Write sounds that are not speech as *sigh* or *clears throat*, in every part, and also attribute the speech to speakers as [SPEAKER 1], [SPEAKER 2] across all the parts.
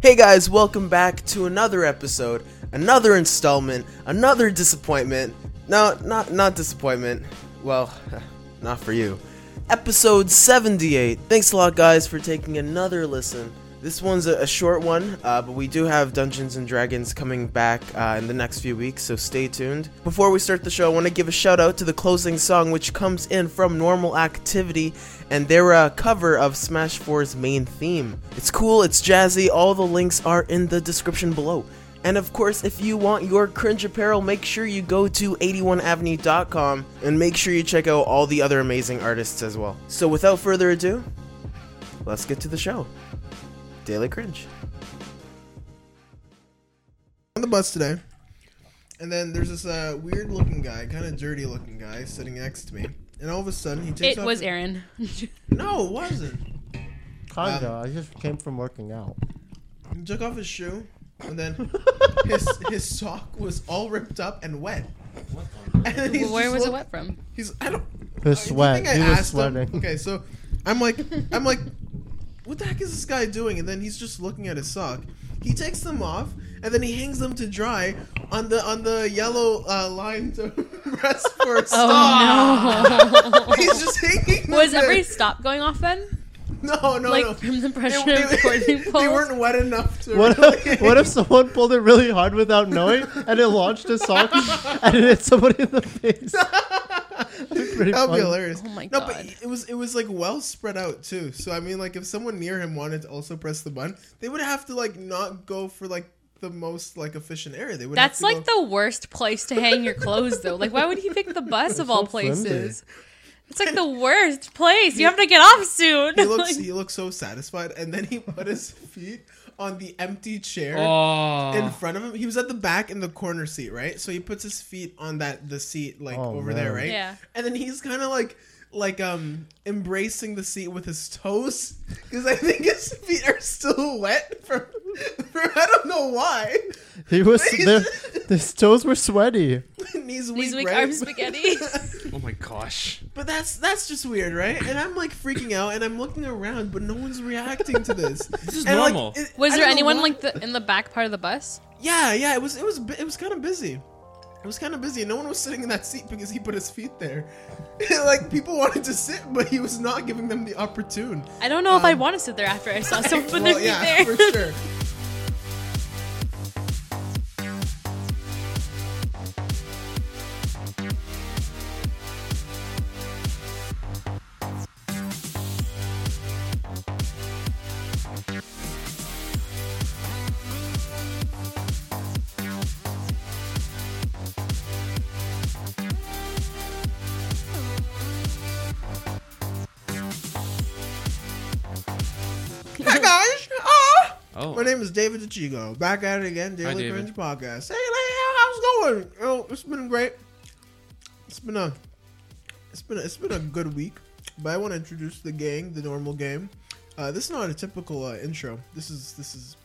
[SPEAKER 1] Hey guys, welcome back to another episode, another installment, another disappointment. No, not not disappointment. Well, *laughs* not for you. Episode 78. Thanks a lot guys for taking another listen. This one's a, a short one, uh, but we do have Dungeons and Dragons coming back uh, in the next few weeks, so stay tuned. Before we start the show, I want to give a shout out to the closing song, which comes in from Normal Activity and they're a cover of Smash 4's main theme. It's cool, it's jazzy, all the links are in the description below. And of course, if you want your cringe apparel, make sure you go to 81avenue.com and make sure you check out all the other amazing artists as well. So without further ado, let's get to the show. Daily Cringe. On the bus today, and then there's this uh, weird looking guy, kind of dirty looking guy, sitting next to me. And all of a sudden, he takes
[SPEAKER 2] It
[SPEAKER 1] off
[SPEAKER 2] was
[SPEAKER 1] his- *laughs*
[SPEAKER 2] Aaron.
[SPEAKER 1] No, it wasn't.
[SPEAKER 3] Kinda.
[SPEAKER 1] Um,
[SPEAKER 3] I just came from working out.
[SPEAKER 1] He took off his shoe, and *laughs* then his his sock was all ripped up and wet. And then he's
[SPEAKER 2] *laughs* Where
[SPEAKER 1] just
[SPEAKER 2] was it
[SPEAKER 1] look-
[SPEAKER 2] wet from?
[SPEAKER 1] He's I don't. I-
[SPEAKER 3] His
[SPEAKER 1] do you
[SPEAKER 3] sweat.
[SPEAKER 1] think I
[SPEAKER 3] He was
[SPEAKER 1] asked him?
[SPEAKER 3] sweating.
[SPEAKER 1] Okay, so I'm like I'm like, what the heck is this guy doing? And then he's just looking at his sock. He takes them off, and then he hangs them to dry on the on the yellow uh, lined *laughs* breast
[SPEAKER 2] *laughs*
[SPEAKER 1] for a sock.
[SPEAKER 2] Oh
[SPEAKER 1] He's just hanging. them
[SPEAKER 2] *laughs* was
[SPEAKER 1] there.
[SPEAKER 2] every stop going off then?
[SPEAKER 1] no no
[SPEAKER 2] like
[SPEAKER 1] no.
[SPEAKER 2] from the
[SPEAKER 1] They-
[SPEAKER 2] pressure of the
[SPEAKER 1] They, *laughs*
[SPEAKER 2] coordinate
[SPEAKER 1] they
[SPEAKER 2] poles?
[SPEAKER 1] weren't wet enough to.
[SPEAKER 3] *laughs* What
[SPEAKER 1] really *laughs*
[SPEAKER 3] if, *laughs* what if someone pulled it really hard without knowing and it launched
[SPEAKER 1] *laughs*
[SPEAKER 3] a sock and it hit somebody in the face? That'd pretty
[SPEAKER 1] That would be
[SPEAKER 3] funny.
[SPEAKER 1] hilarious.
[SPEAKER 2] Oh my
[SPEAKER 1] no,
[SPEAKER 2] God.
[SPEAKER 1] but it was it was like well spread out too. So I mean, like if someone near him wanted to also press the button, they would have to like not go for like the most like efficient area. They would.
[SPEAKER 2] That's
[SPEAKER 1] have to
[SPEAKER 2] like
[SPEAKER 1] go-
[SPEAKER 2] the worst place to hang your clothes though. Like why would he pick
[SPEAKER 1] *laughs*
[SPEAKER 2] the bus of all
[SPEAKER 3] flimsy.
[SPEAKER 2] places? It's like the worst place. You have to get off soon.
[SPEAKER 1] He looks
[SPEAKER 2] *laughs* Like,
[SPEAKER 1] he looks so satisfied, and then he put his feet on the empty chair
[SPEAKER 4] Oh.
[SPEAKER 1] in front of him. He was at the back in the corner seat, right? So he puts his feet on that the seat like
[SPEAKER 3] Oh,
[SPEAKER 1] over there,
[SPEAKER 3] man.
[SPEAKER 1] right?
[SPEAKER 2] Yeah.
[SPEAKER 1] And then he's kind of like like um embracing the seat with his toes because I think his *laughs* feet are still wet from, from I don't know why. *laughs*
[SPEAKER 3] He was there. His toes were sweaty.
[SPEAKER 1] Knees weak,
[SPEAKER 2] These weak
[SPEAKER 1] right? *laughs*
[SPEAKER 2] arm spaghetti.
[SPEAKER 4] oh my gosh.
[SPEAKER 1] But that's that's just weird, right? And I'm like freaking out, and I'm looking around, but no one's reacting to this. This
[SPEAKER 4] is normal.
[SPEAKER 2] Was there anyone like the in the back part of the bus?
[SPEAKER 1] Yeah, yeah, it was it was bu- it was kind of busy. It was kind of busy. No one was sitting in that seat because he put his feet there. *laughs* like people wanted to sit, but he was not giving them the opportune.
[SPEAKER 2] I don't know if I'd want to sit there after I saw someone put their
[SPEAKER 1] Um, *laughs* Well,
[SPEAKER 2] feet
[SPEAKER 1] yeah,
[SPEAKER 2] there.
[SPEAKER 1] for
[SPEAKER 2] *laughs*
[SPEAKER 1] sure. Hi guys. Oh.
[SPEAKER 4] Oh.
[SPEAKER 1] My name is David DeChigo. Back at it again,
[SPEAKER 4] Hi,
[SPEAKER 1] Daily Cringe
[SPEAKER 4] David.
[SPEAKER 1] Podcast. Hey, Leah, how's it going? Oh, it's been great. It's been a, it's been a, it's been a good week. But I want to introduce the gang, the normal game. Uh, this is not a typical uh, intro. This is this is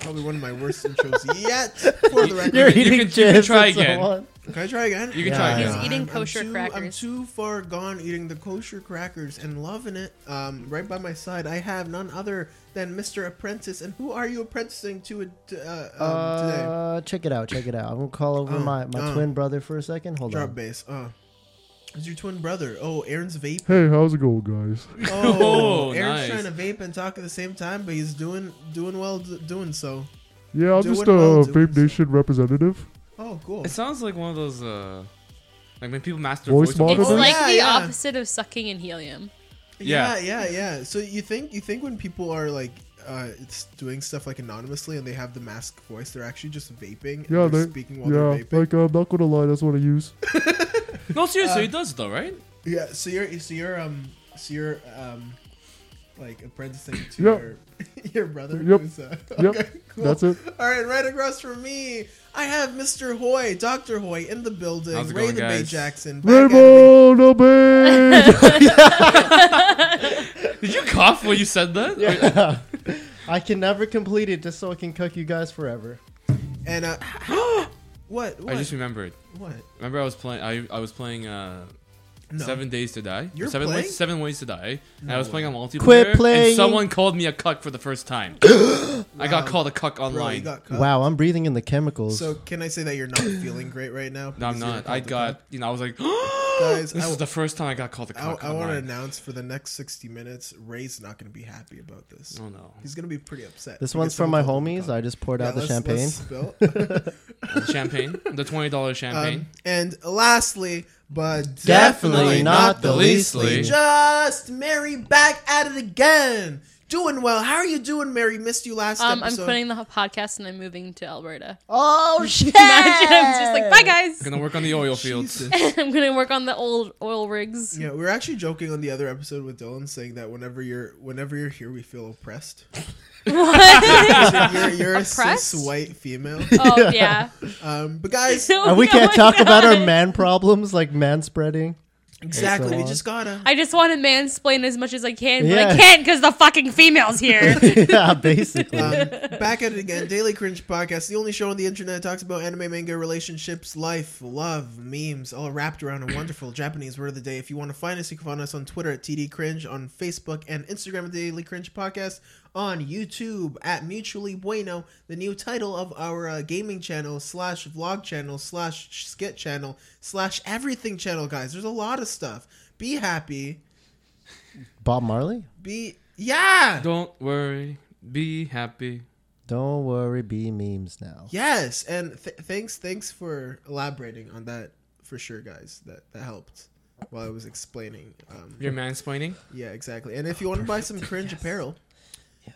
[SPEAKER 1] probably one of my worst
[SPEAKER 4] *laughs*
[SPEAKER 1] intros yet. For the record,
[SPEAKER 3] You're
[SPEAKER 4] You
[SPEAKER 3] eating
[SPEAKER 4] can- you can
[SPEAKER 3] chips
[SPEAKER 4] try
[SPEAKER 3] and so
[SPEAKER 4] again.
[SPEAKER 3] on.
[SPEAKER 1] can I try again?
[SPEAKER 4] You can
[SPEAKER 3] Yeah,
[SPEAKER 4] try
[SPEAKER 3] yeah.
[SPEAKER 4] again.
[SPEAKER 3] He's
[SPEAKER 1] I'm-
[SPEAKER 2] eating
[SPEAKER 1] I'm
[SPEAKER 2] kosher
[SPEAKER 1] too- I'm
[SPEAKER 2] crackers.
[SPEAKER 1] too far gone eating the kosher crackers and loving it. Um, right by my side, I have none other than Mr. Apprentice. And who are you apprenticing to uh, t- uh, um, today?
[SPEAKER 3] Uh, check it out. Check it out. I'm gonna call over
[SPEAKER 1] Oh,
[SPEAKER 3] my, my
[SPEAKER 1] oh.
[SPEAKER 3] twin brother for a second. Hold
[SPEAKER 1] Drop
[SPEAKER 3] on.
[SPEAKER 1] bass. Uh, it's your twin brother. Oh, Aaron's
[SPEAKER 3] *laughs*
[SPEAKER 1] vape.
[SPEAKER 3] Hey, how's it going, guys?
[SPEAKER 1] Oh,
[SPEAKER 4] Oh,
[SPEAKER 1] Aaron's
[SPEAKER 4] nice.
[SPEAKER 1] trying to vape and talk at the same time, but he's doing doing well d- doing so.
[SPEAKER 5] Yeah, I'm
[SPEAKER 1] Doing
[SPEAKER 5] just a
[SPEAKER 1] well, doing
[SPEAKER 5] Vape
[SPEAKER 1] so.
[SPEAKER 5] Nation representative.
[SPEAKER 1] Oh, cool.
[SPEAKER 4] It sounds like one of those, uh, like when people master
[SPEAKER 5] Voice
[SPEAKER 4] voice,
[SPEAKER 5] model
[SPEAKER 2] It's
[SPEAKER 5] Oh,
[SPEAKER 4] models.
[SPEAKER 2] like
[SPEAKER 1] yeah,
[SPEAKER 2] the
[SPEAKER 1] yeah.
[SPEAKER 2] opposite of sucking in helium.
[SPEAKER 1] Yeah,
[SPEAKER 4] Yeah.
[SPEAKER 1] yeah, yeah. So you think you think when people are like uh, it's doing stuff like anonymously and they have the mask voice, they're actually just vaping. And
[SPEAKER 5] Yeah,
[SPEAKER 1] they're
[SPEAKER 5] they-
[SPEAKER 1] speaking while
[SPEAKER 5] Yeah,
[SPEAKER 1] they're vaping.
[SPEAKER 5] like I'm not gonna lie, that's what
[SPEAKER 1] *laughs*
[SPEAKER 5] I use.
[SPEAKER 4] No, seriously, it does though, right?
[SPEAKER 1] yeah. So you're so you're um so you're um like apprenticing to
[SPEAKER 5] Yep.
[SPEAKER 1] your *laughs* your brother.
[SPEAKER 5] Yep.
[SPEAKER 1] Who's, uh,
[SPEAKER 5] Yep.
[SPEAKER 1] cool.
[SPEAKER 5] That's it.
[SPEAKER 1] *laughs* All right, right across from me, I have Mr. Hoy, Doctor Hoy, in the building.
[SPEAKER 4] How's it
[SPEAKER 1] Ray
[SPEAKER 4] going,
[SPEAKER 1] the Bay
[SPEAKER 4] guys?
[SPEAKER 1] Jackson. back at me.
[SPEAKER 2] *laughs*
[SPEAKER 5] Raymond Obey!
[SPEAKER 4] Did you cough when you said that?
[SPEAKER 3] Yeah. *laughs* I can never complete it just so I can cook you guys forever.
[SPEAKER 1] And uh, *gasps* what? What?
[SPEAKER 4] I just remembered.
[SPEAKER 1] what?
[SPEAKER 4] Remember, I was playing. I I was playing uh, Seven Days to Die.
[SPEAKER 1] You're
[SPEAKER 4] seven
[SPEAKER 1] playing?
[SPEAKER 4] ways, Seven Ways to Die. And I was playing on multiplayer.
[SPEAKER 3] playing.
[SPEAKER 4] And someone called me a cuck for the first time.
[SPEAKER 1] *gasps*
[SPEAKER 4] I got called a cuck
[SPEAKER 1] Bro, you
[SPEAKER 4] online.
[SPEAKER 1] got cut.
[SPEAKER 3] Wow, I'm breathing in the chemicals.
[SPEAKER 1] So can I say that you're not feeling great right now?
[SPEAKER 4] *laughs* no, I'm
[SPEAKER 1] because you were
[SPEAKER 4] not.
[SPEAKER 1] called
[SPEAKER 4] I
[SPEAKER 1] the
[SPEAKER 4] got,
[SPEAKER 1] cuck?
[SPEAKER 4] you know, I was like, *gasps*
[SPEAKER 1] Guys,
[SPEAKER 4] this
[SPEAKER 1] I-
[SPEAKER 4] is the first time I got called a
[SPEAKER 1] I,
[SPEAKER 4] cuck
[SPEAKER 1] I want to
[SPEAKER 4] online.
[SPEAKER 1] announce for the next 60 minutes, Ray's not going to be happy about this.
[SPEAKER 4] Oh no.
[SPEAKER 1] He's going to be pretty upset.
[SPEAKER 3] this
[SPEAKER 1] because
[SPEAKER 3] one's from my
[SPEAKER 1] someone called him a
[SPEAKER 3] homies.
[SPEAKER 1] cuck.
[SPEAKER 3] I just poured out the
[SPEAKER 1] Yeah,
[SPEAKER 3] champagne.
[SPEAKER 1] *laughs* let's-
[SPEAKER 3] *laughs*
[SPEAKER 1] let's spill.
[SPEAKER 4] champagne. The $20
[SPEAKER 1] *laughs*
[SPEAKER 4] champagne.
[SPEAKER 1] Um, and lastly, but
[SPEAKER 3] Definitely not the
[SPEAKER 4] leastly.
[SPEAKER 1] Just Mary back at it again. Doing well. How are you doing, Mary? Missed you last
[SPEAKER 2] Um, I'm
[SPEAKER 1] episode.
[SPEAKER 2] quitting the ho- podcast and I'm moving to Alberta. *laughs*
[SPEAKER 3] Oh shit!
[SPEAKER 2] Imagine I'm *laughs* just like, bye guys.
[SPEAKER 4] Gonna work on the oil fields.
[SPEAKER 1] Jesus.
[SPEAKER 2] I'm gonna work on the old oil
[SPEAKER 3] *laughs*
[SPEAKER 2] rigs. *laughs*
[SPEAKER 1] Yeah, we were actually joking on the other episode with Dylan, saying that whenever you're whenever you're here, we feel oppressed.
[SPEAKER 2] What?
[SPEAKER 1] You're, you're a cis
[SPEAKER 2] Oppressed?
[SPEAKER 1] white female.
[SPEAKER 2] oh yeah.
[SPEAKER 1] Um, but
[SPEAKER 2] *laughs*
[SPEAKER 1] guys,
[SPEAKER 2] So-
[SPEAKER 3] And we
[SPEAKER 2] oh
[SPEAKER 3] can't
[SPEAKER 2] my
[SPEAKER 3] talk about our
[SPEAKER 2] God.
[SPEAKER 3] man problems like
[SPEAKER 2] *laughs*
[SPEAKER 3] man spreading. *laughs*
[SPEAKER 1] exactly, we
[SPEAKER 3] on.
[SPEAKER 1] just gotta.
[SPEAKER 2] I just want to mansplain as much as I can, but
[SPEAKER 3] Yeah.
[SPEAKER 2] I can't because the fucking females
[SPEAKER 3] *laughs*
[SPEAKER 2] here.
[SPEAKER 3] yeah, basically. *laughs*
[SPEAKER 1] Um, back at it again, Daily Cringe Podcast, the only show on the internet that talks about anime, manga, relationships, life, love, memes, all wrapped around a wonderful Japanese word of the day. If you want to find us, you can find us on Twitter at TD Cringe, on Facebook and Instagram at Daily Cringe Podcast, on YouTube at Mutually Bueno, the new title of our uh, gaming channel slash vlog channel slash skit channel slash everything channel, guys. There's a lot of stuff. Be happy.
[SPEAKER 3] Bob Marley.
[SPEAKER 1] Be yeah.
[SPEAKER 4] Don't worry. Be happy.
[SPEAKER 3] Don't worry, be memes now.
[SPEAKER 1] Yes, and th- thanks, thanks for elaborating on that for sure, guys. That that helped while I was explaining. Um,
[SPEAKER 4] You're mansplaining.
[SPEAKER 1] yeah, exactly. And if you want to buy some cringe apparel,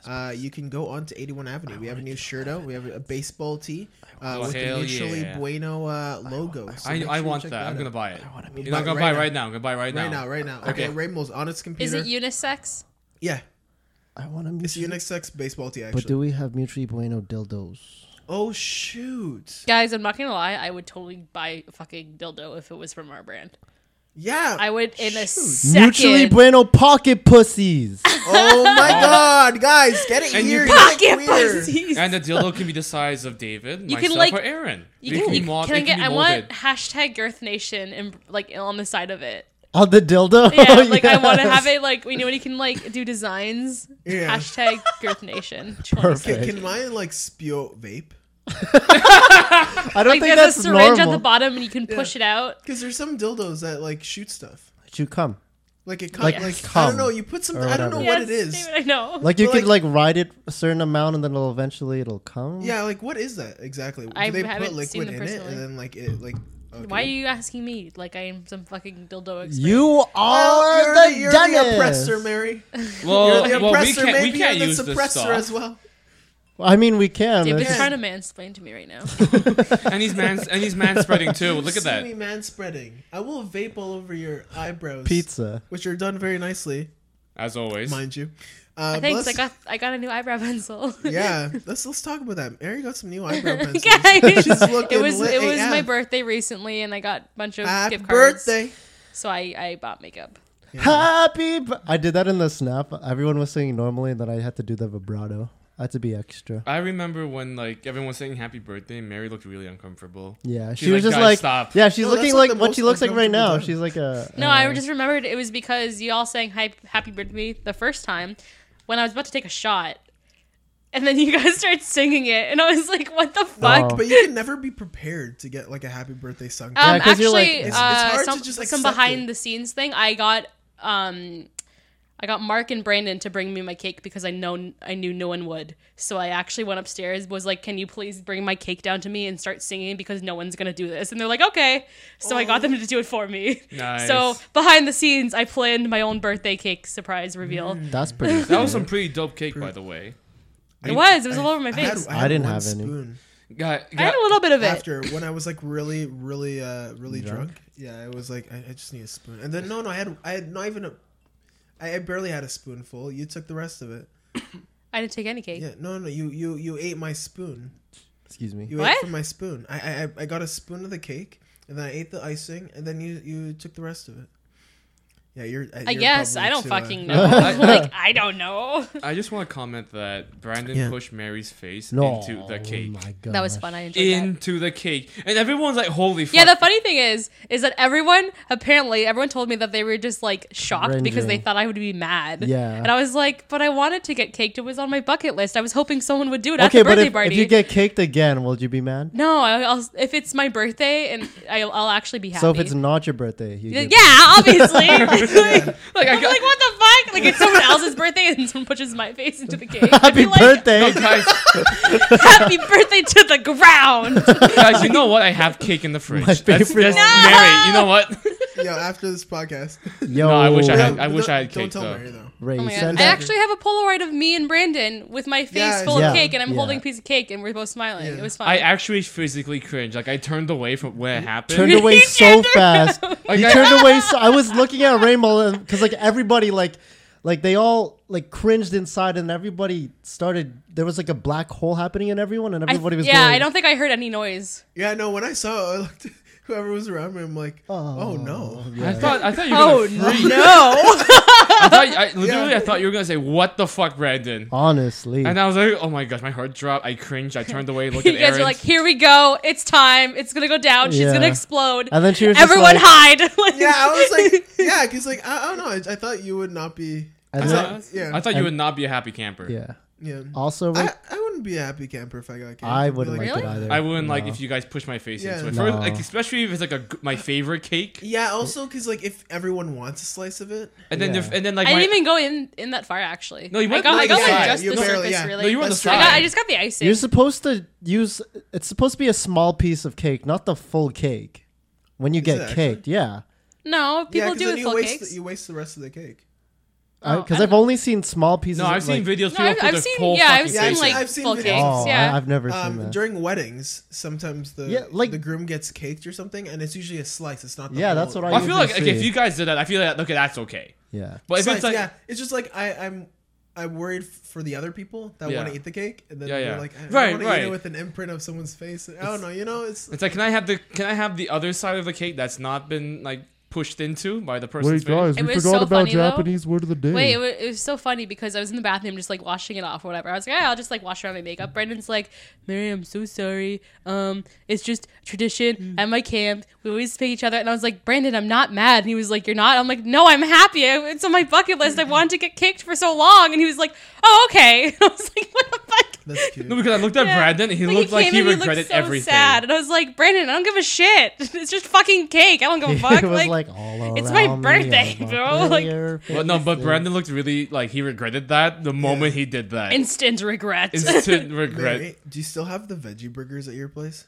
[SPEAKER 1] uh, you can go on to 81 Avenue. we have a new shirt out. We have a baseball tee uh,
[SPEAKER 4] Oh,
[SPEAKER 1] with the
[SPEAKER 4] hell
[SPEAKER 1] mutually
[SPEAKER 4] yeah.
[SPEAKER 1] bueno uh, logo. So
[SPEAKER 4] I,
[SPEAKER 1] make sure
[SPEAKER 4] I
[SPEAKER 1] you
[SPEAKER 4] want
[SPEAKER 1] check
[SPEAKER 4] that. I'm gonna
[SPEAKER 1] out.
[SPEAKER 4] buy it.
[SPEAKER 1] be-
[SPEAKER 4] You know, I'm gonna
[SPEAKER 1] Right
[SPEAKER 4] buy it
[SPEAKER 1] now.
[SPEAKER 4] right now. I'm gonna buy it right now.
[SPEAKER 1] right now, right now. Okay,
[SPEAKER 4] Okay.
[SPEAKER 1] Rainbow's on its
[SPEAKER 2] Is
[SPEAKER 1] computer.
[SPEAKER 2] it unisex?
[SPEAKER 1] Yeah,
[SPEAKER 3] I want to
[SPEAKER 1] it's
[SPEAKER 3] meet
[SPEAKER 1] unisex baseball tee actually.
[SPEAKER 3] But do we have mutually bueno dildos?
[SPEAKER 1] oh shoot!
[SPEAKER 2] Guys, I'm not gonna lie. I would totally buy a fucking dildo if it was from our brand.
[SPEAKER 1] Yeah.
[SPEAKER 2] I would in a
[SPEAKER 1] Shoot.
[SPEAKER 2] second.
[SPEAKER 3] Mutually bueno
[SPEAKER 2] *laughs*
[SPEAKER 3] pocket pussies.
[SPEAKER 1] oh my
[SPEAKER 4] *laughs*
[SPEAKER 1] god, guys, get it
[SPEAKER 4] And you
[SPEAKER 1] here.
[SPEAKER 4] can-
[SPEAKER 1] get
[SPEAKER 2] Pocket
[SPEAKER 1] queer.
[SPEAKER 3] *laughs*
[SPEAKER 2] pussies.
[SPEAKER 4] And the dildo can be the size of David,
[SPEAKER 2] You
[SPEAKER 4] myself,
[SPEAKER 2] can, like-
[SPEAKER 4] or Aaron.
[SPEAKER 2] You
[SPEAKER 4] They
[SPEAKER 2] can,
[SPEAKER 4] be
[SPEAKER 2] you,
[SPEAKER 4] mod-
[SPEAKER 2] can I
[SPEAKER 4] they
[SPEAKER 2] get? I
[SPEAKER 4] molded.
[SPEAKER 2] want hashtag Girth Nation and like on the side of it.
[SPEAKER 3] On the *laughs* dildo.
[SPEAKER 2] Yeah, like I want to
[SPEAKER 3] Oh, Yes.
[SPEAKER 2] have it like you know when you can like do designs.
[SPEAKER 1] Yeah.
[SPEAKER 2] Hashtag Girth
[SPEAKER 3] *laughs*
[SPEAKER 2] Nation.
[SPEAKER 1] Can,
[SPEAKER 3] Perfect.
[SPEAKER 1] can mine like spew vape?
[SPEAKER 3] I don't
[SPEAKER 2] Like
[SPEAKER 3] think
[SPEAKER 2] there's a
[SPEAKER 3] that's
[SPEAKER 2] syringe
[SPEAKER 3] normal.
[SPEAKER 2] at the bottom and you can push it out.
[SPEAKER 1] Because there's some dildos that like shoot stuff.
[SPEAKER 3] You come.
[SPEAKER 1] Like it comes.
[SPEAKER 3] Like
[SPEAKER 1] Like, I
[SPEAKER 3] cum
[SPEAKER 1] don't know. You put some.
[SPEAKER 3] or
[SPEAKER 1] I don't know
[SPEAKER 3] whatever.
[SPEAKER 1] what it is.
[SPEAKER 2] David, I know.
[SPEAKER 3] Like you
[SPEAKER 1] But,
[SPEAKER 3] could like ride it a certain amount and then it'll eventually it'll come.
[SPEAKER 1] Yeah, like what is that exactly? Do
[SPEAKER 2] I
[SPEAKER 1] they put
[SPEAKER 2] haven't
[SPEAKER 1] liquid
[SPEAKER 2] seen
[SPEAKER 1] in
[SPEAKER 2] them
[SPEAKER 1] it
[SPEAKER 2] personally.
[SPEAKER 1] and then like it like? okay.
[SPEAKER 2] Why are you asking me? Like I am some fucking dildo expert.
[SPEAKER 3] You
[SPEAKER 1] Well,
[SPEAKER 3] are
[SPEAKER 1] you're
[SPEAKER 3] the,
[SPEAKER 1] the, you're the
[SPEAKER 3] dungeon.
[SPEAKER 1] oppressor, Mary. *laughs*
[SPEAKER 4] Well,
[SPEAKER 1] You're the
[SPEAKER 4] well, we
[SPEAKER 1] oppressor.
[SPEAKER 4] can't, we
[SPEAKER 1] maybe
[SPEAKER 4] can't
[SPEAKER 1] you're the
[SPEAKER 4] use this stuff.
[SPEAKER 1] suppressor as well.
[SPEAKER 3] I mean, we can.
[SPEAKER 2] David's
[SPEAKER 3] It's-
[SPEAKER 2] trying to mansplain to me right now.
[SPEAKER 4] and he's man and he's man
[SPEAKER 1] *laughs*
[SPEAKER 4] spreading too. Look at
[SPEAKER 1] See
[SPEAKER 4] that.
[SPEAKER 1] me man spreading. I will vape all over your eyebrows.
[SPEAKER 3] Pizza.
[SPEAKER 1] which are done very nicely,
[SPEAKER 4] As always.
[SPEAKER 1] mind you. Uh, but
[SPEAKER 2] Thanks. I
[SPEAKER 1] let's-
[SPEAKER 2] got I got a new eyebrow pencil.
[SPEAKER 1] *laughs*
[SPEAKER 2] *laughs*
[SPEAKER 1] Yeah, let's let's talk about that. Mary got some new eyebrow pencils.
[SPEAKER 2] Guys,
[SPEAKER 1] She's looking
[SPEAKER 2] *laughs* it was
[SPEAKER 1] lit
[SPEAKER 2] it was
[SPEAKER 1] AF.
[SPEAKER 2] my birthday recently, and I got a bunch of
[SPEAKER 1] Happy
[SPEAKER 2] gift cards.
[SPEAKER 1] birthday.
[SPEAKER 2] So I I bought makeup.
[SPEAKER 3] Happy. b- I did that in the snap. Everyone was singing normally, and then I had to do the vibrato. I had to be extra.
[SPEAKER 4] I remember when like everyone was saying happy birthday, and Mary looked really uncomfortable.
[SPEAKER 3] Yeah, she
[SPEAKER 4] She's
[SPEAKER 3] was
[SPEAKER 4] like,
[SPEAKER 3] just
[SPEAKER 4] "Guys,
[SPEAKER 3] like,
[SPEAKER 4] stop."
[SPEAKER 3] yeah, she's
[SPEAKER 1] No,
[SPEAKER 3] looking
[SPEAKER 1] that's, like,
[SPEAKER 3] like,
[SPEAKER 1] the
[SPEAKER 3] what she
[SPEAKER 1] most
[SPEAKER 3] looks like right now.
[SPEAKER 1] uncomfortable time.
[SPEAKER 3] She's like uh, a
[SPEAKER 2] No, I just remembered it was because you all sang "Hi- "Happy Birthday" the first time when I was about to take a shot, and then you guys *laughs* started singing it, and I was like, "What the fuck?"
[SPEAKER 3] Oh.
[SPEAKER 1] But you can never be prepared to get like a happy birthday sung.
[SPEAKER 2] Um,
[SPEAKER 3] 'cause
[SPEAKER 2] actually,
[SPEAKER 3] you're like- It's-
[SPEAKER 1] it's
[SPEAKER 2] uh,
[SPEAKER 1] hard to
[SPEAKER 2] some,
[SPEAKER 1] just
[SPEAKER 2] some
[SPEAKER 1] accept
[SPEAKER 2] behind
[SPEAKER 1] it.
[SPEAKER 2] the scenes thing. I got um, I got Mark and Brandon to bring me my cake because I know I knew no one would. So I actually went upstairs, was like, "Can you please bring my cake down to me and start singing because no one's gonna do this?" And they're like, "Okay." So I got
[SPEAKER 1] Oh.
[SPEAKER 2] them to do it for me.
[SPEAKER 4] Nice.
[SPEAKER 2] So behind the scenes, I planned my own birthday cake surprise reveal.
[SPEAKER 1] Mm.
[SPEAKER 3] That's pretty.
[SPEAKER 4] That was some pretty dope cake, by the way.
[SPEAKER 2] It was. It was all over my face.
[SPEAKER 3] I didn't
[SPEAKER 1] one
[SPEAKER 3] have any.
[SPEAKER 1] spoon
[SPEAKER 4] Got,
[SPEAKER 2] I had
[SPEAKER 4] got-
[SPEAKER 2] a little bit of it.
[SPEAKER 1] after when I was like really, really, uh, really drunk. Yeah, it was like I, I just need a spoon. And then no, no, I had I had not even a. I I barely had a spoonful. You took the rest of it.
[SPEAKER 2] I didn't take any cake.
[SPEAKER 1] Yeah, no, no, you you you ate my spoon.
[SPEAKER 3] Excuse me.
[SPEAKER 1] You ate
[SPEAKER 2] What?
[SPEAKER 1] from my spoon. I, I I- I got a spoon of the cake, and then I ate the icing, and then you you took the rest of it. Yeah, you're. you're
[SPEAKER 2] I guess
[SPEAKER 1] probably
[SPEAKER 2] I don't
[SPEAKER 1] too, uh, *laughs*
[SPEAKER 2] fucking know. like I don't know.
[SPEAKER 4] I just want to comment that Brandon
[SPEAKER 1] Yeah.
[SPEAKER 4] pushed Mary's face
[SPEAKER 3] No.
[SPEAKER 4] into the cake.
[SPEAKER 3] Oh my God.
[SPEAKER 2] That was fun. I enjoyed that.
[SPEAKER 4] Into the cake, and everyone's like, "Holy fuck!"
[SPEAKER 2] Yeah, the funny thing is, is that everyone apparently everyone told me that they were just like shocked because they
[SPEAKER 3] Cringing.
[SPEAKER 2] thought I would be mad.
[SPEAKER 3] Yeah.
[SPEAKER 2] and I was like, but I wanted to get caked. It was on my bucket list. I was hoping someone would do it at
[SPEAKER 3] Okay,
[SPEAKER 2] the
[SPEAKER 3] but
[SPEAKER 2] birthday
[SPEAKER 3] if,
[SPEAKER 2] party.
[SPEAKER 3] if you get caked again, will you be mad?
[SPEAKER 2] no, I- I'll, if it's my birthday and I'll, I'll actually be happy.
[SPEAKER 3] So if it's not your birthday, you
[SPEAKER 2] yeah,
[SPEAKER 3] get- *laughs*
[SPEAKER 2] obviously. like, I'm like, what the fuck? Like, it's someone else's birthday and someone pushes my face into the cake. I'd
[SPEAKER 3] *laughs* happy
[SPEAKER 2] be like,
[SPEAKER 4] *laughs*
[SPEAKER 3] birthday.
[SPEAKER 4] guys,
[SPEAKER 2] Happy birthday to the ground.
[SPEAKER 3] *laughs*
[SPEAKER 4] guys, you know what? I have cake in the fridge. That's, that's
[SPEAKER 3] favorite-
[SPEAKER 4] Mary. You know what?
[SPEAKER 1] Yo, after this podcast.
[SPEAKER 3] Yo,
[SPEAKER 4] No, I wish *laughs* I had.
[SPEAKER 1] No,
[SPEAKER 4] I wish
[SPEAKER 1] don't-
[SPEAKER 4] I had
[SPEAKER 1] Don't
[SPEAKER 4] cake
[SPEAKER 1] tell
[SPEAKER 4] though.
[SPEAKER 1] Mary though.
[SPEAKER 3] Ray,
[SPEAKER 2] Oh my God.
[SPEAKER 3] send
[SPEAKER 2] I
[SPEAKER 3] that-
[SPEAKER 2] actually have a Polaroid of me and Brandon with my face
[SPEAKER 1] Yeah,
[SPEAKER 2] full
[SPEAKER 3] yeah.
[SPEAKER 2] of cake, and I'm
[SPEAKER 3] Yeah.
[SPEAKER 2] holding a piece of cake, and we're both smiling.
[SPEAKER 1] Yeah.
[SPEAKER 2] It was fun.
[SPEAKER 4] I actually physically cringe. Like I turned away from where it
[SPEAKER 2] *laughs*
[SPEAKER 4] happened.
[SPEAKER 3] turned away so fast.
[SPEAKER 4] Like,
[SPEAKER 3] he
[SPEAKER 4] I-
[SPEAKER 3] turned away. So I was looking at Rainbow because like everybody like like they all like cringed inside and everybody started. There was like a black hole happening in everyone and
[SPEAKER 2] I-
[SPEAKER 3] everybody was
[SPEAKER 2] yeah,
[SPEAKER 3] going,
[SPEAKER 2] I don't think I heard any noise. *laughs*
[SPEAKER 1] Yeah, no. When I saw, it, I looked. *laughs* Whoever was around me, I'm like, oh, no.
[SPEAKER 4] I thought. I thought you were.
[SPEAKER 2] Oh *laughs*
[SPEAKER 4] gonna,
[SPEAKER 2] no!
[SPEAKER 4] I, thought,
[SPEAKER 3] *laughs*
[SPEAKER 4] I literally.
[SPEAKER 1] Yeah.
[SPEAKER 4] I thought you were gonna say, "What the fuck, Brandon?"
[SPEAKER 3] Oh, Honestly,
[SPEAKER 4] And I was like, "Oh my gosh, my heart dropped. I cringed. I turned away.
[SPEAKER 2] *laughs*
[SPEAKER 4] Looked
[SPEAKER 2] you
[SPEAKER 4] at
[SPEAKER 2] guys
[SPEAKER 4] Aaron.
[SPEAKER 2] are like, here we go. It's time. It's gonna go down. She's
[SPEAKER 3] Yeah.
[SPEAKER 2] gonna explode.
[SPEAKER 3] And then she was just
[SPEAKER 2] everyone
[SPEAKER 3] like-
[SPEAKER 2] hide. *laughs* Like-
[SPEAKER 1] Yeah, I was
[SPEAKER 2] *laughs*
[SPEAKER 1] like, yeah, because like I, I don't know. I, I thought you would not be.
[SPEAKER 3] And
[SPEAKER 4] *laughs* I
[SPEAKER 3] then-
[SPEAKER 4] thought-
[SPEAKER 1] Yeah.
[SPEAKER 4] I thought you
[SPEAKER 3] And-
[SPEAKER 4] would not be a happy camper.
[SPEAKER 3] yeah.
[SPEAKER 1] Yeah.
[SPEAKER 3] Also, Ray,
[SPEAKER 1] I, I wouldn't be a happy camper if I got cake.
[SPEAKER 3] I,
[SPEAKER 1] I'd be
[SPEAKER 3] wouldn't like
[SPEAKER 2] Really?
[SPEAKER 3] it either.
[SPEAKER 4] I wouldn't like
[SPEAKER 3] No.
[SPEAKER 4] if you guys pushed my face
[SPEAKER 1] Yeah.
[SPEAKER 4] into it. For-
[SPEAKER 3] No.
[SPEAKER 4] like, especially if it's like a g- my favorite cake,
[SPEAKER 1] Yeah, also because like if everyone wants a slice of it,
[SPEAKER 4] and then
[SPEAKER 3] Yeah.
[SPEAKER 4] if- and then like
[SPEAKER 2] I
[SPEAKER 4] my,
[SPEAKER 2] didn't even go in in that far actually.
[SPEAKER 4] No, you
[SPEAKER 2] I
[SPEAKER 4] went
[SPEAKER 2] got,
[SPEAKER 4] on
[SPEAKER 2] I
[SPEAKER 4] the
[SPEAKER 2] got
[SPEAKER 4] side.
[SPEAKER 2] like just
[SPEAKER 1] You
[SPEAKER 2] the
[SPEAKER 1] barely-
[SPEAKER 2] surface
[SPEAKER 1] yeah.
[SPEAKER 2] really.
[SPEAKER 4] no, you were on the
[SPEAKER 1] That's right.
[SPEAKER 2] I,
[SPEAKER 4] side.
[SPEAKER 2] got, I just got the icing.
[SPEAKER 3] You're supposed to use. It's supposed to be a small piece of cake, not the full cake. When you
[SPEAKER 1] Is it
[SPEAKER 3] get
[SPEAKER 1] actually?
[SPEAKER 3] caked, yeah.
[SPEAKER 2] no, people
[SPEAKER 1] yeah,
[SPEAKER 2] do
[SPEAKER 1] then
[SPEAKER 2] with
[SPEAKER 1] you
[SPEAKER 2] full
[SPEAKER 1] waste
[SPEAKER 2] cakes.
[SPEAKER 1] The, you waste the rest of the cake.
[SPEAKER 2] Oh,
[SPEAKER 3] Because
[SPEAKER 2] I
[SPEAKER 3] I've only seen small pieces.
[SPEAKER 4] no,
[SPEAKER 3] of,
[SPEAKER 4] I've seen
[SPEAKER 3] like-
[SPEAKER 2] no,
[SPEAKER 4] videos. People
[SPEAKER 2] I've,
[SPEAKER 4] put
[SPEAKER 2] I've
[SPEAKER 4] their
[SPEAKER 2] seen
[SPEAKER 4] full
[SPEAKER 2] yeah, I've
[SPEAKER 4] fucking
[SPEAKER 2] seen
[SPEAKER 4] face
[SPEAKER 1] I've
[SPEAKER 2] like
[SPEAKER 4] in.
[SPEAKER 1] I've seen
[SPEAKER 2] full
[SPEAKER 1] videos.
[SPEAKER 2] cakes.
[SPEAKER 3] Oh, I,
[SPEAKER 2] yeah,
[SPEAKER 3] have never seen
[SPEAKER 1] Um,
[SPEAKER 3] that.
[SPEAKER 1] during weddings, sometimes the
[SPEAKER 3] Yeah, like-
[SPEAKER 1] the groom gets caked or something, and it's usually a slice. It's not. The
[SPEAKER 3] Yeah, that's
[SPEAKER 1] whole-
[SPEAKER 3] what I
[SPEAKER 4] Well, I feel
[SPEAKER 3] usually
[SPEAKER 4] like okay, if
[SPEAKER 3] see.
[SPEAKER 4] you guys did that, I feel like okay, that's okay.
[SPEAKER 3] yeah.
[SPEAKER 4] But if
[SPEAKER 1] Slice,
[SPEAKER 4] it's like
[SPEAKER 1] yeah, it's just like I, I'm. I'm worried f- for the other people that
[SPEAKER 4] Yeah.
[SPEAKER 1] want to eat the cake, and then
[SPEAKER 4] Yeah,
[SPEAKER 1] they're
[SPEAKER 4] yeah.
[SPEAKER 1] like, I,
[SPEAKER 4] Right,
[SPEAKER 1] want to eat
[SPEAKER 4] right.
[SPEAKER 1] it with an imprint of someone's face. I don't know, you know,
[SPEAKER 4] *laughs*
[SPEAKER 1] it's
[SPEAKER 4] It's like, can I have the can I have the other side of the cake that's not been like pushed into by the person's
[SPEAKER 5] Wait, guys,
[SPEAKER 2] It
[SPEAKER 5] we
[SPEAKER 2] was
[SPEAKER 5] forgot
[SPEAKER 2] so
[SPEAKER 5] about
[SPEAKER 2] funny, though.
[SPEAKER 5] Japanese word of the day.
[SPEAKER 4] Hmm.
[SPEAKER 2] Wait, it was, it was so funny because I was in the bathroom just like washing it off or whatever. I was like, yeah, I'll just like wash around my makeup. Brandon's like, Mary, I'm so sorry. Um, it's just
[SPEAKER 4] Hmm.
[SPEAKER 2] tradition at my camp. We always pick each other. And I was like, Brandon, I'm not mad. And he was like, You're not. I'm like, No, I'm happy. I- It's on my bucket list. I wanted to get kicked for so long. And he was like, Oh, okay. *laughs* And I was like, What the fuck?
[SPEAKER 1] that's cute.
[SPEAKER 4] No, because I looked at
[SPEAKER 2] *laughs* Yeah.
[SPEAKER 4] Brandon and he looked like
[SPEAKER 2] came
[SPEAKER 4] he
[SPEAKER 2] in, looked
[SPEAKER 4] regretted
[SPEAKER 2] so
[SPEAKER 4] everything.
[SPEAKER 2] Sad. And I was like, Brandon, I don't give a shit. *laughs* It's just fucking cake. I don't
[SPEAKER 4] *laughs*
[SPEAKER 2] give a fuck.
[SPEAKER 3] it was
[SPEAKER 2] like,
[SPEAKER 3] like, all
[SPEAKER 2] it's my
[SPEAKER 3] around me,
[SPEAKER 2] birthday,
[SPEAKER 3] I'm a
[SPEAKER 2] bro, like-
[SPEAKER 3] failure,
[SPEAKER 4] But no, but
[SPEAKER 3] failure.
[SPEAKER 4] Brandon looked really like he regretted that the moment he did that.
[SPEAKER 2] instant regret.
[SPEAKER 4] Instant regret.
[SPEAKER 1] Mary, do you still have the veggie burgers at your place?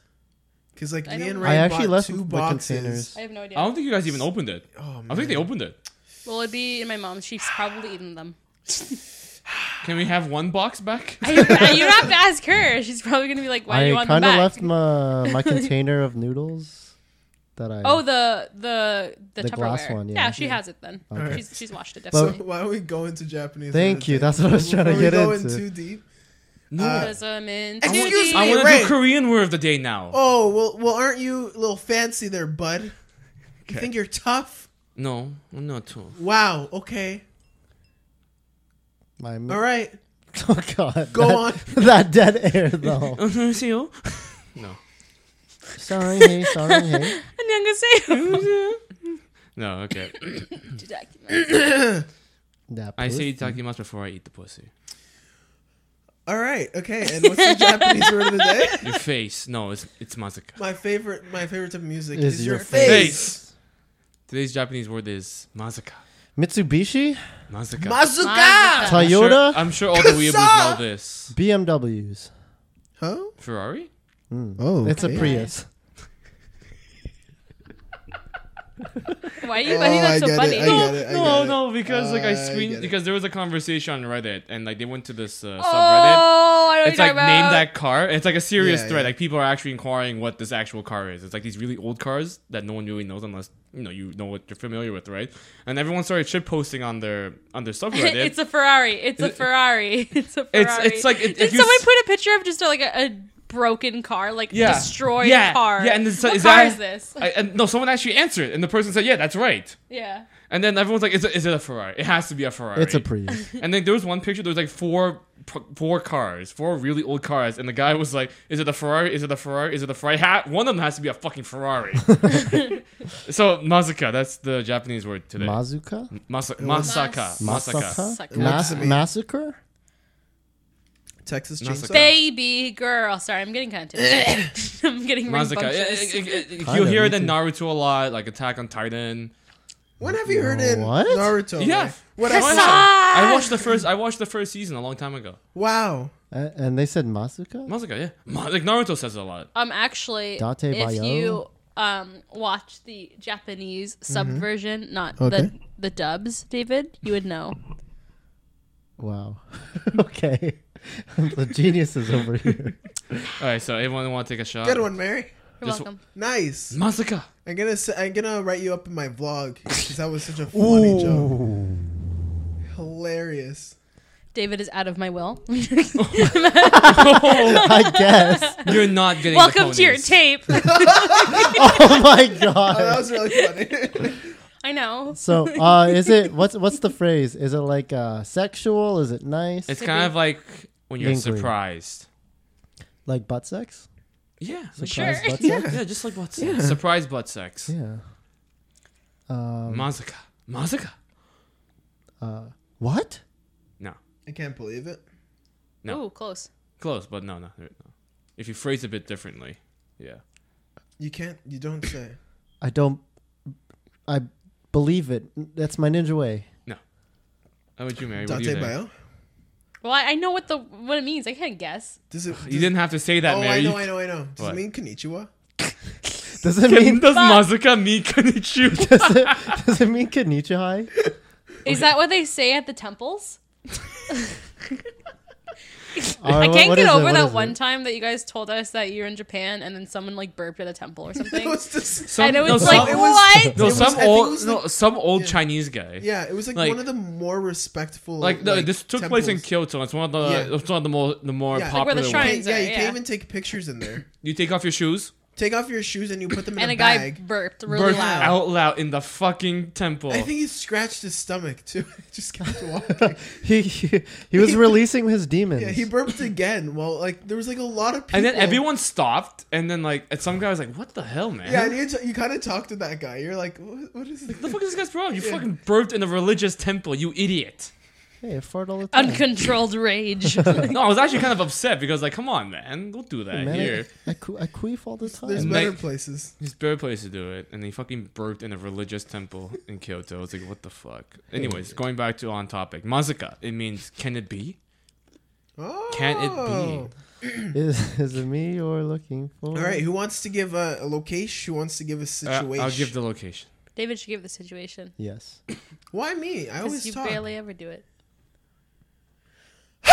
[SPEAKER 1] Because like
[SPEAKER 2] I
[SPEAKER 1] me
[SPEAKER 2] don't-
[SPEAKER 1] and
[SPEAKER 2] I
[SPEAKER 1] Ryan
[SPEAKER 3] actually
[SPEAKER 1] bought
[SPEAKER 3] left
[SPEAKER 1] two
[SPEAKER 3] with the
[SPEAKER 1] boxes.
[SPEAKER 3] containers.
[SPEAKER 2] I have no idea.
[SPEAKER 4] I don't think you guys even opened it.
[SPEAKER 1] Oh
[SPEAKER 4] I think they opened it.
[SPEAKER 2] Well, it'd be in my mom's.
[SPEAKER 4] *sighs*
[SPEAKER 2] She's probably eaten them. *laughs*
[SPEAKER 4] Can we have one box back?
[SPEAKER 2] you don't have to ask her. She's probably gonna be like, "Why do you
[SPEAKER 3] I
[SPEAKER 2] want them
[SPEAKER 3] kind of
[SPEAKER 2] back?"
[SPEAKER 3] left
[SPEAKER 2] *laughs*
[SPEAKER 3] my my container of noodles that I.
[SPEAKER 2] oh, the the the,
[SPEAKER 3] The
[SPEAKER 2] Tupperware.
[SPEAKER 3] glass one, yeah.
[SPEAKER 2] she has it then. She's, she's washed it
[SPEAKER 1] So
[SPEAKER 2] definitely.
[SPEAKER 1] why don't we go into Japanese?
[SPEAKER 3] *laughs* Thank
[SPEAKER 1] medicine?
[SPEAKER 3] you, that's what I was trying to
[SPEAKER 1] Before we
[SPEAKER 3] get
[SPEAKER 1] go
[SPEAKER 3] into.
[SPEAKER 1] in too deep.
[SPEAKER 4] No.
[SPEAKER 1] Uh,
[SPEAKER 2] Because I'm in
[SPEAKER 1] Excuse
[SPEAKER 2] too deep.
[SPEAKER 4] I want to
[SPEAKER 1] Ray.
[SPEAKER 4] do Korean word of the day now.
[SPEAKER 1] Oh well, well, aren't you a little fancy there, bud? You think you're tough?
[SPEAKER 4] No, I'm
[SPEAKER 1] *laughs*
[SPEAKER 4] not too.
[SPEAKER 1] Wow. Okay.
[SPEAKER 3] my,
[SPEAKER 1] All right.
[SPEAKER 3] *laughs* oh god!
[SPEAKER 1] Go
[SPEAKER 3] that,
[SPEAKER 1] on.
[SPEAKER 3] *laughs* That dead
[SPEAKER 1] *laughs*
[SPEAKER 3] air though.
[SPEAKER 4] *laughs* no.
[SPEAKER 3] sorry, hey, sorry, hey.
[SPEAKER 2] 안녕하세요.
[SPEAKER 4] No, okay.
[SPEAKER 3] That
[SPEAKER 4] *laughs* I
[SPEAKER 3] puss.
[SPEAKER 4] say takimasu before I eat the pussy.
[SPEAKER 1] All right. Okay. And what's the Japanese word of the day?
[SPEAKER 4] Your
[SPEAKER 1] *laughs*
[SPEAKER 4] face. No, it's it's mazuka.
[SPEAKER 1] My favorite, my favorite type of music
[SPEAKER 3] Is
[SPEAKER 1] is,
[SPEAKER 3] your
[SPEAKER 1] your, face.
[SPEAKER 4] Today's Japanese word is mazuka.
[SPEAKER 3] Mitsubishi,
[SPEAKER 4] Mazuka.
[SPEAKER 1] Mazuka.
[SPEAKER 2] Mazuka.
[SPEAKER 4] I'm Uh, sure-
[SPEAKER 3] Toyota,
[SPEAKER 4] I'm sure all the weeaboos know
[SPEAKER 1] Kusa!
[SPEAKER 4] this.
[SPEAKER 3] BMWs.
[SPEAKER 1] Huh?
[SPEAKER 4] Ferrari?
[SPEAKER 1] Oh,
[SPEAKER 3] It's a
[SPEAKER 1] okay.
[SPEAKER 3] Prius.
[SPEAKER 2] Why are you?
[SPEAKER 1] Oh,
[SPEAKER 2] I think
[SPEAKER 1] I
[SPEAKER 2] that's so
[SPEAKER 1] get it,
[SPEAKER 2] funny.
[SPEAKER 1] I
[SPEAKER 4] No,
[SPEAKER 1] get it, I
[SPEAKER 4] no,
[SPEAKER 1] get it. Uh,
[SPEAKER 4] no, because like I
[SPEAKER 1] I get
[SPEAKER 4] screened
[SPEAKER 1] it.
[SPEAKER 4] because there was a conversation on Reddit and like they went to this uh, subreddit.
[SPEAKER 2] Oh, I know what
[SPEAKER 4] It's
[SPEAKER 2] you're
[SPEAKER 4] like
[SPEAKER 2] talking
[SPEAKER 4] name
[SPEAKER 2] about.
[SPEAKER 4] that car. It's like a serious
[SPEAKER 1] Yeah,
[SPEAKER 4] thread.
[SPEAKER 1] yeah.
[SPEAKER 4] Like people are actually inquiring what this actual car is. It's like these really old cars that no one really knows unless you know you know what you're familiar with, right? And everyone started shit posting on their
[SPEAKER 2] *laughs*
[SPEAKER 4] on their subreddit.
[SPEAKER 2] it's a Ferrari. It's a Ferrari. *laughs* It's a Ferrari.
[SPEAKER 4] It's- it's like it-
[SPEAKER 2] did
[SPEAKER 4] if you
[SPEAKER 2] someone
[SPEAKER 4] s-
[SPEAKER 2] put a picture of just a, like a, a broken car, like
[SPEAKER 4] Yeah.
[SPEAKER 2] destroyed
[SPEAKER 4] Yeah.
[SPEAKER 2] car?
[SPEAKER 4] Yeah, and it's-
[SPEAKER 2] what
[SPEAKER 4] is
[SPEAKER 2] car
[SPEAKER 4] that-
[SPEAKER 2] is this?
[SPEAKER 4] I, and no, someone actually answered, and the person said, "Yeah, that's right."
[SPEAKER 2] yeah,
[SPEAKER 4] And then everyone's like, is it, is it a Ferrari? It has to be a Ferrari.
[SPEAKER 3] It's a Prius.
[SPEAKER 4] And then there was one picture. There was like four, four cars, four really old cars, and the guy was like, "Is it a Ferrari? Is it a Ferrari? Is it a Ferrari?" Ha- one of them has to be a fucking
[SPEAKER 1] *laughs*
[SPEAKER 4] Ferrari. so Mazuka, that's the Japanese word today.
[SPEAKER 3] Mazuka?
[SPEAKER 4] Masa- Masaka. Masaka.
[SPEAKER 2] Masaka.
[SPEAKER 3] Mas-
[SPEAKER 1] Masaka.
[SPEAKER 3] massacre?
[SPEAKER 1] Texas
[SPEAKER 4] Not so
[SPEAKER 1] Chainsaw.
[SPEAKER 4] bad.
[SPEAKER 2] Baby girl. Sorry, I'm getting content. *laughs* I'm getting
[SPEAKER 4] Mazuka. Yeah,
[SPEAKER 2] rambunctious.
[SPEAKER 4] it- it- it-
[SPEAKER 3] Kinda,
[SPEAKER 4] you'll hear it
[SPEAKER 3] me
[SPEAKER 4] in
[SPEAKER 3] too.
[SPEAKER 4] Naruto a lot, like Attack on Titan.
[SPEAKER 1] When have you heard it in
[SPEAKER 3] What?
[SPEAKER 1] Naruto?
[SPEAKER 4] Yeah.
[SPEAKER 1] Like, What
[SPEAKER 4] I
[SPEAKER 1] I
[SPEAKER 4] watched-
[SPEAKER 1] saw.
[SPEAKER 4] I watched the first. I watched the first season a long time ago.
[SPEAKER 1] Wow.
[SPEAKER 3] A- and they said Mazuka?
[SPEAKER 4] Mazuka, yeah. Ma- like Naruto says it a lot.
[SPEAKER 2] Um, actually,
[SPEAKER 3] Date
[SPEAKER 2] if
[SPEAKER 3] Bayo?
[SPEAKER 2] you um watch the Japanese subversion, not the
[SPEAKER 1] Okay.
[SPEAKER 2] the dubs, David, you would know.
[SPEAKER 3] Wow. *laughs* okay. *laughs* the genius is over here. *laughs*
[SPEAKER 4] All right, so everyone want to take a shot?
[SPEAKER 1] Good one, Mary.
[SPEAKER 2] You're
[SPEAKER 4] Just-
[SPEAKER 2] welcome.
[SPEAKER 1] Nice.
[SPEAKER 4] Mazuka.
[SPEAKER 1] I'm gonna s- I'm gonna write you up in my vlog because that was such a funny joke. Hilarious.
[SPEAKER 2] David is out of my
[SPEAKER 4] *laughs*
[SPEAKER 2] will. *laughs*
[SPEAKER 3] I guess. *laughs*
[SPEAKER 4] You're not getting. the
[SPEAKER 2] welcome to your
[SPEAKER 4] ponies. *laughs*
[SPEAKER 2] tape.
[SPEAKER 3] Oh my
[SPEAKER 1] Oh, that
[SPEAKER 3] god.
[SPEAKER 1] was really *laughs* funny.
[SPEAKER 2] I know.
[SPEAKER 3] So, uh, is it what's what's the phrase? Is it like uh, sexual? Is it nice?
[SPEAKER 4] It's kind of like when you're
[SPEAKER 3] Lingering.
[SPEAKER 4] surprised.
[SPEAKER 3] like butt sex?
[SPEAKER 4] Yeah, like-
[SPEAKER 3] Surprise
[SPEAKER 2] Sure.
[SPEAKER 4] *laughs*
[SPEAKER 3] butt
[SPEAKER 4] yeah,
[SPEAKER 3] sex?
[SPEAKER 4] yeah, just like butt sex. Surprise butt sex.
[SPEAKER 3] Yeah. Um, uh,
[SPEAKER 4] Mazuka. Mazuka.
[SPEAKER 3] what?
[SPEAKER 4] No,
[SPEAKER 1] I can't believe it.
[SPEAKER 4] No.
[SPEAKER 2] Ooh, close.
[SPEAKER 4] close, but no, no, no. If you phrase it a bit differently, yeah.
[SPEAKER 1] You can't. You don't say.
[SPEAKER 3] I don't. I believe it. That's my ninja way.
[SPEAKER 4] How would you marry? What do you,
[SPEAKER 1] Date
[SPEAKER 4] think?
[SPEAKER 1] bio.
[SPEAKER 2] Well, I, I know what the what it means. I can't guess.
[SPEAKER 1] Does
[SPEAKER 4] *sighs*
[SPEAKER 1] it?
[SPEAKER 4] you
[SPEAKER 1] does-
[SPEAKER 4] didn't have to say that,
[SPEAKER 1] oh,
[SPEAKER 4] Mary.
[SPEAKER 1] I know. I know. I know. Does
[SPEAKER 4] What?
[SPEAKER 1] it mean konnichiwa?
[SPEAKER 3] Does it
[SPEAKER 4] *laughs* Can,
[SPEAKER 3] mean
[SPEAKER 4] does Mazuka mean *laughs* Kanichu?
[SPEAKER 3] does it, does it mean Kanichi high?
[SPEAKER 2] Is that what they say at the temples? I
[SPEAKER 3] Uh, what-
[SPEAKER 2] can't
[SPEAKER 3] what
[SPEAKER 2] get
[SPEAKER 3] is it?
[SPEAKER 2] over
[SPEAKER 3] What
[SPEAKER 2] that
[SPEAKER 3] is
[SPEAKER 2] one
[SPEAKER 3] it?
[SPEAKER 2] time that you guys told us that you're in Japan and then someone like burped at a temple or something.
[SPEAKER 1] *laughs* It was just.
[SPEAKER 4] Some-
[SPEAKER 2] I know
[SPEAKER 4] *laughs* no,
[SPEAKER 2] it's
[SPEAKER 4] some-
[SPEAKER 2] like
[SPEAKER 1] it was-
[SPEAKER 2] what?
[SPEAKER 4] No,
[SPEAKER 1] It was- I
[SPEAKER 4] some
[SPEAKER 1] think it
[SPEAKER 4] old,
[SPEAKER 1] was
[SPEAKER 4] no,
[SPEAKER 1] like-
[SPEAKER 4] some old
[SPEAKER 1] yeah.
[SPEAKER 4] Chinese guy.
[SPEAKER 1] Yeah, it was like,
[SPEAKER 4] Like-
[SPEAKER 1] one of the more respectful.
[SPEAKER 4] Like, no, this took place in
[SPEAKER 1] temples.
[SPEAKER 4] Kyoto. It's one of the,
[SPEAKER 1] Yeah.
[SPEAKER 4] it's one of the more, the more
[SPEAKER 1] Yeah. Like
[SPEAKER 2] where
[SPEAKER 4] popular
[SPEAKER 2] the shrine-
[SPEAKER 4] ones.
[SPEAKER 2] Shrines
[SPEAKER 1] yeah,
[SPEAKER 2] are,
[SPEAKER 1] you
[SPEAKER 2] yeah.
[SPEAKER 1] can't even take pictures in there.
[SPEAKER 4] You take off your shoes,
[SPEAKER 1] Take off your shoes and you put them in
[SPEAKER 2] And
[SPEAKER 1] a,
[SPEAKER 2] a guy
[SPEAKER 1] bag.
[SPEAKER 2] burped really
[SPEAKER 4] burst
[SPEAKER 2] loud.
[SPEAKER 4] out loud in the fucking temple.
[SPEAKER 1] I think he scratched his stomach too. *laughs* He just
[SPEAKER 4] *laughs*
[SPEAKER 1] kept walking.
[SPEAKER 3] *laughs* He, he he was releasing his demons.
[SPEAKER 1] yeah, he burped again. Well, like there was like a lot of people.
[SPEAKER 4] And then everyone stopped, and then like and some guy was like, "What the hell, man?
[SPEAKER 1] Yeah, and you, t- you kind of talk to that guy. You're like, what, what is this?
[SPEAKER 4] the fuck is this guy's problem? You fucking burped in a religious temple, you
[SPEAKER 1] *laughs*
[SPEAKER 4] idiot."
[SPEAKER 3] Hey, I fart all the time.
[SPEAKER 2] Uncontrolled rage.
[SPEAKER 4] No, I was actually kind of upset because like, come on, man, don't do that
[SPEAKER 3] Man, I-
[SPEAKER 4] here.
[SPEAKER 3] I, que- I queef all the time.
[SPEAKER 1] There's
[SPEAKER 4] And
[SPEAKER 1] better
[SPEAKER 4] they-
[SPEAKER 1] places.
[SPEAKER 4] There's better place to do it, and he fucking burped in a religious temple in Kyoto. It's like, what the fuck? Anyways, going back to on topic, Mazuka. It means can it be?
[SPEAKER 1] Oh.
[SPEAKER 4] Can it
[SPEAKER 3] *laughs*
[SPEAKER 4] be?
[SPEAKER 3] is, is it me you're looking for?
[SPEAKER 1] All right, who wants to give a, a location? Who wants to give a
[SPEAKER 4] Uh,
[SPEAKER 1] situation?
[SPEAKER 4] I'll give the location.
[SPEAKER 2] David should give the situation.
[SPEAKER 3] Yes.
[SPEAKER 1] Why me? I
[SPEAKER 2] Because
[SPEAKER 1] always
[SPEAKER 2] you
[SPEAKER 1] talk.
[SPEAKER 2] barely ever do it.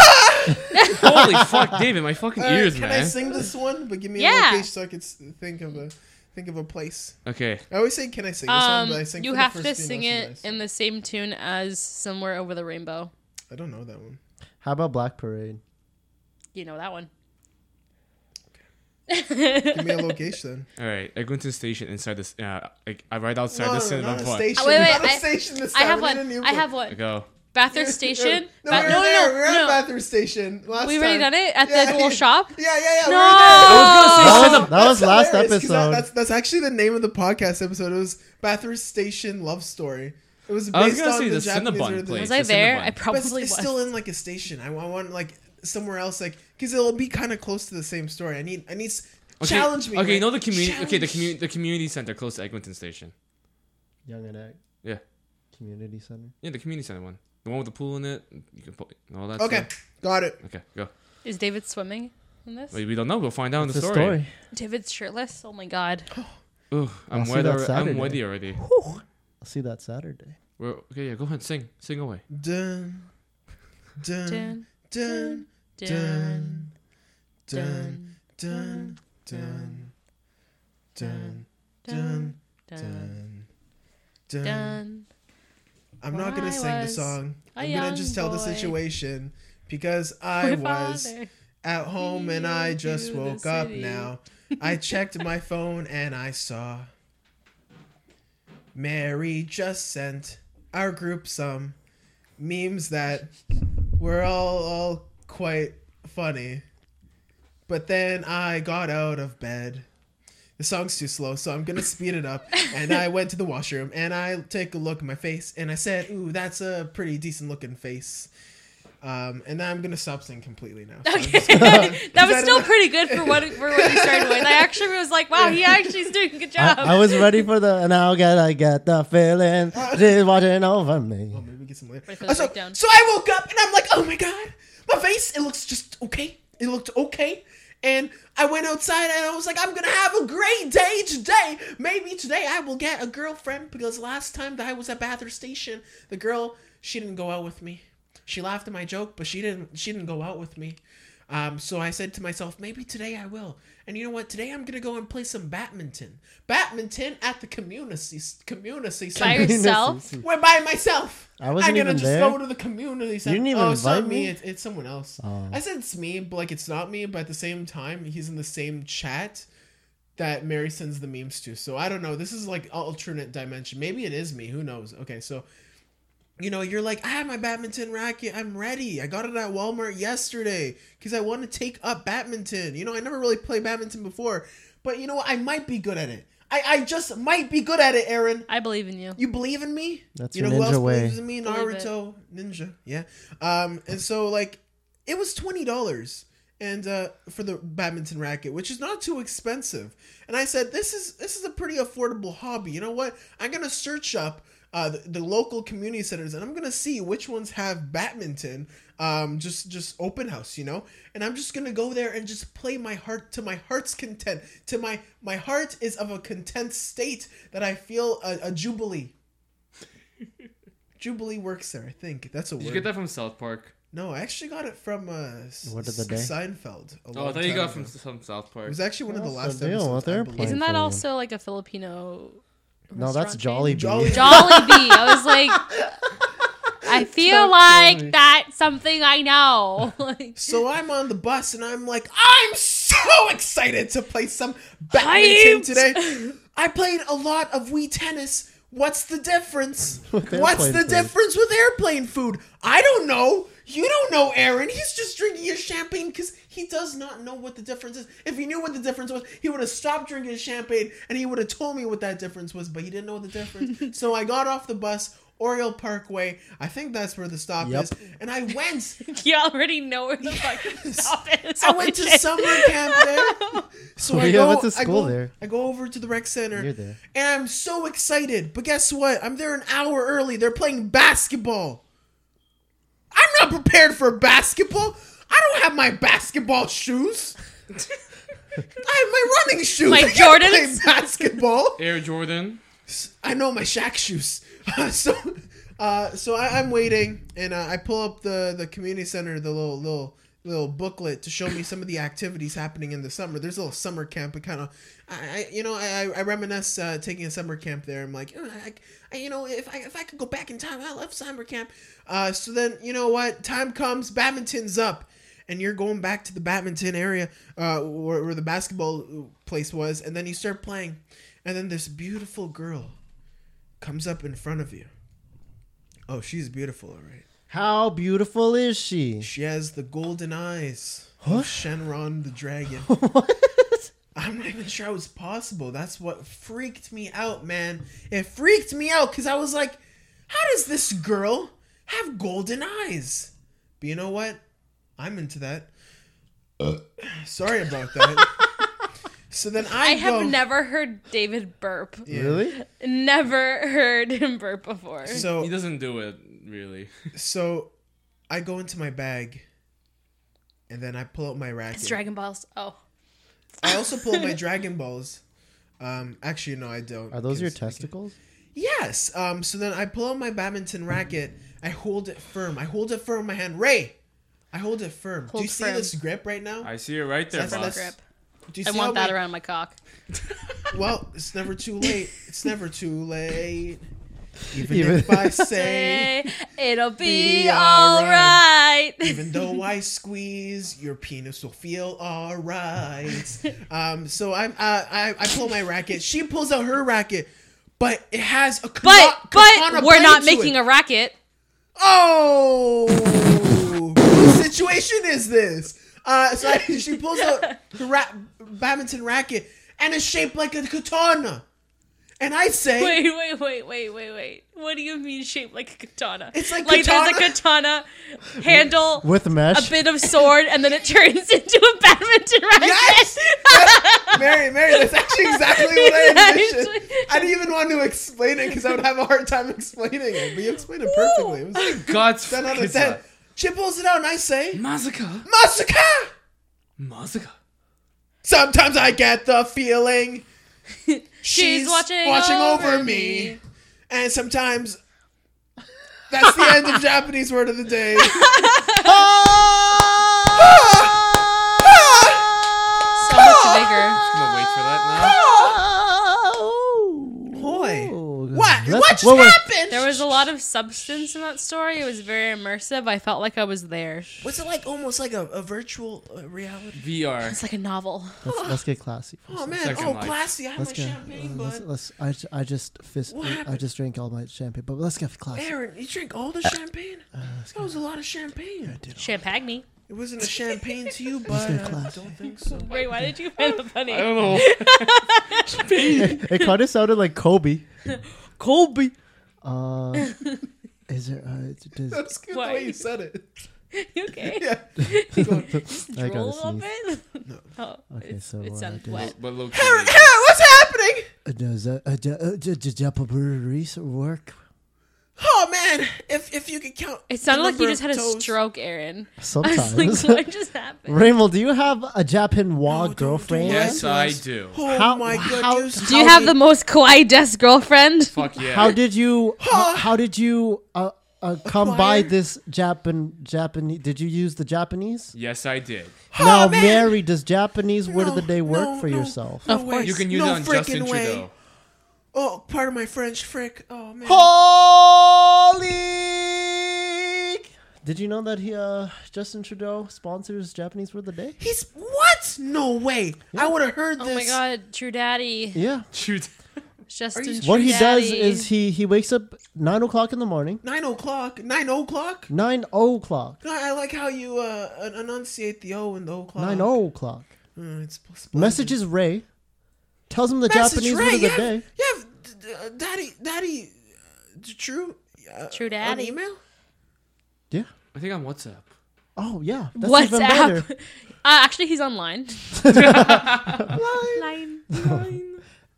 [SPEAKER 4] Holy
[SPEAKER 1] *laughs*
[SPEAKER 4] fuck, David, my fucking
[SPEAKER 1] All right,
[SPEAKER 4] ears,
[SPEAKER 1] can I
[SPEAKER 4] man.
[SPEAKER 1] sing this one? But give me a
[SPEAKER 2] Yeah.
[SPEAKER 1] location so I can s- think of a think of a place.
[SPEAKER 4] okay,
[SPEAKER 1] I always say, "Can I sing this one?"
[SPEAKER 2] Um,
[SPEAKER 1] But I sing
[SPEAKER 2] you
[SPEAKER 1] for the
[SPEAKER 2] have
[SPEAKER 1] first
[SPEAKER 2] to
[SPEAKER 1] thing
[SPEAKER 2] sing
[SPEAKER 1] that's
[SPEAKER 2] it
[SPEAKER 1] nice.
[SPEAKER 2] in the same tune as "Somewhere Over the Rainbow."
[SPEAKER 1] I don't know that one.
[SPEAKER 3] How about Black Parade?
[SPEAKER 2] You know that one.
[SPEAKER 1] Give me a location.
[SPEAKER 4] *laughs*
[SPEAKER 1] then.
[SPEAKER 4] all right. Eglinton Station inside this. Uh, like, I right outside
[SPEAKER 1] No,
[SPEAKER 4] the
[SPEAKER 1] no,
[SPEAKER 4] cinema.
[SPEAKER 1] not a
[SPEAKER 4] park.
[SPEAKER 1] station.
[SPEAKER 2] Oh, wait, wait,
[SPEAKER 1] not a
[SPEAKER 2] I-
[SPEAKER 1] station this
[SPEAKER 2] *laughs* I
[SPEAKER 1] time.
[SPEAKER 2] have
[SPEAKER 1] We need a
[SPEAKER 2] one.
[SPEAKER 1] new
[SPEAKER 2] I have
[SPEAKER 4] I
[SPEAKER 2] one.
[SPEAKER 4] go.
[SPEAKER 2] Bathurst Station.
[SPEAKER 1] *laughs* No,
[SPEAKER 2] Ba-
[SPEAKER 1] we were
[SPEAKER 2] no,
[SPEAKER 1] there. we were
[SPEAKER 2] no,
[SPEAKER 1] at
[SPEAKER 2] no.
[SPEAKER 1] Bathurst Station last
[SPEAKER 2] We already
[SPEAKER 1] time.
[SPEAKER 2] done it at
[SPEAKER 1] Yeah, *laughs*
[SPEAKER 2] the little
[SPEAKER 1] yeah.
[SPEAKER 2] shop.
[SPEAKER 1] Yeah, yeah, yeah. we were there.
[SPEAKER 2] No.
[SPEAKER 3] That was, that was last
[SPEAKER 1] hilarious, 'cause
[SPEAKER 3] episode.
[SPEAKER 1] that- that's, that's actually the name of the podcast episode. It was Bathurst Station Love Story. It was based
[SPEAKER 4] I was gonna
[SPEAKER 1] on
[SPEAKER 4] say
[SPEAKER 1] the,
[SPEAKER 4] the
[SPEAKER 1] Japanese
[SPEAKER 4] Cinnabon
[SPEAKER 1] or the-
[SPEAKER 4] place.
[SPEAKER 2] Was
[SPEAKER 4] It's
[SPEAKER 2] I
[SPEAKER 4] a
[SPEAKER 2] there?
[SPEAKER 4] Cinnabon.
[SPEAKER 2] I
[SPEAKER 1] But it's,
[SPEAKER 2] probably
[SPEAKER 1] it's
[SPEAKER 2] was.
[SPEAKER 1] still in like a station. I, wa- I want like somewhere else, like because it'll be kind of close to the same story. I need, I need s- challenge me.
[SPEAKER 4] Okay,
[SPEAKER 1] right?
[SPEAKER 4] you know the community. Okay, the
[SPEAKER 1] Challenge.
[SPEAKER 4] community. The community center close to Eglinton Station.
[SPEAKER 3] Young and Egg
[SPEAKER 4] Yeah,
[SPEAKER 3] Community Center.
[SPEAKER 4] yeah, the community center one. The one with the pool in it. You can put and all that.
[SPEAKER 1] Okay,
[SPEAKER 4] Stuff.
[SPEAKER 1] got it.
[SPEAKER 4] Okay, go.
[SPEAKER 2] Is David swimming in this?
[SPEAKER 4] Wait, we don't know. We'll find out in
[SPEAKER 3] It's
[SPEAKER 4] the
[SPEAKER 3] a
[SPEAKER 4] story.
[SPEAKER 3] story.
[SPEAKER 2] David's shirtless. Oh my god.
[SPEAKER 4] Ooh, I'm
[SPEAKER 3] I'll see
[SPEAKER 4] wet.
[SPEAKER 3] that
[SPEAKER 4] alre- I'm
[SPEAKER 3] Saturday.
[SPEAKER 4] wetty already.
[SPEAKER 3] I'll see that
[SPEAKER 4] *laughs*
[SPEAKER 3] Saturday.
[SPEAKER 4] We're, okay, yeah, go ahead, sing, sing away.
[SPEAKER 1] Dun, dun, dun,
[SPEAKER 2] Dun,
[SPEAKER 1] dun,
[SPEAKER 2] dun,
[SPEAKER 1] dun, dun,
[SPEAKER 2] dun,
[SPEAKER 1] dun, dun, dun,
[SPEAKER 2] dun,
[SPEAKER 1] dun,
[SPEAKER 2] dun,
[SPEAKER 1] dun, dun.
[SPEAKER 2] dun.
[SPEAKER 1] I'm not gonna
[SPEAKER 2] I
[SPEAKER 1] sing the
[SPEAKER 2] was
[SPEAKER 1] song.
[SPEAKER 2] a
[SPEAKER 1] I'm gonna
[SPEAKER 2] young
[SPEAKER 1] just tell the
[SPEAKER 2] boy.
[SPEAKER 1] situation
[SPEAKER 2] *laughs*
[SPEAKER 1] because I
[SPEAKER 2] My
[SPEAKER 1] was *laughs*
[SPEAKER 2] father.
[SPEAKER 1] at home and I just
[SPEAKER 2] to the
[SPEAKER 1] woke up
[SPEAKER 2] city.
[SPEAKER 1] now. I checked my phone and I saw Mary just sent our group some memes that were all all quite funny. But then I got out of bed. The song's too slow, so I'm gonna speed it up. And I went to the washroom and I take a look at my face and I said, "Ooh, that's a pretty decent looking face." Um, and then I'm gonna stop singing completely now. So I'm just
[SPEAKER 2] *laughs* Okay. that was
[SPEAKER 1] that
[SPEAKER 2] still
[SPEAKER 1] enough?
[SPEAKER 2] pretty good for what for what he started with. I actually was like, wow, he actually is doing
[SPEAKER 1] *laughs*
[SPEAKER 2] a good job.
[SPEAKER 3] I was ready for the now get I get the feeling
[SPEAKER 1] *laughs*
[SPEAKER 3] she's watching over me.
[SPEAKER 1] Maybe get some later.
[SPEAKER 2] Wait for the
[SPEAKER 1] Also,
[SPEAKER 2] breakdown.
[SPEAKER 1] so I woke up and I'm like, oh my god, my face, it looks just okay. It looked okay. And I went outside and I was like, I'm gonna have a great day today. Maybe today I will get a girlfriend because last time that I was at Bathurst Station, the girl she didn't go out with me. She laughed at my joke, but she didn't she didn't go out with me. Um, so I said to myself, maybe today I will. And you know what? Today I'm gonna go and play some badminton. Badminton at the community community
[SPEAKER 2] By
[SPEAKER 1] center.
[SPEAKER 2] yourself.
[SPEAKER 1] *laughs* We're by myself.
[SPEAKER 3] I wasn't
[SPEAKER 1] am gonna
[SPEAKER 3] even
[SPEAKER 1] just
[SPEAKER 3] there.
[SPEAKER 1] go to the community center.
[SPEAKER 3] didn't even
[SPEAKER 1] oh, it's not
[SPEAKER 3] invite me?
[SPEAKER 1] It's, it's someone else.
[SPEAKER 3] Oh.
[SPEAKER 1] I said it's me, but like it's not me. But at the same time, he's in the same chat that Mary sends the memes to. So I don't know. This is like alternate dimension. Maybe it is me. Who knows? Okay, so you know, you're like, I have my badminton racket. I'm ready. I got it at Walmart yesterday because I want to take up badminton. You know, I never really played badminton before, but you know what? I might be good at it. I, I just might be good at it, Aaron.
[SPEAKER 2] I believe in you.
[SPEAKER 1] You believe in me?
[SPEAKER 3] That's
[SPEAKER 1] you
[SPEAKER 3] your
[SPEAKER 1] know who
[SPEAKER 3] ninja
[SPEAKER 1] else
[SPEAKER 3] way.
[SPEAKER 1] believes in me?
[SPEAKER 2] Believe it.
[SPEAKER 1] Naruto Ninja. Yeah. Um, and so like it was twenty dollars and uh for the badminton racket, which is not too expensive. And I said, This is this is a pretty affordable hobby. You know what? I'm gonna search up uh, the, the local community centers, and I'm gonna see which ones have badminton, um, just just open house, you know. And I'm just gonna go there and just play my heart to my heart's content. To my my heart is of a content state that I feel a, a jubilee. jubilee works there, I think. That's a
[SPEAKER 4] Did
[SPEAKER 1] word.
[SPEAKER 4] you get that from South Park?
[SPEAKER 1] No, I actually got it from uh, S-
[SPEAKER 3] Word of the
[SPEAKER 1] S-
[SPEAKER 3] day?
[SPEAKER 1] Seinfeld. a
[SPEAKER 4] Oh, I
[SPEAKER 1] long
[SPEAKER 4] thought you
[SPEAKER 1] time
[SPEAKER 4] got
[SPEAKER 1] ago.
[SPEAKER 4] from some South
[SPEAKER 1] It
[SPEAKER 4] Park.
[SPEAKER 1] was actually one of the
[SPEAKER 3] That's
[SPEAKER 1] last
[SPEAKER 3] the deal,
[SPEAKER 1] episodes.
[SPEAKER 3] what they're
[SPEAKER 1] I believe.
[SPEAKER 3] playing.
[SPEAKER 2] Isn't that
[SPEAKER 3] for you.
[SPEAKER 2] also like a Filipino?
[SPEAKER 3] No, that's
[SPEAKER 2] restaurant
[SPEAKER 3] Jolly
[SPEAKER 2] chain?
[SPEAKER 1] Jolly-
[SPEAKER 3] Jollibee.
[SPEAKER 2] Jollibee.
[SPEAKER 1] *laughs*
[SPEAKER 2] I was like, I feel like that's something I know. *laughs* Like,
[SPEAKER 1] So I'm on the bus and I'm like, I'm so *laughs* excited to play some badminton
[SPEAKER 2] Hyped!
[SPEAKER 1] today. I played a lot of Wii tennis. What's the difference?
[SPEAKER 3] *laughs* With
[SPEAKER 1] What's
[SPEAKER 3] airplane
[SPEAKER 1] the
[SPEAKER 3] food.
[SPEAKER 1] difference with airplane food? I don't know. You don't know, Aaron. He's just drinking his champagne because he does not know what the difference is. If he knew what the difference was, he would have stopped drinking his champagne and he would have told me what that difference was, but he didn't know the difference. so I got off the bus, Oriole Parkway. I think that's where the stop
[SPEAKER 3] Yep.
[SPEAKER 1] is. And I went
[SPEAKER 2] you already know where the fuck
[SPEAKER 1] *laughs*
[SPEAKER 2] the stop is.
[SPEAKER 1] I went to summer camp
[SPEAKER 2] *laughs*
[SPEAKER 1] there. So I
[SPEAKER 3] Oh, Yeah,
[SPEAKER 1] go,
[SPEAKER 3] I went to school
[SPEAKER 1] go,
[SPEAKER 3] there.
[SPEAKER 1] I go over to the rec center.
[SPEAKER 3] You're there.
[SPEAKER 1] And I'm so excited. But guess what? I'm there an hour early. They're playing basketball. I'm not prepared for basketball. I don't have my basketball
[SPEAKER 2] *laughs*
[SPEAKER 1] shoes. I have my running shoes.
[SPEAKER 2] My
[SPEAKER 1] I can't play
[SPEAKER 2] Jordans?
[SPEAKER 3] *laughs*
[SPEAKER 1] basketball.
[SPEAKER 4] Air Jordan.
[SPEAKER 1] I know my Shaq shoes. *laughs* so, uh, so I, I'm waiting, and uh, I pull up the the community center, the little little little booklet to show me some of the activities happening in the summer. There's a little summer camp. It kind of, I, I you know, I, I reminisce uh, taking a summer camp there. I'm like, "Ugh, I, I, you know, if I if I could go back in time, I love summer camp. Uh, so then you know what? Time comes, badminton's up and you're going back to the badminton area uh, where, where the basketball place was, and then you start playing, and then this beautiful girl comes up in front of you. Oh, she's beautiful, all right.
[SPEAKER 3] How beautiful is she?
[SPEAKER 1] She has the golden eyes
[SPEAKER 3] Huh?
[SPEAKER 1] of Shenron the dragon. I'm not even sure it was possible. That's what freaked me out, man. It freaked me out because I was like, how does this girl have golden eyes? But you know what? I'm into that. *sighs* Sorry about that. so then I,
[SPEAKER 2] I
[SPEAKER 1] go-
[SPEAKER 2] have never heard David burp.
[SPEAKER 1] Yeah.
[SPEAKER 3] Really?
[SPEAKER 2] Never heard *laughs* him burp before.
[SPEAKER 1] So
[SPEAKER 4] He doesn't do it really.
[SPEAKER 1] so I go into my bag, and then I pull out my racket.
[SPEAKER 2] It's Dragon Balls. Oh.
[SPEAKER 1] I also pull
[SPEAKER 2] *laughs*
[SPEAKER 1] my Dragon Balls. Um, actually, no, I don't.
[SPEAKER 3] Are those your
[SPEAKER 1] 'cause I can-
[SPEAKER 3] testicles?
[SPEAKER 1] Yes. Um, so then I pull out my badminton racket. I hold it firm. I hold it firm in my hand. Ray, I hold it firm. Do
[SPEAKER 2] Hold
[SPEAKER 1] you see
[SPEAKER 2] firm.
[SPEAKER 1] this grip right now?
[SPEAKER 4] I see it right there,
[SPEAKER 1] That's-
[SPEAKER 4] boss.
[SPEAKER 1] that's-
[SPEAKER 2] Grip.
[SPEAKER 1] Do you
[SPEAKER 2] I
[SPEAKER 1] see
[SPEAKER 2] want
[SPEAKER 1] how
[SPEAKER 2] that
[SPEAKER 1] my-
[SPEAKER 2] around my cock.
[SPEAKER 1] Well, it's never too late. It's never too
[SPEAKER 3] *laughs*
[SPEAKER 1] late. Even,
[SPEAKER 3] Even-
[SPEAKER 1] if I say,
[SPEAKER 2] Say, it'll be,
[SPEAKER 1] Be
[SPEAKER 2] alright.
[SPEAKER 1] even though I squeeze, your penis will feel alright. Um, so I'm, uh, I I pull my racket. She pulls out her racket. but it has a kana-
[SPEAKER 2] But
[SPEAKER 1] katana
[SPEAKER 2] but we're
[SPEAKER 1] blade
[SPEAKER 2] not
[SPEAKER 1] to
[SPEAKER 2] making
[SPEAKER 1] it.
[SPEAKER 2] a racket.
[SPEAKER 1] Oh, what situation is this? Uh, so I, she pulls out the ra- badminton racket, and it's shaped like a katana. And I say,
[SPEAKER 2] Wait, wait, wait, wait, wait, wait. What do you mean shaped like a katana?
[SPEAKER 1] It's like
[SPEAKER 2] there's a
[SPEAKER 1] *laughs*
[SPEAKER 2] katana handle
[SPEAKER 3] *laughs* with
[SPEAKER 2] a
[SPEAKER 3] mesh.
[SPEAKER 2] bit of sword and then it *laughs* turns into a badminton racket. *laughs*
[SPEAKER 1] Yes! That- Mary, Mary, that's actually exactly what *laughs* I
[SPEAKER 2] Yes.
[SPEAKER 1] envisioned. I didn't even want to explain it because I would have a hard time explaining it, but you explained it perfectly. It was like
[SPEAKER 4] God's
[SPEAKER 1] 10 out
[SPEAKER 4] fucking
[SPEAKER 1] of 10. She pulls it out and I say,
[SPEAKER 4] Mazuka.
[SPEAKER 1] Massacre!
[SPEAKER 4] Mazuka.
[SPEAKER 1] Sometimes I get the feeling *laughs* she's,
[SPEAKER 2] watching
[SPEAKER 1] over,
[SPEAKER 2] over
[SPEAKER 1] me.
[SPEAKER 2] me.
[SPEAKER 1] And sometimes that's the *laughs* end of Japanese word of the *laughs* day. Ah! Ah!
[SPEAKER 2] So much bigger.
[SPEAKER 4] I'm gonna wait for that
[SPEAKER 1] Boy.
[SPEAKER 3] Oh,
[SPEAKER 1] What?
[SPEAKER 3] Let's-
[SPEAKER 1] what just
[SPEAKER 3] wait, wait.
[SPEAKER 1] happened?
[SPEAKER 2] There was a lot of substance in that story. It was very immersive. I felt like I was there.
[SPEAKER 1] was it like almost like a, a virtual uh, reality?
[SPEAKER 4] now. VR.
[SPEAKER 2] It's like a novel.
[SPEAKER 3] let's, let's get classy. for a
[SPEAKER 1] Oh
[SPEAKER 3] second.
[SPEAKER 1] man!
[SPEAKER 4] Second
[SPEAKER 1] Oh,
[SPEAKER 4] life.
[SPEAKER 1] classy! I have
[SPEAKER 3] Let's
[SPEAKER 1] my
[SPEAKER 3] get.
[SPEAKER 1] champagne,
[SPEAKER 3] let's,
[SPEAKER 1] bud.
[SPEAKER 3] let's, I, ju- I just fist.
[SPEAKER 1] What
[SPEAKER 3] I
[SPEAKER 1] happened?
[SPEAKER 3] just drank all my champagne, but let's get classy.
[SPEAKER 1] Aaron, you drink all the champagne? That was a lot of champagne.
[SPEAKER 2] Champagne.
[SPEAKER 1] It wasn't a champagne to you, but
[SPEAKER 3] Let's get
[SPEAKER 1] I
[SPEAKER 3] classy.
[SPEAKER 1] don't think
[SPEAKER 2] *laughs*
[SPEAKER 1] so.
[SPEAKER 2] Wait, why did you find that funny?
[SPEAKER 4] I don't know.
[SPEAKER 3] *laughs* it kind of sounded like Kobe.
[SPEAKER 1] *laughs*
[SPEAKER 2] Colby.
[SPEAKER 3] Uh, is there? Uh,
[SPEAKER 1] *laughs*
[SPEAKER 3] does,
[SPEAKER 1] That's good
[SPEAKER 2] Why?
[SPEAKER 1] the way you said it.
[SPEAKER 2] *laughs* You okay?
[SPEAKER 1] Yeah.
[SPEAKER 2] Just
[SPEAKER 3] *laughs*
[SPEAKER 2] drool
[SPEAKER 3] I
[SPEAKER 2] a
[SPEAKER 3] gotta
[SPEAKER 2] little bit? No. Oh,
[SPEAKER 3] Okay,
[SPEAKER 2] it's,
[SPEAKER 3] so,
[SPEAKER 2] it
[SPEAKER 3] uh,
[SPEAKER 2] sounds
[SPEAKER 3] does-
[SPEAKER 2] wet.
[SPEAKER 4] But look,
[SPEAKER 1] Aaron, Aaron, what's happening?
[SPEAKER 3] uh, does uh, uh, d- uh, d- d- Japa
[SPEAKER 1] *laughs*
[SPEAKER 3] breweries work?
[SPEAKER 1] Oh man! If if you could count,
[SPEAKER 2] It
[SPEAKER 1] the
[SPEAKER 2] sounded like you
[SPEAKER 1] number
[SPEAKER 2] just
[SPEAKER 1] of
[SPEAKER 2] had a
[SPEAKER 1] toes-
[SPEAKER 2] stroke,
[SPEAKER 3] *laughs*
[SPEAKER 2] Aaron. I
[SPEAKER 3] Sometimes.
[SPEAKER 2] was like, what just happened?
[SPEAKER 3] *laughs* Raymond, do you have a Japanois
[SPEAKER 1] don't-
[SPEAKER 3] Oh, girlfriend?
[SPEAKER 1] don't
[SPEAKER 4] Yes,
[SPEAKER 1] lie to
[SPEAKER 4] I
[SPEAKER 1] us.
[SPEAKER 4] do.
[SPEAKER 1] Oh
[SPEAKER 3] How-
[SPEAKER 1] my
[SPEAKER 3] how-
[SPEAKER 1] goodness!
[SPEAKER 2] Do you have the most kawaii desk girlfriend?
[SPEAKER 4] fuck yeah.
[SPEAKER 3] How did you? How,
[SPEAKER 1] Huh?
[SPEAKER 3] how did you uh, uh, come by
[SPEAKER 1] Acquire?
[SPEAKER 3] this Japan Japanese? Did you use the Japanese?
[SPEAKER 4] yes, I did.
[SPEAKER 1] Oh,
[SPEAKER 3] now,
[SPEAKER 1] man.
[SPEAKER 3] Mary, does Japanese word of
[SPEAKER 1] No,
[SPEAKER 3] the day work
[SPEAKER 1] no,
[SPEAKER 3] for
[SPEAKER 1] no,
[SPEAKER 3] yourself?
[SPEAKER 1] no
[SPEAKER 2] Of course.
[SPEAKER 1] way.
[SPEAKER 4] You can use
[SPEAKER 1] no
[SPEAKER 4] it on
[SPEAKER 1] frickin'
[SPEAKER 4] Justin
[SPEAKER 1] way.
[SPEAKER 4] Trudeau.
[SPEAKER 1] Oh, part of my French frick. Oh man!
[SPEAKER 3] Holy! Did you know that he, uh, Justin Trudeau sponsors Japanese word of the day?
[SPEAKER 1] He's what? No way! I would have heard this.
[SPEAKER 2] Oh my god, True Daddy.
[SPEAKER 3] Yeah.
[SPEAKER 4] Shoot.
[SPEAKER 2] Justin True
[SPEAKER 3] What he
[SPEAKER 2] Daddy.
[SPEAKER 3] does is he he wakes up nine o'clock in the morning,
[SPEAKER 1] Nine o'clock. Nine o'clock.
[SPEAKER 3] nine o'clock,
[SPEAKER 1] No, I like how you uh, en- enunciate the O and the o'clock.
[SPEAKER 3] nine oh. o'clock.
[SPEAKER 1] Mm, it's supposed to be-
[SPEAKER 3] Messages Ray, tells him the
[SPEAKER 1] Message
[SPEAKER 3] Japanese
[SPEAKER 1] right,
[SPEAKER 3] word of
[SPEAKER 1] you
[SPEAKER 3] the
[SPEAKER 1] have,
[SPEAKER 3] day.
[SPEAKER 1] You have d- d- uh, daddy, daddy, uh, d- true, uh,
[SPEAKER 2] True
[SPEAKER 1] on
[SPEAKER 2] Daddy.
[SPEAKER 3] *laughs*
[SPEAKER 1] email.
[SPEAKER 3] Yeah.
[SPEAKER 4] I think on WhatsApp.
[SPEAKER 3] Oh yeah. That's even
[SPEAKER 1] *laughs*
[SPEAKER 2] WhatsApp.
[SPEAKER 3] better.
[SPEAKER 2] *laughs* Uh, actually, he's online. Line.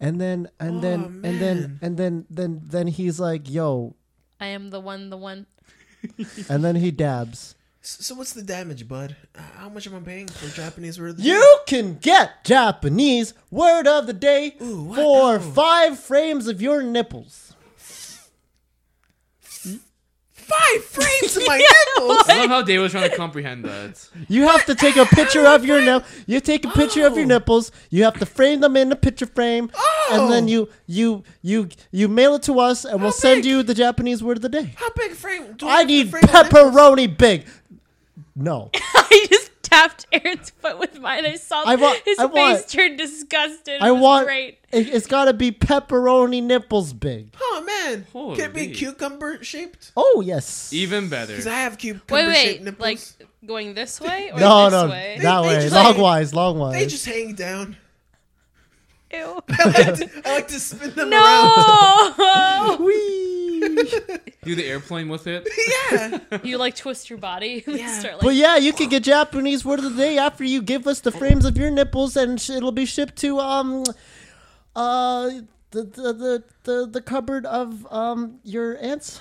[SPEAKER 3] And then and then
[SPEAKER 1] Oh,
[SPEAKER 3] and then
[SPEAKER 1] man.
[SPEAKER 3] and then then then he's like, yo,
[SPEAKER 2] I am the one, the one. *laughs*
[SPEAKER 3] and then he dabs.
[SPEAKER 1] S- So what's the damage, bud? Uh, How much am I paying for Japanese word? of the
[SPEAKER 3] You can get Japanese word of the day
[SPEAKER 1] Ooh, what?
[SPEAKER 3] for
[SPEAKER 1] Ooh.
[SPEAKER 3] five frames of your nipples.
[SPEAKER 1] day? five frames
[SPEAKER 3] *laughs*
[SPEAKER 1] of my nipples.
[SPEAKER 4] I love how Dave was trying to comprehend that.
[SPEAKER 3] You have to take a picture of your nip. You take a picture of your
[SPEAKER 1] Oh.
[SPEAKER 3] nipples. You have to frame them in a picture frame, and then
[SPEAKER 1] Oh.
[SPEAKER 3] you you you you mail it to us, and we'll send
[SPEAKER 1] big?
[SPEAKER 3] you the Japanese word of the day.
[SPEAKER 1] How big frame? Do
[SPEAKER 3] I
[SPEAKER 1] have to
[SPEAKER 3] need
[SPEAKER 1] frame the nipple?
[SPEAKER 3] pepperoni big.
[SPEAKER 1] *laughs*
[SPEAKER 3] No,
[SPEAKER 2] I just tapped Aaron's foot with mine. I saw
[SPEAKER 3] I want-
[SPEAKER 2] his
[SPEAKER 3] I
[SPEAKER 2] face
[SPEAKER 3] want-
[SPEAKER 2] turn disgusted. It
[SPEAKER 3] I
[SPEAKER 2] was
[SPEAKER 3] want.
[SPEAKER 2] Great.
[SPEAKER 3] It, has got to be pepperoni nipples big.
[SPEAKER 1] Oh man, can it be
[SPEAKER 4] Holy.
[SPEAKER 1] cucumber shaped?
[SPEAKER 3] Oh yes.
[SPEAKER 4] Even better.
[SPEAKER 1] Because I have cucumber
[SPEAKER 2] Wait,
[SPEAKER 1] shaped
[SPEAKER 2] wait.
[SPEAKER 1] nipples.
[SPEAKER 2] Like going this way or
[SPEAKER 3] *laughs* no,
[SPEAKER 2] this
[SPEAKER 3] no,
[SPEAKER 2] way?
[SPEAKER 3] that
[SPEAKER 1] They- they
[SPEAKER 3] way.
[SPEAKER 1] just-
[SPEAKER 3] Longwise,
[SPEAKER 1] they
[SPEAKER 3] longwise.
[SPEAKER 1] just hang down.
[SPEAKER 2] *laughs*
[SPEAKER 3] *laughs*
[SPEAKER 2] Ew.
[SPEAKER 1] I like to, I like to spin them around.
[SPEAKER 2] No.
[SPEAKER 3] Oh,
[SPEAKER 1] *laughs*
[SPEAKER 3] Whee!
[SPEAKER 4] Do the airplane with it.
[SPEAKER 1] Yeah.
[SPEAKER 2] you like twist your body. *laughs* and
[SPEAKER 1] Yeah.
[SPEAKER 2] Start, like,
[SPEAKER 3] But yeah, you can get Japanese word of the day after you give us the frames of your nipples, and sh- it'll be shipped to um, uh, the the the the, the cupboard of um your aunt's.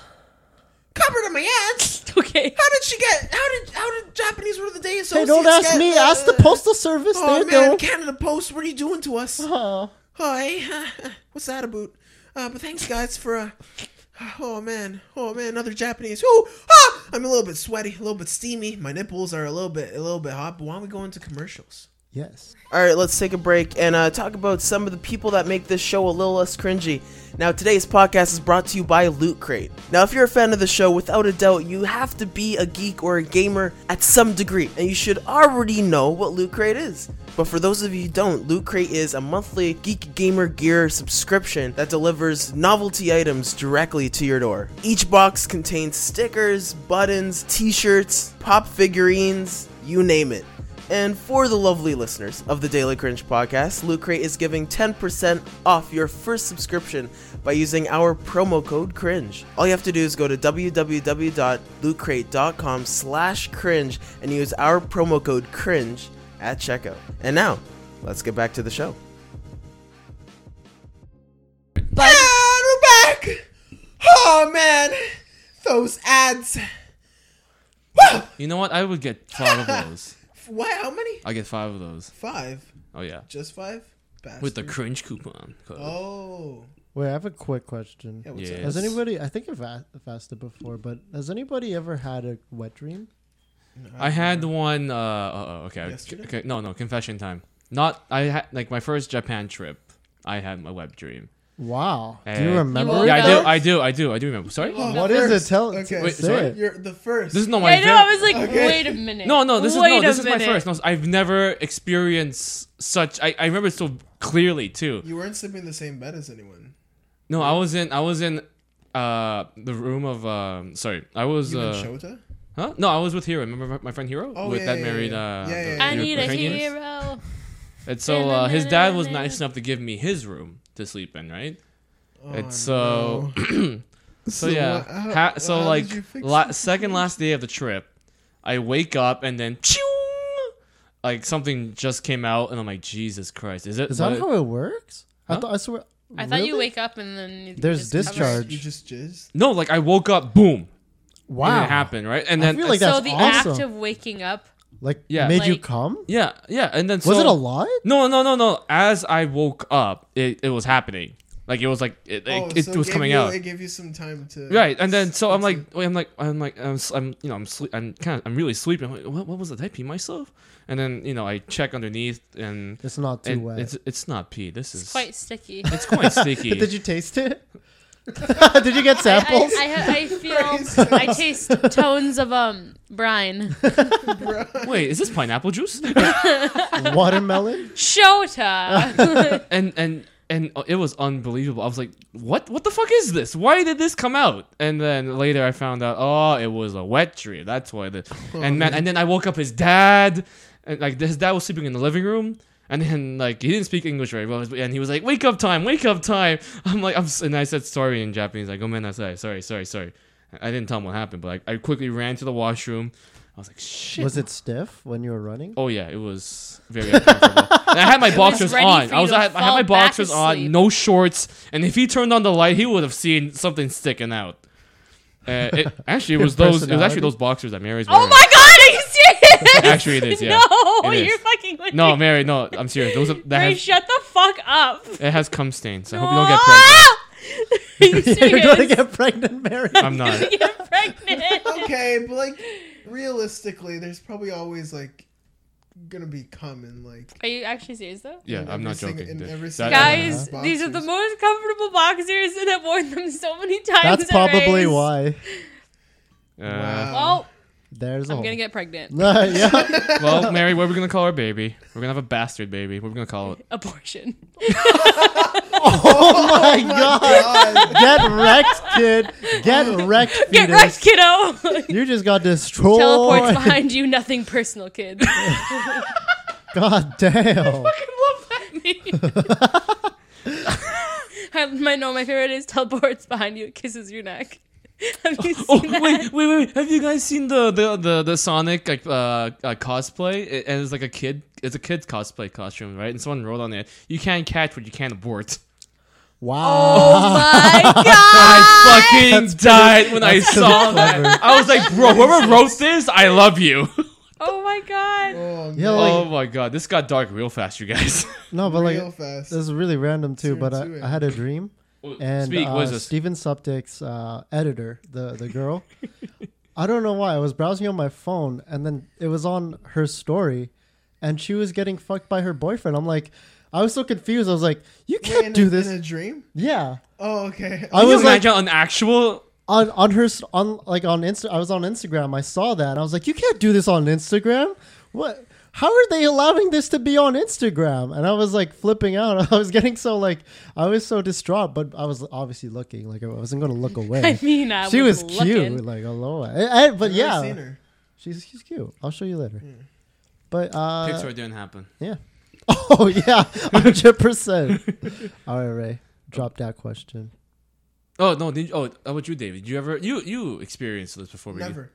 [SPEAKER 1] Covered in my ass.
[SPEAKER 2] *laughs*
[SPEAKER 3] *laughs*
[SPEAKER 2] Okay.
[SPEAKER 1] How did she get? How did how did Japanese word of the day
[SPEAKER 3] Hey,
[SPEAKER 1] associates?
[SPEAKER 3] don't ask
[SPEAKER 1] get,
[SPEAKER 3] me.
[SPEAKER 1] uh,
[SPEAKER 3] ask the postal service.
[SPEAKER 1] Oh
[SPEAKER 3] there
[SPEAKER 1] man,
[SPEAKER 3] you go.
[SPEAKER 1] Canada Post, what are you doing to us?
[SPEAKER 3] Oh.
[SPEAKER 1] Oh, hey, *laughs* what's that about? Uh, but thanks, guys, for. Uh, oh man, oh man, another Japanese. Ooh, ah! I'm a little bit sweaty, a little bit steamy. My nipples are a little bit, a little bit hot. But why don't we go into commercials?
[SPEAKER 3] Yes.
[SPEAKER 6] All right, let's take a break and uh, talk about some of the people that make this show a little less cringy. Now, today's podcast is brought to you by Loot Crate. Now, if you're a fan of the show, without a doubt, you have to be a geek or a gamer at some degree, and you should already know what Loot Crate is. But for those of you who don't, Loot Crate is a monthly geek gamer gear subscription that delivers novelty items directly to your door. Each box contains stickers, buttons, t shirts, pop figurines, you name it. And for the lovely listeners of the Daily Cringe podcast, Loot Crate is giving 10% off your first subscription by using our promo code CRINGE. All you have to do is go to www.lootcrate.com slash cringe and use our promo code CRINGE at checkout. And now, let's get back to the show.
[SPEAKER 2] But
[SPEAKER 1] And we're back. Oh man, those ads. Woo!
[SPEAKER 4] You know what? I would get five of those.
[SPEAKER 1] What? How many?
[SPEAKER 4] I get five of those.
[SPEAKER 1] Five.
[SPEAKER 4] Oh yeah,
[SPEAKER 1] Just five. Bastard.
[SPEAKER 4] with the cringe coupon code.
[SPEAKER 1] Oh.
[SPEAKER 3] Wait, I have a quick question.
[SPEAKER 1] Yeah, what's
[SPEAKER 4] Yeah.
[SPEAKER 1] up?
[SPEAKER 3] Has
[SPEAKER 4] Yes.
[SPEAKER 3] anybody? I think I've a- I've asked it before, but has anybody ever had a wet dream?
[SPEAKER 4] I had the one. Uh, uh, uh, okay,
[SPEAKER 1] Yesterday?
[SPEAKER 4] okay. No, no. Confession time. Not. I had like my first Japan trip. I had my web dream.
[SPEAKER 3] Wow. Do
[SPEAKER 4] And-
[SPEAKER 3] you remember?
[SPEAKER 2] woke
[SPEAKER 4] Eh. Yeah,
[SPEAKER 2] up?
[SPEAKER 4] I do. I do. I do. I do remember. Sorry.
[SPEAKER 1] Oh,
[SPEAKER 3] What
[SPEAKER 1] the
[SPEAKER 3] is
[SPEAKER 1] first.
[SPEAKER 3] it? Tell
[SPEAKER 1] Okay.
[SPEAKER 3] say
[SPEAKER 4] Wait, sorry?
[SPEAKER 3] it.
[SPEAKER 1] You're the first.
[SPEAKER 4] This
[SPEAKER 3] Oh
[SPEAKER 4] is not my.
[SPEAKER 2] I know. I
[SPEAKER 4] very-
[SPEAKER 2] was like,
[SPEAKER 1] Okay.
[SPEAKER 2] wait a minute.
[SPEAKER 4] No, no, this is
[SPEAKER 2] Wait
[SPEAKER 4] no,
[SPEAKER 2] a
[SPEAKER 4] this is my
[SPEAKER 2] minute.
[SPEAKER 4] first. No, I've never experienced such. I, I remember it so clearly too.
[SPEAKER 1] you weren't sleeping in the same bed as anyone.
[SPEAKER 4] No, I was in I was in uh the room of um sorry I was
[SPEAKER 1] You and
[SPEAKER 4] uh,
[SPEAKER 1] Shota?
[SPEAKER 4] huh no I was with Hero. Remember my- my friend Hero
[SPEAKER 1] Oh,
[SPEAKER 4] with
[SPEAKER 1] yeah,
[SPEAKER 4] that
[SPEAKER 1] yeah,
[SPEAKER 4] married
[SPEAKER 1] yeah.
[SPEAKER 4] uh
[SPEAKER 1] Yeah, yeah,
[SPEAKER 4] the
[SPEAKER 1] yeah.
[SPEAKER 2] I need a
[SPEAKER 4] Ukrainian?
[SPEAKER 2] hero.
[SPEAKER 4] And so uh, his dad was nice enough to give me his room to sleep in, right? and *clears throat* so, so
[SPEAKER 1] Oh,
[SPEAKER 4] yeah,
[SPEAKER 1] what- how-
[SPEAKER 4] ha- so
[SPEAKER 1] how did
[SPEAKER 4] like
[SPEAKER 1] you fix
[SPEAKER 4] la-
[SPEAKER 1] it?
[SPEAKER 4] second last day of the trip, I wake up and then like something just came out, and I'm like, Jesus Christ, is it?
[SPEAKER 3] Is that
[SPEAKER 4] what-
[SPEAKER 3] how it works? I
[SPEAKER 4] Huh?
[SPEAKER 3] thought I swear.
[SPEAKER 2] I thought you
[SPEAKER 3] really?
[SPEAKER 2] wake up and then you
[SPEAKER 3] There's
[SPEAKER 2] discover-
[SPEAKER 3] discharge.
[SPEAKER 1] You just jizzed?
[SPEAKER 4] no, like I woke up, boom,
[SPEAKER 3] Wow.
[SPEAKER 4] and it happened, right? And then
[SPEAKER 3] feel like
[SPEAKER 2] So
[SPEAKER 3] That's
[SPEAKER 2] the act
[SPEAKER 3] awesome.
[SPEAKER 2] of waking up.
[SPEAKER 3] Like
[SPEAKER 4] Yeah.
[SPEAKER 3] made you
[SPEAKER 2] Like-
[SPEAKER 3] come?
[SPEAKER 4] yeah, yeah, and then
[SPEAKER 3] Was
[SPEAKER 4] so-
[SPEAKER 3] it a lie?
[SPEAKER 4] No, no, no, no. As I woke up, it, it was happening. Like it was like it,
[SPEAKER 1] Oh,
[SPEAKER 4] it, it
[SPEAKER 1] so
[SPEAKER 4] was
[SPEAKER 1] gave
[SPEAKER 4] coming
[SPEAKER 1] you-
[SPEAKER 4] out.
[SPEAKER 1] It gave you some time to.
[SPEAKER 4] Right, and then so I'm like, wait, I'm like, I'm like, I'm, s- I'm you know, I'm sleep, I'm kind of, I'm really sleepy. I'm like, what, what was that? Did I pee myself? And then you know, I check underneath, and
[SPEAKER 3] It's not too
[SPEAKER 4] and
[SPEAKER 3] wet.
[SPEAKER 4] it's it's not pee. This is
[SPEAKER 2] It's quite sticky.
[SPEAKER 4] it's quite sticky.
[SPEAKER 3] *laughs* Did you taste it? *laughs* Did you get samples?
[SPEAKER 2] *laughs* *laughs* I, I, I, I feel I taste tones of um
[SPEAKER 3] *laughs*
[SPEAKER 2] brine.
[SPEAKER 4] wait, is this pineapple
[SPEAKER 3] *laughs*
[SPEAKER 4] juice? *laughs*
[SPEAKER 3] Watermelon? *laughs*
[SPEAKER 2] Shota.
[SPEAKER 4] and and and it was unbelievable. I was like, what what the fuck is this? Why did this come out? And then later I found out, oh, it was a wet dream. That's why the and man, and then I woke up his dad, and like his dad was sleeping in the living room. And then, like, he didn't speak English very well, and he was like, "Wake up time, wake up time." *laughs* I'm like, I'm, s- and I said sorry in Japanese, like, "Oh man, sorry, sorry, sorry, sorry." I didn't tell him what happened, but I, I quickly ran to the washroom. I was like, "Shit!"
[SPEAKER 3] Was it stiff when you were *laughs* running?
[SPEAKER 4] Oh yeah, it was very *laughs* uncomfortable. and I had my boxers
[SPEAKER 2] ready
[SPEAKER 4] on.
[SPEAKER 2] for
[SPEAKER 4] I
[SPEAKER 2] you
[SPEAKER 4] was
[SPEAKER 2] to
[SPEAKER 4] I had, I had
[SPEAKER 2] fall
[SPEAKER 4] my
[SPEAKER 2] back
[SPEAKER 4] boxers on,
[SPEAKER 2] asleep.
[SPEAKER 4] no shorts, and if he turned on the light, he would have seen something sticking out. Uh,
[SPEAKER 2] *laughs*
[SPEAKER 4] it, actually, it was those. It was
[SPEAKER 3] personality?
[SPEAKER 4] actually those boxers that Mary's
[SPEAKER 2] oh
[SPEAKER 4] wearing.
[SPEAKER 2] my god, are you serious?
[SPEAKER 4] Actually, it is, yeah.
[SPEAKER 2] *laughs* No,
[SPEAKER 4] It is.
[SPEAKER 2] you're fucking with
[SPEAKER 4] No,
[SPEAKER 2] me.
[SPEAKER 4] Mary, no, I'm serious. Those are, that
[SPEAKER 2] Ray,
[SPEAKER 4] has,
[SPEAKER 2] shut the fuck up. Ah!
[SPEAKER 4] it has cum stains. I hope you don't get pregnant.
[SPEAKER 2] *laughs* get
[SPEAKER 4] *laughs*
[SPEAKER 3] You're
[SPEAKER 2] *laughs*
[SPEAKER 3] gonna get pregnant, Mary.
[SPEAKER 4] I'm not.
[SPEAKER 2] get pregnant.
[SPEAKER 1] Okay, but like, realistically, there's probably always like gonna be common like.
[SPEAKER 2] Are you actually serious though?
[SPEAKER 4] Yeah, I'm not
[SPEAKER 1] every sing-
[SPEAKER 4] joking.
[SPEAKER 1] in
[SPEAKER 4] dude.
[SPEAKER 1] every
[SPEAKER 4] That-
[SPEAKER 1] single-
[SPEAKER 2] Guys,
[SPEAKER 1] Uh-huh.
[SPEAKER 2] these are the
[SPEAKER 1] Boxers.
[SPEAKER 2] most comfortable boxers, and I've worn them so many times.
[SPEAKER 3] That's
[SPEAKER 2] at
[SPEAKER 3] probably
[SPEAKER 2] Ray's.
[SPEAKER 3] why.
[SPEAKER 4] uh,
[SPEAKER 1] um,
[SPEAKER 2] Well,
[SPEAKER 3] There's a
[SPEAKER 2] Oh,
[SPEAKER 4] Oh.
[SPEAKER 2] I'm gonna
[SPEAKER 3] hole.
[SPEAKER 2] get pregnant. *laughs*
[SPEAKER 3] *laughs* yeah. oh
[SPEAKER 4] well, Mary, what are we gonna call our baby? We're gonna have a bastard baby. What are we gonna call it?
[SPEAKER 2] Abortion.
[SPEAKER 3] Oh my god.
[SPEAKER 1] God,
[SPEAKER 3] Get wrecked, kid. Get
[SPEAKER 2] *laughs*
[SPEAKER 3] wrecked, fetus.
[SPEAKER 2] Get right, kiddo.
[SPEAKER 3] You just got
[SPEAKER 2] *laughs*
[SPEAKER 3] destroyed. *laughs*
[SPEAKER 2] Teleports behind you. Nothing personal,
[SPEAKER 4] *laughs*
[SPEAKER 2] kid.
[SPEAKER 3] God damn.
[SPEAKER 2] I, *laughs* my no, my favorite is teleports behind you, kisses your neck. *laughs* Have you seen
[SPEAKER 4] *laughs*
[SPEAKER 3] *laughs*
[SPEAKER 4] Oh
[SPEAKER 2] that?
[SPEAKER 4] wait, wait, wait! wait. Have you guys seen the the the, the Sonic like uh, uh cosplay? It- and it's like a kid. It's a kid's cosplay costume, right? And someone wrote on it, "You can't catch what you can't abort." *laughs*
[SPEAKER 3] Wow.
[SPEAKER 2] Oh my god!
[SPEAKER 4] I fucking died when I
[SPEAKER 3] Ah, that's
[SPEAKER 4] saw
[SPEAKER 3] pretty
[SPEAKER 4] that.
[SPEAKER 3] clever.
[SPEAKER 4] I was like, bro,
[SPEAKER 3] *laughs*
[SPEAKER 4] whoever wrote this, I love you.
[SPEAKER 2] *laughs*
[SPEAKER 4] *laughs*
[SPEAKER 2] Oh my god!
[SPEAKER 1] oh,
[SPEAKER 3] Yeah, like,
[SPEAKER 4] oh my god, this got dark real fast, you guys. *laughs*
[SPEAKER 3] no, but
[SPEAKER 1] real
[SPEAKER 3] like,
[SPEAKER 1] fast.
[SPEAKER 3] this is really random too.
[SPEAKER 1] Turn
[SPEAKER 3] But
[SPEAKER 1] to it.
[SPEAKER 3] I, I had a dream, and
[SPEAKER 4] Speak.
[SPEAKER 3] uh,
[SPEAKER 4] what is this?
[SPEAKER 3] Steven Suptic's uh, editor, the the girl. *laughs* I don't know why I was browsing on my phone, and then it was on her story, and she was getting fucked by her boyfriend. I'm like, I was so confused. I was like, you
[SPEAKER 1] Wait,
[SPEAKER 3] can't
[SPEAKER 1] in
[SPEAKER 3] do
[SPEAKER 1] a,
[SPEAKER 3] this.
[SPEAKER 1] in a dream.
[SPEAKER 3] yeah,
[SPEAKER 1] Oh, okay.
[SPEAKER 3] I
[SPEAKER 4] Can you
[SPEAKER 3] was like
[SPEAKER 4] imagine an actual?
[SPEAKER 3] on on her s- on like on Insta. I was on Instagram. I saw that. And I was like, you can't do this on Instagram. What? How are they allowing this to be on Instagram? And I was like flipping out. *laughs* I was getting so like I was so distraught, but I was obviously looking like I wasn't gonna look
[SPEAKER 4] *laughs*
[SPEAKER 3] away.
[SPEAKER 2] I mean, I
[SPEAKER 3] she was
[SPEAKER 2] looking.
[SPEAKER 3] cute, like aloha. I- I- eh, but
[SPEAKER 1] I've never
[SPEAKER 3] yeah,
[SPEAKER 1] seen her.
[SPEAKER 3] she's she's cute. I'll show you later.
[SPEAKER 4] Hmm.
[SPEAKER 3] But uh,
[SPEAKER 4] Pixar didn't happen.
[SPEAKER 3] yeah. *laughs* Oh yeah, *laughs* hundred
[SPEAKER 4] *laughs*
[SPEAKER 3] percent. All right, Ray, drop that question.
[SPEAKER 4] Oh no! Did you, oh, how about you, David? Did you ever you you experienced this before? really?
[SPEAKER 1] Never.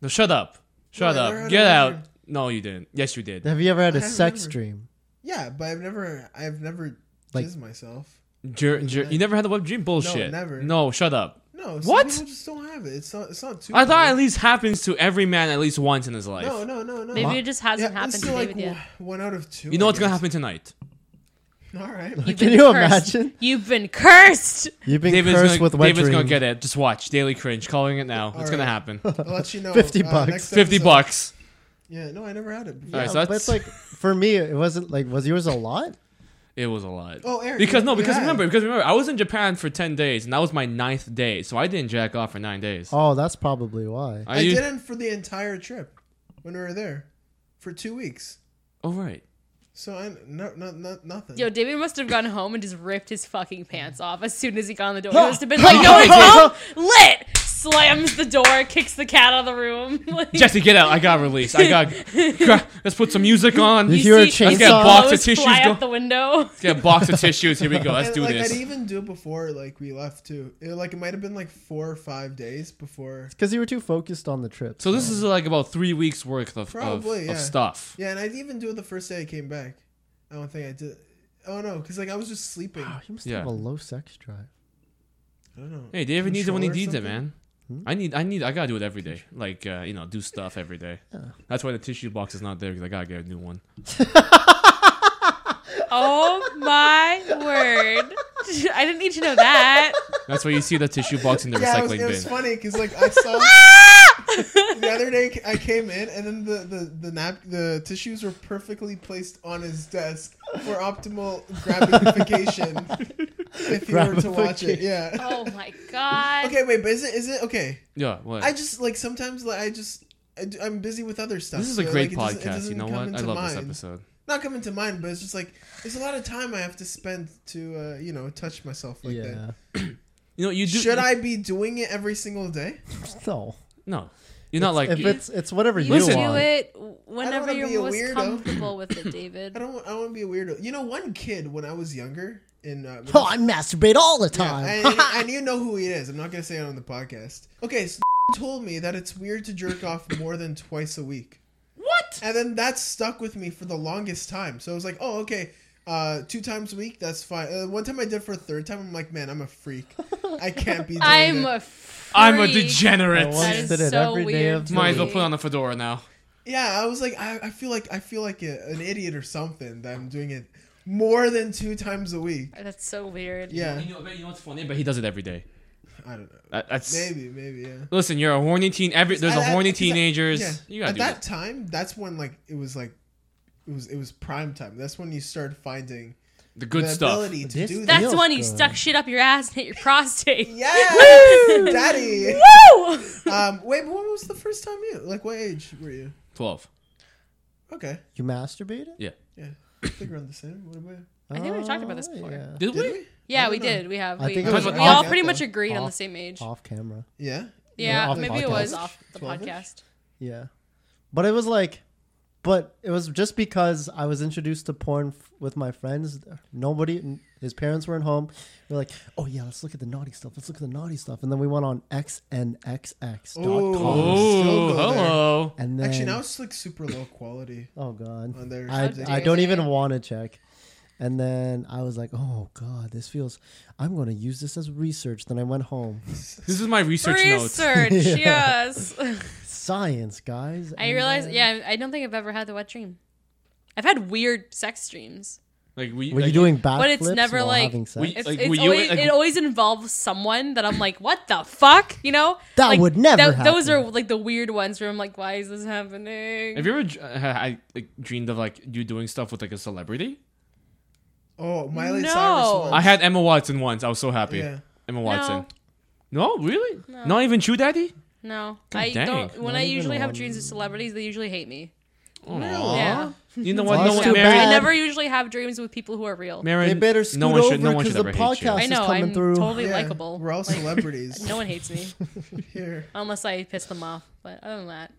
[SPEAKER 4] No, shut up! Shut
[SPEAKER 1] No, I never had
[SPEAKER 4] up!
[SPEAKER 1] a
[SPEAKER 4] Get out!
[SPEAKER 1] boyfriend.
[SPEAKER 4] No, you didn't. Yes,
[SPEAKER 1] *laughs*
[SPEAKER 4] you did.
[SPEAKER 3] Have you ever had
[SPEAKER 1] I
[SPEAKER 3] a
[SPEAKER 1] don't
[SPEAKER 3] sex
[SPEAKER 1] remember.
[SPEAKER 3] dream?
[SPEAKER 1] Yeah, but I've never. I've never
[SPEAKER 3] Like-
[SPEAKER 1] jizzed myself.
[SPEAKER 4] Jer- jer- you never had a web dream? Bullshit.
[SPEAKER 1] never.
[SPEAKER 4] No, shut up.
[SPEAKER 1] No. some
[SPEAKER 4] What?
[SPEAKER 1] People just don't have it. It's not. It's not too.
[SPEAKER 4] I thought
[SPEAKER 1] bad.
[SPEAKER 4] at least happens to every man at least once in his life.
[SPEAKER 1] No, no, no, no.
[SPEAKER 2] Maybe it just
[SPEAKER 1] Yeah,
[SPEAKER 2] hasn't
[SPEAKER 1] I'm
[SPEAKER 2] happened to
[SPEAKER 1] still, like,
[SPEAKER 2] David yet.
[SPEAKER 1] w- One out of two.
[SPEAKER 4] You know
[SPEAKER 1] I
[SPEAKER 4] what's gonna
[SPEAKER 1] guess.
[SPEAKER 4] happen tonight?
[SPEAKER 1] All right.
[SPEAKER 3] *laughs*
[SPEAKER 2] You've
[SPEAKER 3] Can
[SPEAKER 2] been
[SPEAKER 3] you
[SPEAKER 2] cursed.
[SPEAKER 3] imagine?
[SPEAKER 2] You've been cursed.
[SPEAKER 3] You've been
[SPEAKER 4] David's
[SPEAKER 3] cursed
[SPEAKER 4] gonna,
[SPEAKER 3] with wet
[SPEAKER 4] David's gonna
[SPEAKER 3] dreams.
[SPEAKER 4] get it. Just watch Daily Cringe. Calling it now. it's gonna
[SPEAKER 1] right. *laughs*
[SPEAKER 4] happen.
[SPEAKER 1] I'll let you know. Uh,
[SPEAKER 3] 50 bucks.
[SPEAKER 1] next
[SPEAKER 4] Fifty
[SPEAKER 1] episode.
[SPEAKER 4] bucks.
[SPEAKER 1] Yeah. No, I never had it. Before.
[SPEAKER 4] All right, so
[SPEAKER 3] Yeah,
[SPEAKER 4] that's,
[SPEAKER 3] but it's like for me, it wasn't like was yours a lot?
[SPEAKER 4] it was a lot.
[SPEAKER 1] Oh, Eric,
[SPEAKER 4] Because
[SPEAKER 1] you-
[SPEAKER 4] no,
[SPEAKER 1] you
[SPEAKER 4] because
[SPEAKER 1] had.
[SPEAKER 4] remember, because remember, I was in Japan for ten days, and that was my ninth day, so I didn't jack off for nine days.
[SPEAKER 3] Oh, that's probably why.
[SPEAKER 4] I
[SPEAKER 1] I
[SPEAKER 4] used-
[SPEAKER 1] didn't for the entire trip when we were there for two weeks.
[SPEAKER 4] Oh right.
[SPEAKER 1] So I no, no, no nothing.
[SPEAKER 2] Yo, David must have gone home and just ripped his fucking pants off as soon as he got in the door. He must have been like, "Going home, lit." Slams the door, kicks the cat out of the room. *laughs* Like,
[SPEAKER 4] Jesse, get out! I got released.
[SPEAKER 1] *laughs*
[SPEAKER 4] I got. Cra- Let's put some music on.
[SPEAKER 3] You
[SPEAKER 4] Let's
[SPEAKER 3] hear a
[SPEAKER 2] see-
[SPEAKER 3] chainsaw?
[SPEAKER 4] get a box of
[SPEAKER 2] Clothes
[SPEAKER 4] tissues,
[SPEAKER 2] Fly
[SPEAKER 4] go-
[SPEAKER 2] out the window.
[SPEAKER 4] get a box of tissues. Here we
[SPEAKER 1] *laughs*
[SPEAKER 4] go. Let's
[SPEAKER 1] And,
[SPEAKER 4] do
[SPEAKER 1] like,
[SPEAKER 4] this.
[SPEAKER 1] I'd even do it before like we left too. It, like it might have been like four or five days before.
[SPEAKER 3] Because you were too focused on the trip.
[SPEAKER 4] So this is like about three weeks worth of
[SPEAKER 1] Probably,
[SPEAKER 4] of,
[SPEAKER 1] yeah.
[SPEAKER 4] of stuff.
[SPEAKER 1] Yeah, and I'd even do it the first day I came back. I don't think I did. Oh no, because like I was just sleeping.
[SPEAKER 3] Wow,
[SPEAKER 1] I
[SPEAKER 3] you must
[SPEAKER 4] Yeah.
[SPEAKER 3] have a low sex drive.
[SPEAKER 1] don't know.
[SPEAKER 4] Hey, David needs it when he
[SPEAKER 1] Control or
[SPEAKER 4] needs it,
[SPEAKER 1] something? Hmm?
[SPEAKER 4] man. I need, I need, I gotta do it every day. Like, uh, you know, do stuff every day. That's why the tissue box is not there because I gotta get a new one.
[SPEAKER 2] Oh my word! I didn't need to know that.
[SPEAKER 4] That's why you see the tissue box in
[SPEAKER 1] *laughs*
[SPEAKER 4] the
[SPEAKER 1] Yeah, it was,
[SPEAKER 4] recycling
[SPEAKER 1] it was
[SPEAKER 4] bin. Ah!
[SPEAKER 1] funny because like
[SPEAKER 4] *laughs*
[SPEAKER 1] I saw the other day I came in and then the the the, nap, the tissues were perfectly placed on his desk for optimal
[SPEAKER 4] *laughs*
[SPEAKER 1] gratification. if you were to watch it, yeah.
[SPEAKER 2] Oh my god!
[SPEAKER 1] Okay, wait, but is it is it okay?
[SPEAKER 4] Yeah, what?
[SPEAKER 1] I just like sometimes like I just I do- I'm busy with other stuff.
[SPEAKER 4] this is a
[SPEAKER 1] so,
[SPEAKER 4] great
[SPEAKER 1] like, it doesn't- it
[SPEAKER 4] podcast. you
[SPEAKER 1] doesn't
[SPEAKER 4] know
[SPEAKER 1] come
[SPEAKER 4] what? I
[SPEAKER 1] into
[SPEAKER 4] love
[SPEAKER 1] mind.
[SPEAKER 4] this episode.
[SPEAKER 1] Not coming to mind, but it's just like there's a lot of time I have to spend to uh, you know touch myself like
[SPEAKER 3] yeah.
[SPEAKER 1] that.
[SPEAKER 4] You know, you do.
[SPEAKER 1] Should I be doing it every single day?
[SPEAKER 3] *laughs* No.
[SPEAKER 4] No, you're not like.
[SPEAKER 3] if it's it's whatever
[SPEAKER 2] You
[SPEAKER 3] you,
[SPEAKER 4] Listen.
[SPEAKER 2] do
[SPEAKER 3] want.
[SPEAKER 2] it
[SPEAKER 1] I don't
[SPEAKER 2] whenever
[SPEAKER 1] wanna be
[SPEAKER 2] you're
[SPEAKER 1] a
[SPEAKER 2] most
[SPEAKER 1] weirdo.
[SPEAKER 2] comfortable
[SPEAKER 1] *laughs*
[SPEAKER 2] with it,
[SPEAKER 1] I
[SPEAKER 2] David.
[SPEAKER 1] don't. want- I want to be a weirdo. You know, one kid when I was younger, in uh, when
[SPEAKER 3] *laughs* *laughs* Oh, I masturbate all the
[SPEAKER 1] Yeah,
[SPEAKER 3] time.
[SPEAKER 1] and,
[SPEAKER 3] *laughs*
[SPEAKER 1] and you know who he is. I'm not gonna say it on the podcast. Okay, so *laughs* told me that it's weird to jerk
[SPEAKER 3] *laughs*
[SPEAKER 1] off more than twice a week. What? And then that stuck with me for the longest time. So I was like, oh, okay, uh, two times a week, that's fine. Uh, one time I did for a third time. I'm like, man, I'm a freak. I can't be. Doing
[SPEAKER 2] I'm
[SPEAKER 1] it.
[SPEAKER 2] a.
[SPEAKER 4] I'm a
[SPEAKER 2] freak.
[SPEAKER 3] I
[SPEAKER 4] degenerate.
[SPEAKER 3] want-
[SPEAKER 2] That
[SPEAKER 3] Once
[SPEAKER 2] is
[SPEAKER 3] did it
[SPEAKER 2] so
[SPEAKER 3] every day
[SPEAKER 2] weird.
[SPEAKER 3] of
[SPEAKER 2] to
[SPEAKER 3] my
[SPEAKER 4] Might as well
[SPEAKER 2] me.
[SPEAKER 4] put on a fedora now.
[SPEAKER 1] Yeah, I was like, I, I feel like I feel like a, an idiot or something that I'm doing it more than two times a week.
[SPEAKER 2] That's so weird.
[SPEAKER 1] Yeah,
[SPEAKER 4] You know, but you know what's funny? But he does it every day.
[SPEAKER 1] I don't know.
[SPEAKER 4] That, that's.
[SPEAKER 1] Maybe, maybe, yeah.
[SPEAKER 4] Listen, you're a horny teen. Every there's a
[SPEAKER 1] At- at-
[SPEAKER 4] horny
[SPEAKER 1] because I-
[SPEAKER 4] teenagers. You gotta
[SPEAKER 1] at
[SPEAKER 4] do
[SPEAKER 1] that
[SPEAKER 4] that.
[SPEAKER 1] time. That's when like it was like it was it was prime time. That's when you started finding
[SPEAKER 4] The good
[SPEAKER 1] the
[SPEAKER 4] stuff.
[SPEAKER 1] ability to
[SPEAKER 3] This-
[SPEAKER 1] do that.
[SPEAKER 3] *laughs*
[SPEAKER 2] That's
[SPEAKER 3] Feels
[SPEAKER 2] when you
[SPEAKER 3] good.
[SPEAKER 2] stuck shit up your ass and hit your
[SPEAKER 1] *laughs*
[SPEAKER 2] prostate.
[SPEAKER 1] Yeah, *laughs* daddy.
[SPEAKER 2] Woo!
[SPEAKER 1] Um, wait, but when was the first time you like? What age were you?
[SPEAKER 4] Twelve.
[SPEAKER 1] Okay,
[SPEAKER 3] You masturbated?
[SPEAKER 4] Yeah.
[SPEAKER 1] yeah, I think we're on the same. What about?
[SPEAKER 3] I
[SPEAKER 2] think we talked about this before.
[SPEAKER 3] Oh, Yeah.
[SPEAKER 4] Did, we?
[SPEAKER 1] Did we?
[SPEAKER 2] Yeah,
[SPEAKER 1] I
[SPEAKER 2] we
[SPEAKER 1] don't know.
[SPEAKER 2] did. We have.
[SPEAKER 3] I
[SPEAKER 2] We,
[SPEAKER 3] think
[SPEAKER 2] we,
[SPEAKER 3] it
[SPEAKER 1] was
[SPEAKER 2] we
[SPEAKER 1] off-
[SPEAKER 2] all pretty much
[SPEAKER 1] off-
[SPEAKER 2] agreed on the
[SPEAKER 3] off-
[SPEAKER 2] same age.
[SPEAKER 3] Off camera.
[SPEAKER 1] Yeah.
[SPEAKER 2] yeah,
[SPEAKER 3] off the
[SPEAKER 2] maybe it was
[SPEAKER 3] podcast.
[SPEAKER 2] off the
[SPEAKER 1] 12-ish?
[SPEAKER 2] podcast.
[SPEAKER 3] Yeah. But it was like, but it was just because I was introduced to porn f- with my friends. Nobody, n- his parents weren't home. We are like, oh yeah, let's look at the naughty stuff. Let's look at the naughty stuff. And then we went on xnxx.com.
[SPEAKER 1] Still
[SPEAKER 4] Oh,
[SPEAKER 1] go there.
[SPEAKER 4] hello.
[SPEAKER 3] And then,
[SPEAKER 1] Actually, now it's like super low quality
[SPEAKER 3] oh god,
[SPEAKER 1] on there.
[SPEAKER 3] I,
[SPEAKER 2] dare
[SPEAKER 3] I don't
[SPEAKER 2] you.
[SPEAKER 3] even want to check. And then I was like, oh god, this feels. I'm going to use this as research. Then I went home.
[SPEAKER 4] This is my research,
[SPEAKER 3] *laughs*
[SPEAKER 4] notes.
[SPEAKER 2] Research, yes.
[SPEAKER 3] Science, guys.
[SPEAKER 2] I
[SPEAKER 3] And
[SPEAKER 2] realize.
[SPEAKER 3] then-
[SPEAKER 2] Yeah, I don't think I've ever had the wet dream. I've had weird sex dreams.
[SPEAKER 4] Like we
[SPEAKER 3] Were
[SPEAKER 4] like,
[SPEAKER 3] you doing backflips?
[SPEAKER 2] But it's never
[SPEAKER 3] while
[SPEAKER 2] like-
[SPEAKER 3] having sex?
[SPEAKER 4] We-
[SPEAKER 2] It's,
[SPEAKER 4] Like,
[SPEAKER 2] it's
[SPEAKER 4] were you-
[SPEAKER 2] always,
[SPEAKER 4] like-
[SPEAKER 2] it always involves someone that I'm like, what the fuck? You know?
[SPEAKER 3] That
[SPEAKER 2] Like,
[SPEAKER 3] would never
[SPEAKER 2] tho- Those are
[SPEAKER 3] happen.
[SPEAKER 2] like the weird ones where I'm like, why is this happening?
[SPEAKER 4] Have you ever uh, ha- *laughs* I, like dreamed of like you doing stuff with like a celebrity?
[SPEAKER 1] Oh, Miley
[SPEAKER 2] No.
[SPEAKER 1] Cyrus. once.
[SPEAKER 4] I had Emma Watson once. I was so happy.
[SPEAKER 1] Yeah.
[SPEAKER 4] Emma Watson. No, really? Not even Chew Daddy?
[SPEAKER 2] no. I
[SPEAKER 4] dang.
[SPEAKER 2] don't. When
[SPEAKER 3] Not
[SPEAKER 2] I
[SPEAKER 3] even
[SPEAKER 2] usually have
[SPEAKER 3] one.
[SPEAKER 2] dreams of celebrities, they usually hate me.
[SPEAKER 4] Aw.
[SPEAKER 2] Yeah.
[SPEAKER 4] You know what?
[SPEAKER 3] That's
[SPEAKER 4] No
[SPEAKER 3] too
[SPEAKER 4] one
[SPEAKER 2] I
[SPEAKER 3] bad.
[SPEAKER 4] married.
[SPEAKER 2] never usually have dreams with people who are real.
[SPEAKER 3] They
[SPEAKER 4] Married.
[SPEAKER 3] better
[SPEAKER 4] no
[SPEAKER 3] scoot
[SPEAKER 4] one should. No
[SPEAKER 3] over
[SPEAKER 4] one should
[SPEAKER 3] 'cause the
[SPEAKER 4] ever hate you.
[SPEAKER 3] podcast-
[SPEAKER 2] I
[SPEAKER 3] is
[SPEAKER 2] know.
[SPEAKER 3] coming
[SPEAKER 2] I'm
[SPEAKER 3] through.
[SPEAKER 2] totally
[SPEAKER 1] Yeah,
[SPEAKER 2] likable.
[SPEAKER 1] We're
[SPEAKER 4] *laughs*
[SPEAKER 1] all celebrities.
[SPEAKER 2] No one hates me
[SPEAKER 1] Here.
[SPEAKER 2] unless I piss them off. But other than that,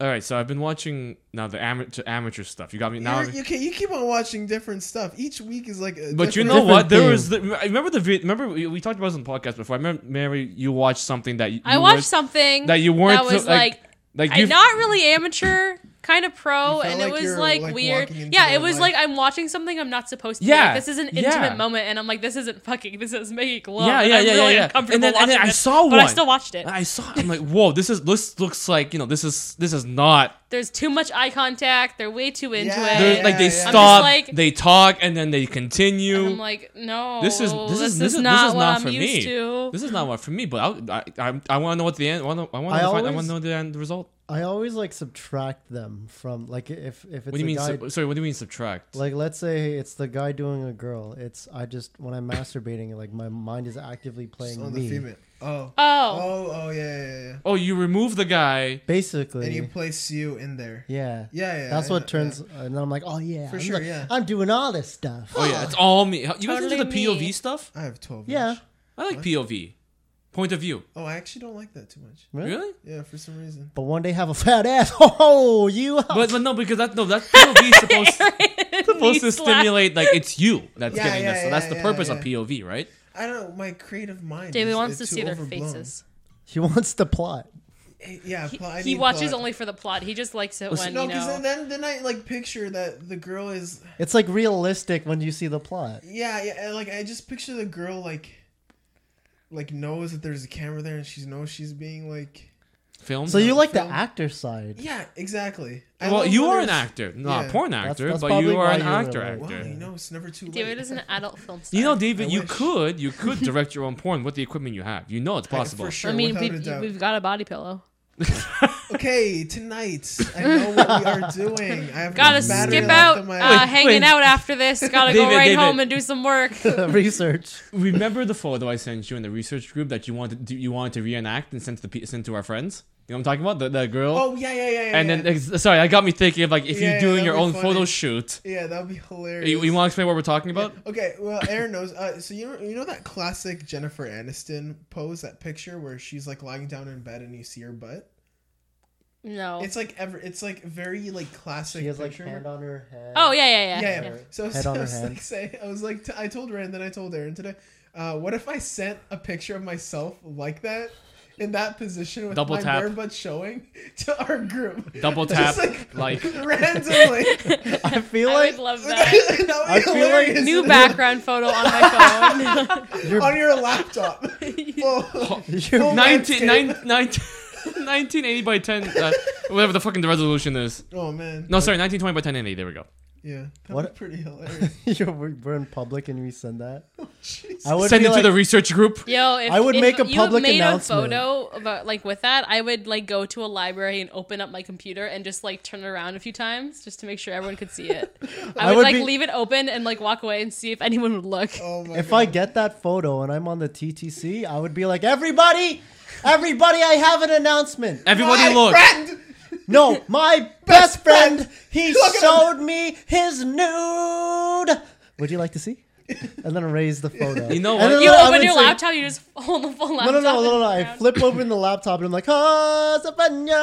[SPEAKER 4] All right, so I've been watching now the amateur amateur stuff. You got me now.
[SPEAKER 1] You're- you, can, you keep on watching different stuff. Each week is like. A
[SPEAKER 4] But you
[SPEAKER 1] different-
[SPEAKER 4] know
[SPEAKER 3] different
[SPEAKER 4] what? There
[SPEAKER 3] thing.
[SPEAKER 4] was. The, I remember the. vid- Remember we, we talked about this on the podcast before. I remember Mary, you watched something that you
[SPEAKER 2] I
[SPEAKER 4] you
[SPEAKER 2] watched
[SPEAKER 4] weren't-
[SPEAKER 2] something
[SPEAKER 4] that you weren't
[SPEAKER 2] That was
[SPEAKER 4] so-
[SPEAKER 2] like,
[SPEAKER 4] like- like
[SPEAKER 2] I
[SPEAKER 4] you-
[SPEAKER 2] not really amateur, kind of pro,
[SPEAKER 1] You felt
[SPEAKER 2] and
[SPEAKER 1] like
[SPEAKER 2] it was
[SPEAKER 1] you're,
[SPEAKER 2] like,
[SPEAKER 1] like,
[SPEAKER 2] weird.
[SPEAKER 1] walking into
[SPEAKER 2] Yeah,
[SPEAKER 1] their
[SPEAKER 2] it was
[SPEAKER 1] life.
[SPEAKER 2] like I'm watching something I'm not supposed to.
[SPEAKER 4] Yeah,
[SPEAKER 2] like, this is an
[SPEAKER 4] yeah.
[SPEAKER 2] intimate moment, and I'm like, this isn't fucking. This is making love.
[SPEAKER 4] Yeah,
[SPEAKER 2] and
[SPEAKER 4] yeah,
[SPEAKER 2] I'm
[SPEAKER 4] yeah,
[SPEAKER 2] really
[SPEAKER 4] yeah, yeah.
[SPEAKER 2] uncomfortable
[SPEAKER 4] And then, and then
[SPEAKER 2] watching
[SPEAKER 4] I
[SPEAKER 2] it,
[SPEAKER 4] saw
[SPEAKER 2] but I
[SPEAKER 4] one.
[SPEAKER 2] still watched it.
[SPEAKER 4] I saw. I'm like, whoa! This is this looks like you know this is this is not.
[SPEAKER 2] There's too much eye contact. They're way too into
[SPEAKER 1] Yeah.
[SPEAKER 4] They're,
[SPEAKER 2] it.
[SPEAKER 4] like
[SPEAKER 1] I'm
[SPEAKER 4] they
[SPEAKER 1] just
[SPEAKER 4] stop,
[SPEAKER 2] like-
[SPEAKER 4] they talk, and then they
[SPEAKER 2] and
[SPEAKER 4] continue.
[SPEAKER 2] I'm like, no.
[SPEAKER 4] this is this is this is
[SPEAKER 2] not
[SPEAKER 4] this is
[SPEAKER 2] what
[SPEAKER 4] not
[SPEAKER 2] I'm
[SPEAKER 4] for
[SPEAKER 2] used
[SPEAKER 4] me.
[SPEAKER 2] to.
[SPEAKER 4] This is not what for me. But I I I, I want to know what the end. I want to I want
[SPEAKER 3] I
[SPEAKER 4] to find. I
[SPEAKER 3] always-
[SPEAKER 4] want to know the end result.
[SPEAKER 3] I always like subtract them from like if if it's
[SPEAKER 4] What do you
[SPEAKER 3] a
[SPEAKER 4] mean?
[SPEAKER 3] guy,
[SPEAKER 4] sub- sorry, what do you mean subtract?
[SPEAKER 3] like let's say it's the guy doing a girl. It's I just when I'm masturbating, like my mind is actively playing
[SPEAKER 1] On the
[SPEAKER 3] me.
[SPEAKER 1] female. Oh.
[SPEAKER 4] Uh,
[SPEAKER 2] oh,
[SPEAKER 1] Oh, oh, yeah, yeah, yeah.
[SPEAKER 4] oh, you remove the guy.
[SPEAKER 3] Basically,
[SPEAKER 1] And you place you in there.
[SPEAKER 3] yeah,
[SPEAKER 1] Yeah, yeah,
[SPEAKER 3] That's
[SPEAKER 1] I
[SPEAKER 3] what
[SPEAKER 1] know,
[SPEAKER 3] turns, and I'm like, oh yeah,
[SPEAKER 1] For
[SPEAKER 3] I'm
[SPEAKER 1] sure,
[SPEAKER 3] like-
[SPEAKER 1] yeah.
[SPEAKER 3] I'm doing all this stuff.
[SPEAKER 4] Oh yeah, it's all me. You guys
[SPEAKER 2] Totally
[SPEAKER 4] into the
[SPEAKER 2] me.
[SPEAKER 4] POV stuff?
[SPEAKER 1] I have 12.
[SPEAKER 3] yeah.
[SPEAKER 1] inch.
[SPEAKER 4] I like POV, point of view.
[SPEAKER 1] Oh, I actually don't like that too much.
[SPEAKER 4] Really?
[SPEAKER 1] Yeah, for some reason.
[SPEAKER 3] But one day have a fat ass. *laughs* Oh, you. *laughs*
[SPEAKER 4] But, but no, because that no, that POV is supposed
[SPEAKER 1] Oh,
[SPEAKER 4] *laughs* supposed to
[SPEAKER 2] Knee slap.
[SPEAKER 4] stimulate like it's you that's
[SPEAKER 1] Yeah,
[SPEAKER 4] getting
[SPEAKER 1] yeah,
[SPEAKER 4] this. So
[SPEAKER 1] yeah,
[SPEAKER 4] that's the
[SPEAKER 1] yeah,
[SPEAKER 4] purpose
[SPEAKER 1] yeah.
[SPEAKER 4] of POV, right?
[SPEAKER 1] I don't know. My creative mind.
[SPEAKER 2] David
[SPEAKER 1] is,
[SPEAKER 2] wants to
[SPEAKER 1] is
[SPEAKER 2] see
[SPEAKER 1] too
[SPEAKER 2] their
[SPEAKER 1] overblown.
[SPEAKER 2] faces.
[SPEAKER 3] He wants the plot.
[SPEAKER 1] Eh, Yeah,
[SPEAKER 2] He,
[SPEAKER 1] pl- I
[SPEAKER 2] he
[SPEAKER 1] need
[SPEAKER 2] watches
[SPEAKER 1] plot.
[SPEAKER 2] only for the plot. He just likes it when
[SPEAKER 1] No,
[SPEAKER 2] you know.
[SPEAKER 1] because then then I like picture that the girl is
[SPEAKER 3] It's like realistic when you see the plot.
[SPEAKER 1] Yeah, yeah, and, like I just picture the girl like like knows that there's a camera there and she knows she's being like
[SPEAKER 4] Film.
[SPEAKER 3] So you like the
[SPEAKER 1] film.
[SPEAKER 3] actor side.
[SPEAKER 1] Yeah, exactly. I
[SPEAKER 4] Well,
[SPEAKER 1] love
[SPEAKER 4] you
[SPEAKER 1] when
[SPEAKER 4] are an
[SPEAKER 1] there's-
[SPEAKER 4] actor, not
[SPEAKER 1] Yeah.
[SPEAKER 4] a porn
[SPEAKER 3] That's-
[SPEAKER 4] actor,
[SPEAKER 3] that's
[SPEAKER 4] but
[SPEAKER 3] probably
[SPEAKER 4] you are
[SPEAKER 3] why
[SPEAKER 4] an
[SPEAKER 3] you were
[SPEAKER 4] actor.
[SPEAKER 3] like-
[SPEAKER 1] Wow,
[SPEAKER 4] actor.
[SPEAKER 1] you know, it's never too late.
[SPEAKER 2] David is an adult film star.
[SPEAKER 4] You know, David,
[SPEAKER 1] I
[SPEAKER 4] you
[SPEAKER 1] wish.
[SPEAKER 4] could
[SPEAKER 1] *laughs*
[SPEAKER 4] you could direct your own porn with the equipment you have. You know it's
[SPEAKER 1] I-
[SPEAKER 4] possible.
[SPEAKER 1] For sure,
[SPEAKER 2] I mean,
[SPEAKER 1] without a
[SPEAKER 2] we've,
[SPEAKER 1] doubt.
[SPEAKER 2] we've got a body pillow.
[SPEAKER 1] Okay, tonight I know what we
[SPEAKER 4] *laughs*
[SPEAKER 1] are doing. I have
[SPEAKER 2] Gotta
[SPEAKER 1] no battery
[SPEAKER 2] skip
[SPEAKER 1] left
[SPEAKER 2] out,
[SPEAKER 1] in my-
[SPEAKER 2] uh,
[SPEAKER 4] Ah. Wait,
[SPEAKER 2] hanging
[SPEAKER 4] wait.
[SPEAKER 2] out after
[SPEAKER 3] *laughs*
[SPEAKER 2] this. Gotta go
[SPEAKER 4] David,
[SPEAKER 2] right
[SPEAKER 4] David.
[SPEAKER 2] home and do some work.
[SPEAKER 3] Research.
[SPEAKER 4] *laughs* Remember the photo I sent you in the research group that you wanted you wanted to reenact and send to the pe- send to our friends. You know what I'm talking about? The, the girl.
[SPEAKER 1] oh yeah, yeah, yeah, yeah.
[SPEAKER 4] and then ex- sorry, I got me thinking of like if
[SPEAKER 1] Yeah,
[SPEAKER 4] you're doing
[SPEAKER 1] that'd
[SPEAKER 4] your
[SPEAKER 1] be
[SPEAKER 4] own
[SPEAKER 1] funny.
[SPEAKER 4] photo shoot.
[SPEAKER 1] yeah, that would be hilarious.
[SPEAKER 4] You, want to explain what we're talking about?
[SPEAKER 1] Okay, well, Aaron knows. Uh, so you know, you know that classic Jennifer Aniston pose, that picture where she's like lying down in bed and you see her butt.
[SPEAKER 4] Oh.
[SPEAKER 2] No.
[SPEAKER 1] It's like ever. It's like very like classic.
[SPEAKER 3] She has like
[SPEAKER 1] picture.
[SPEAKER 3] hand on her head.
[SPEAKER 2] oh yeah, yeah, yeah.
[SPEAKER 1] yeah, yeah.
[SPEAKER 3] yeah.
[SPEAKER 1] So,
[SPEAKER 3] Head
[SPEAKER 1] so
[SPEAKER 3] on
[SPEAKER 1] I
[SPEAKER 3] her
[SPEAKER 1] was
[SPEAKER 3] hand.
[SPEAKER 1] like, say, I was like, t- I told Rand, then I told Aaron today. Uh, what if I sent a picture of myself like that? In that position with
[SPEAKER 4] Double
[SPEAKER 1] my
[SPEAKER 4] tap.
[SPEAKER 1] bare butt showing to our group,
[SPEAKER 4] Double
[SPEAKER 1] Just,
[SPEAKER 4] tap,
[SPEAKER 1] *laughs*
[SPEAKER 4] like-
[SPEAKER 1] randomly.
[SPEAKER 3] I feel
[SPEAKER 2] I would
[SPEAKER 3] like *laughs*
[SPEAKER 2] love that.
[SPEAKER 1] that would be
[SPEAKER 3] I feel like
[SPEAKER 1] hilarious. *laughs*
[SPEAKER 2] New
[SPEAKER 3] *laughs*
[SPEAKER 2] background photo on my phone.
[SPEAKER 1] on your
[SPEAKER 2] *laughs*
[SPEAKER 1] laptop. Oh. Full-
[SPEAKER 3] you're
[SPEAKER 1] full landscape.
[SPEAKER 4] 19, 9, 19 *laughs* 1980 by 10, uh, whatever the fucking resolution is.
[SPEAKER 1] Oh man.
[SPEAKER 4] No, sorry, 1920 by 1080. There we go.
[SPEAKER 1] Yeah. That
[SPEAKER 3] What-
[SPEAKER 1] would be pretty
[SPEAKER 2] *laughs*
[SPEAKER 1] hilarious. *laughs*
[SPEAKER 3] *laughs* you're, we're in public and we send that.
[SPEAKER 1] Jeez.
[SPEAKER 3] I would
[SPEAKER 4] Send
[SPEAKER 3] be
[SPEAKER 4] it
[SPEAKER 3] like,
[SPEAKER 4] to the research group.
[SPEAKER 2] Yo, if,
[SPEAKER 3] I would
[SPEAKER 2] if
[SPEAKER 3] make a
[SPEAKER 2] you
[SPEAKER 3] public
[SPEAKER 2] made
[SPEAKER 3] announcement.
[SPEAKER 2] a photo about like with that, I would like go to a library and open up my computer and just like turn it around a few times just to make sure everyone could see
[SPEAKER 3] *laughs*
[SPEAKER 2] it. I
[SPEAKER 3] I
[SPEAKER 2] would,
[SPEAKER 3] would
[SPEAKER 2] like
[SPEAKER 3] be-
[SPEAKER 2] leave it open and like walk away and see if anyone would look.
[SPEAKER 1] Oh my
[SPEAKER 3] If
[SPEAKER 1] God.
[SPEAKER 3] I get that photo and I'm on the TTC, I would be like, everybody, everybody, I have an announcement.
[SPEAKER 4] Everybody
[SPEAKER 1] My
[SPEAKER 4] look.
[SPEAKER 1] friend!
[SPEAKER 3] No, my best friend, he
[SPEAKER 1] Look at
[SPEAKER 3] showed me his nude. Would you like to see? And then raise the photo.
[SPEAKER 4] You know
[SPEAKER 3] And then
[SPEAKER 4] what?
[SPEAKER 2] You
[SPEAKER 3] I
[SPEAKER 2] open
[SPEAKER 3] would
[SPEAKER 2] your
[SPEAKER 3] say-
[SPEAKER 2] laptop, you just *laughs* hold the full
[SPEAKER 3] No,
[SPEAKER 2] laptop.
[SPEAKER 3] no, no, no,
[SPEAKER 2] and
[SPEAKER 3] no, no. I
[SPEAKER 2] *laughs* around.
[SPEAKER 3] flip open the laptop and I'm like, oh, Stefania,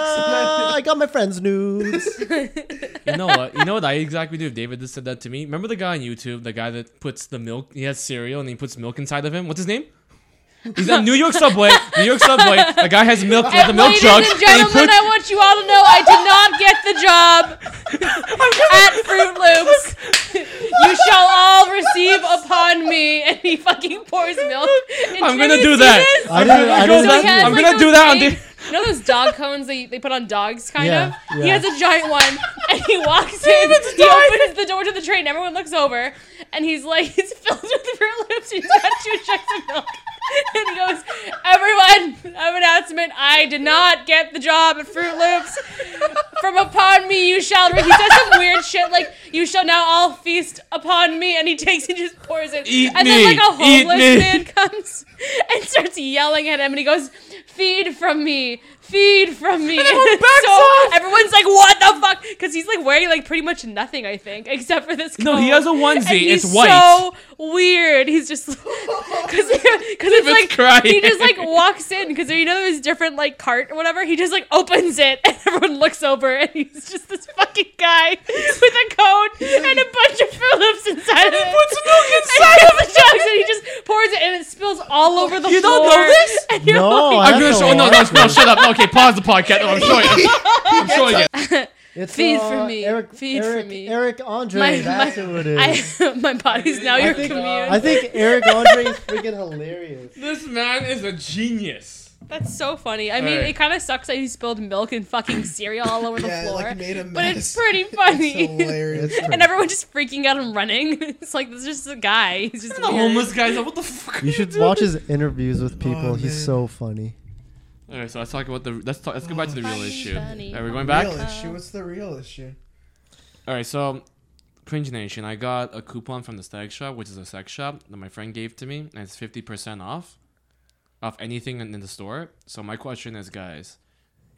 [SPEAKER 3] I got my friend's nudes.
[SPEAKER 4] You know what? You know what I exactly do if David just said that to me? Remember the guy on YouTube, the guy that puts the milk, he has cereal and he puts milk inside of him? What's his name? He's on New York Subway. New York Subway. The guy has milk with the
[SPEAKER 2] And
[SPEAKER 4] milk
[SPEAKER 2] ladies
[SPEAKER 4] jug.
[SPEAKER 2] and
[SPEAKER 4] he
[SPEAKER 2] gentlemen, I want you all to know I did not get the
[SPEAKER 4] *laughs*
[SPEAKER 2] job at Fruit Loops. you shall all receive upon me. And he fucking pours milk. And
[SPEAKER 4] I'm
[SPEAKER 2] did
[SPEAKER 4] gonna
[SPEAKER 2] you
[SPEAKER 4] do
[SPEAKER 2] see
[SPEAKER 4] that.
[SPEAKER 2] this?
[SPEAKER 3] I didn't, I didn't
[SPEAKER 4] I'm gonna go
[SPEAKER 2] So he
[SPEAKER 4] back-
[SPEAKER 2] has,
[SPEAKER 4] I'm
[SPEAKER 2] like,
[SPEAKER 4] gonna
[SPEAKER 2] those
[SPEAKER 4] do that on
[SPEAKER 2] big-
[SPEAKER 4] the.
[SPEAKER 2] You know those dog cones they, they put on dogs, kind
[SPEAKER 3] Yeah,
[SPEAKER 2] of? He
[SPEAKER 3] yeah.
[SPEAKER 2] has a giant one, and
[SPEAKER 4] *laughs*
[SPEAKER 2] he walks in. he opens the door to the train, and everyone looks over, and he's like, *laughs* it's filled with Fruit Loops, and he's got two checks of milk. And he goes, everyone, I have an announcement. I did not get the job at Fruit Loops. From upon me you shall drink. He says some weird shit like, you shall now all feast upon me, and he takes and just pours it.
[SPEAKER 4] Eat
[SPEAKER 2] and
[SPEAKER 4] me,
[SPEAKER 2] then like a
[SPEAKER 4] eat
[SPEAKER 2] homeless
[SPEAKER 4] me.
[SPEAKER 2] man *laughs* comes and starts yelling at him, and he goes, "Feed from me, feed from me." *laughs* so everyone's like, "What the fuck?" Because he's like wearing like pretty much nothing, I think, except for this. Coat.
[SPEAKER 4] No, he has a onesie.
[SPEAKER 2] And he's
[SPEAKER 4] It's white.
[SPEAKER 2] So weird. He's just *laughs* because it's
[SPEAKER 4] David's
[SPEAKER 2] like
[SPEAKER 4] crying.
[SPEAKER 2] he just like walks in because you know there's different like cart or whatever. He just like opens it, and everyone looks over, and he's just this fucking guy with a coat and a bunch of Fruit Loops inside of it. He puts *laughs* milk inside of Oh, the jugs, and he just pours it, and it spills all over the
[SPEAKER 4] You don't
[SPEAKER 2] floor.
[SPEAKER 4] know this?
[SPEAKER 2] *laughs* And you're
[SPEAKER 3] No,
[SPEAKER 2] like,
[SPEAKER 4] I'm gonna show. No, no, no, shut up. Okay, pause the podcast. No, I'm showing. *laughs* I'm, I'm showing it.
[SPEAKER 3] It's, uh,
[SPEAKER 2] Feed for me.
[SPEAKER 3] Eric,
[SPEAKER 2] Feed for
[SPEAKER 3] Eric,
[SPEAKER 2] me.
[SPEAKER 3] Eric Andre.
[SPEAKER 2] My-
[SPEAKER 3] that's
[SPEAKER 2] my-
[SPEAKER 3] who it is. I,
[SPEAKER 2] I, *laughs* uh, my body's now your
[SPEAKER 3] think,
[SPEAKER 2] commune.
[SPEAKER 3] I think Eric Andre is freaking hilarious.
[SPEAKER 4] This man is a genius.
[SPEAKER 2] That's so funny. I mean,
[SPEAKER 4] Alright.
[SPEAKER 2] it kind of sucks that he spilled milk and fucking cereal all over the
[SPEAKER 1] yeah,
[SPEAKER 2] floor,
[SPEAKER 1] like made a mess.
[SPEAKER 2] but it's
[SPEAKER 1] *laughs*
[SPEAKER 2] pretty funny.
[SPEAKER 1] It's hilarious.
[SPEAKER 2] *laughs* and everyone just freaking out and running. *laughs* It's like this is just a guy. He's just
[SPEAKER 4] The
[SPEAKER 2] weird.
[SPEAKER 4] homeless guy's like, what the fuck?
[SPEAKER 3] You should watch his interviews with people.
[SPEAKER 1] Oh,
[SPEAKER 3] He's
[SPEAKER 1] man.
[SPEAKER 2] *laughs*
[SPEAKER 3] so funny.
[SPEAKER 4] All right, so let's talk about the. Let's talk. Let's go back to the real
[SPEAKER 2] Funny,
[SPEAKER 4] issue.
[SPEAKER 2] funny.
[SPEAKER 4] Are we going back?
[SPEAKER 1] real
[SPEAKER 2] Uh,
[SPEAKER 1] issue. What's the real issue?
[SPEAKER 4] All right, so Cringe Nation, I got a coupon from the Stag Shop, which is a sex shop that my friend gave to me, and it's fifty percent off, off anything in in the store. So my question is, guys,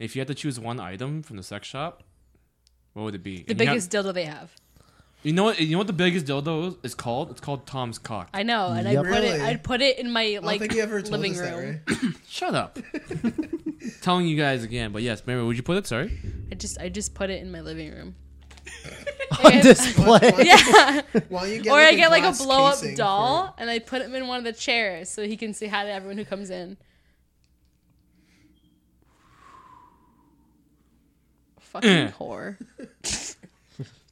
[SPEAKER 4] if you had to choose one item from the sex shop, what would it be?
[SPEAKER 2] The
[SPEAKER 4] And you have-
[SPEAKER 2] biggest dildo they have.
[SPEAKER 4] You know what? You know what the biggest dildo is called? It's called Tom's cock.
[SPEAKER 2] I know, and I
[SPEAKER 3] Yep.
[SPEAKER 2] put
[SPEAKER 1] Really?
[SPEAKER 2] it. I'd put it in my
[SPEAKER 1] I don't
[SPEAKER 2] like
[SPEAKER 1] think you ever told
[SPEAKER 2] living
[SPEAKER 1] us
[SPEAKER 2] room.
[SPEAKER 1] that, right?
[SPEAKER 4] Shut up. *laughs* Telling you guys again, but yes, Mary, would you put it? Sorry.
[SPEAKER 2] I just, I just put it in my living
[SPEAKER 1] *laughs*
[SPEAKER 2] room.
[SPEAKER 3] On
[SPEAKER 2] And-
[SPEAKER 3] display.
[SPEAKER 2] *laughs* yeah,
[SPEAKER 1] Why
[SPEAKER 2] *laughs*
[SPEAKER 1] don't you *laughs* get
[SPEAKER 2] or
[SPEAKER 1] like
[SPEAKER 2] I get like a
[SPEAKER 1] glass
[SPEAKER 2] blow up
[SPEAKER 1] casing
[SPEAKER 2] doll, and I put him in one of the chairs so he can say hi to everyone who comes in.
[SPEAKER 4] Eh.
[SPEAKER 2] Fucking whore.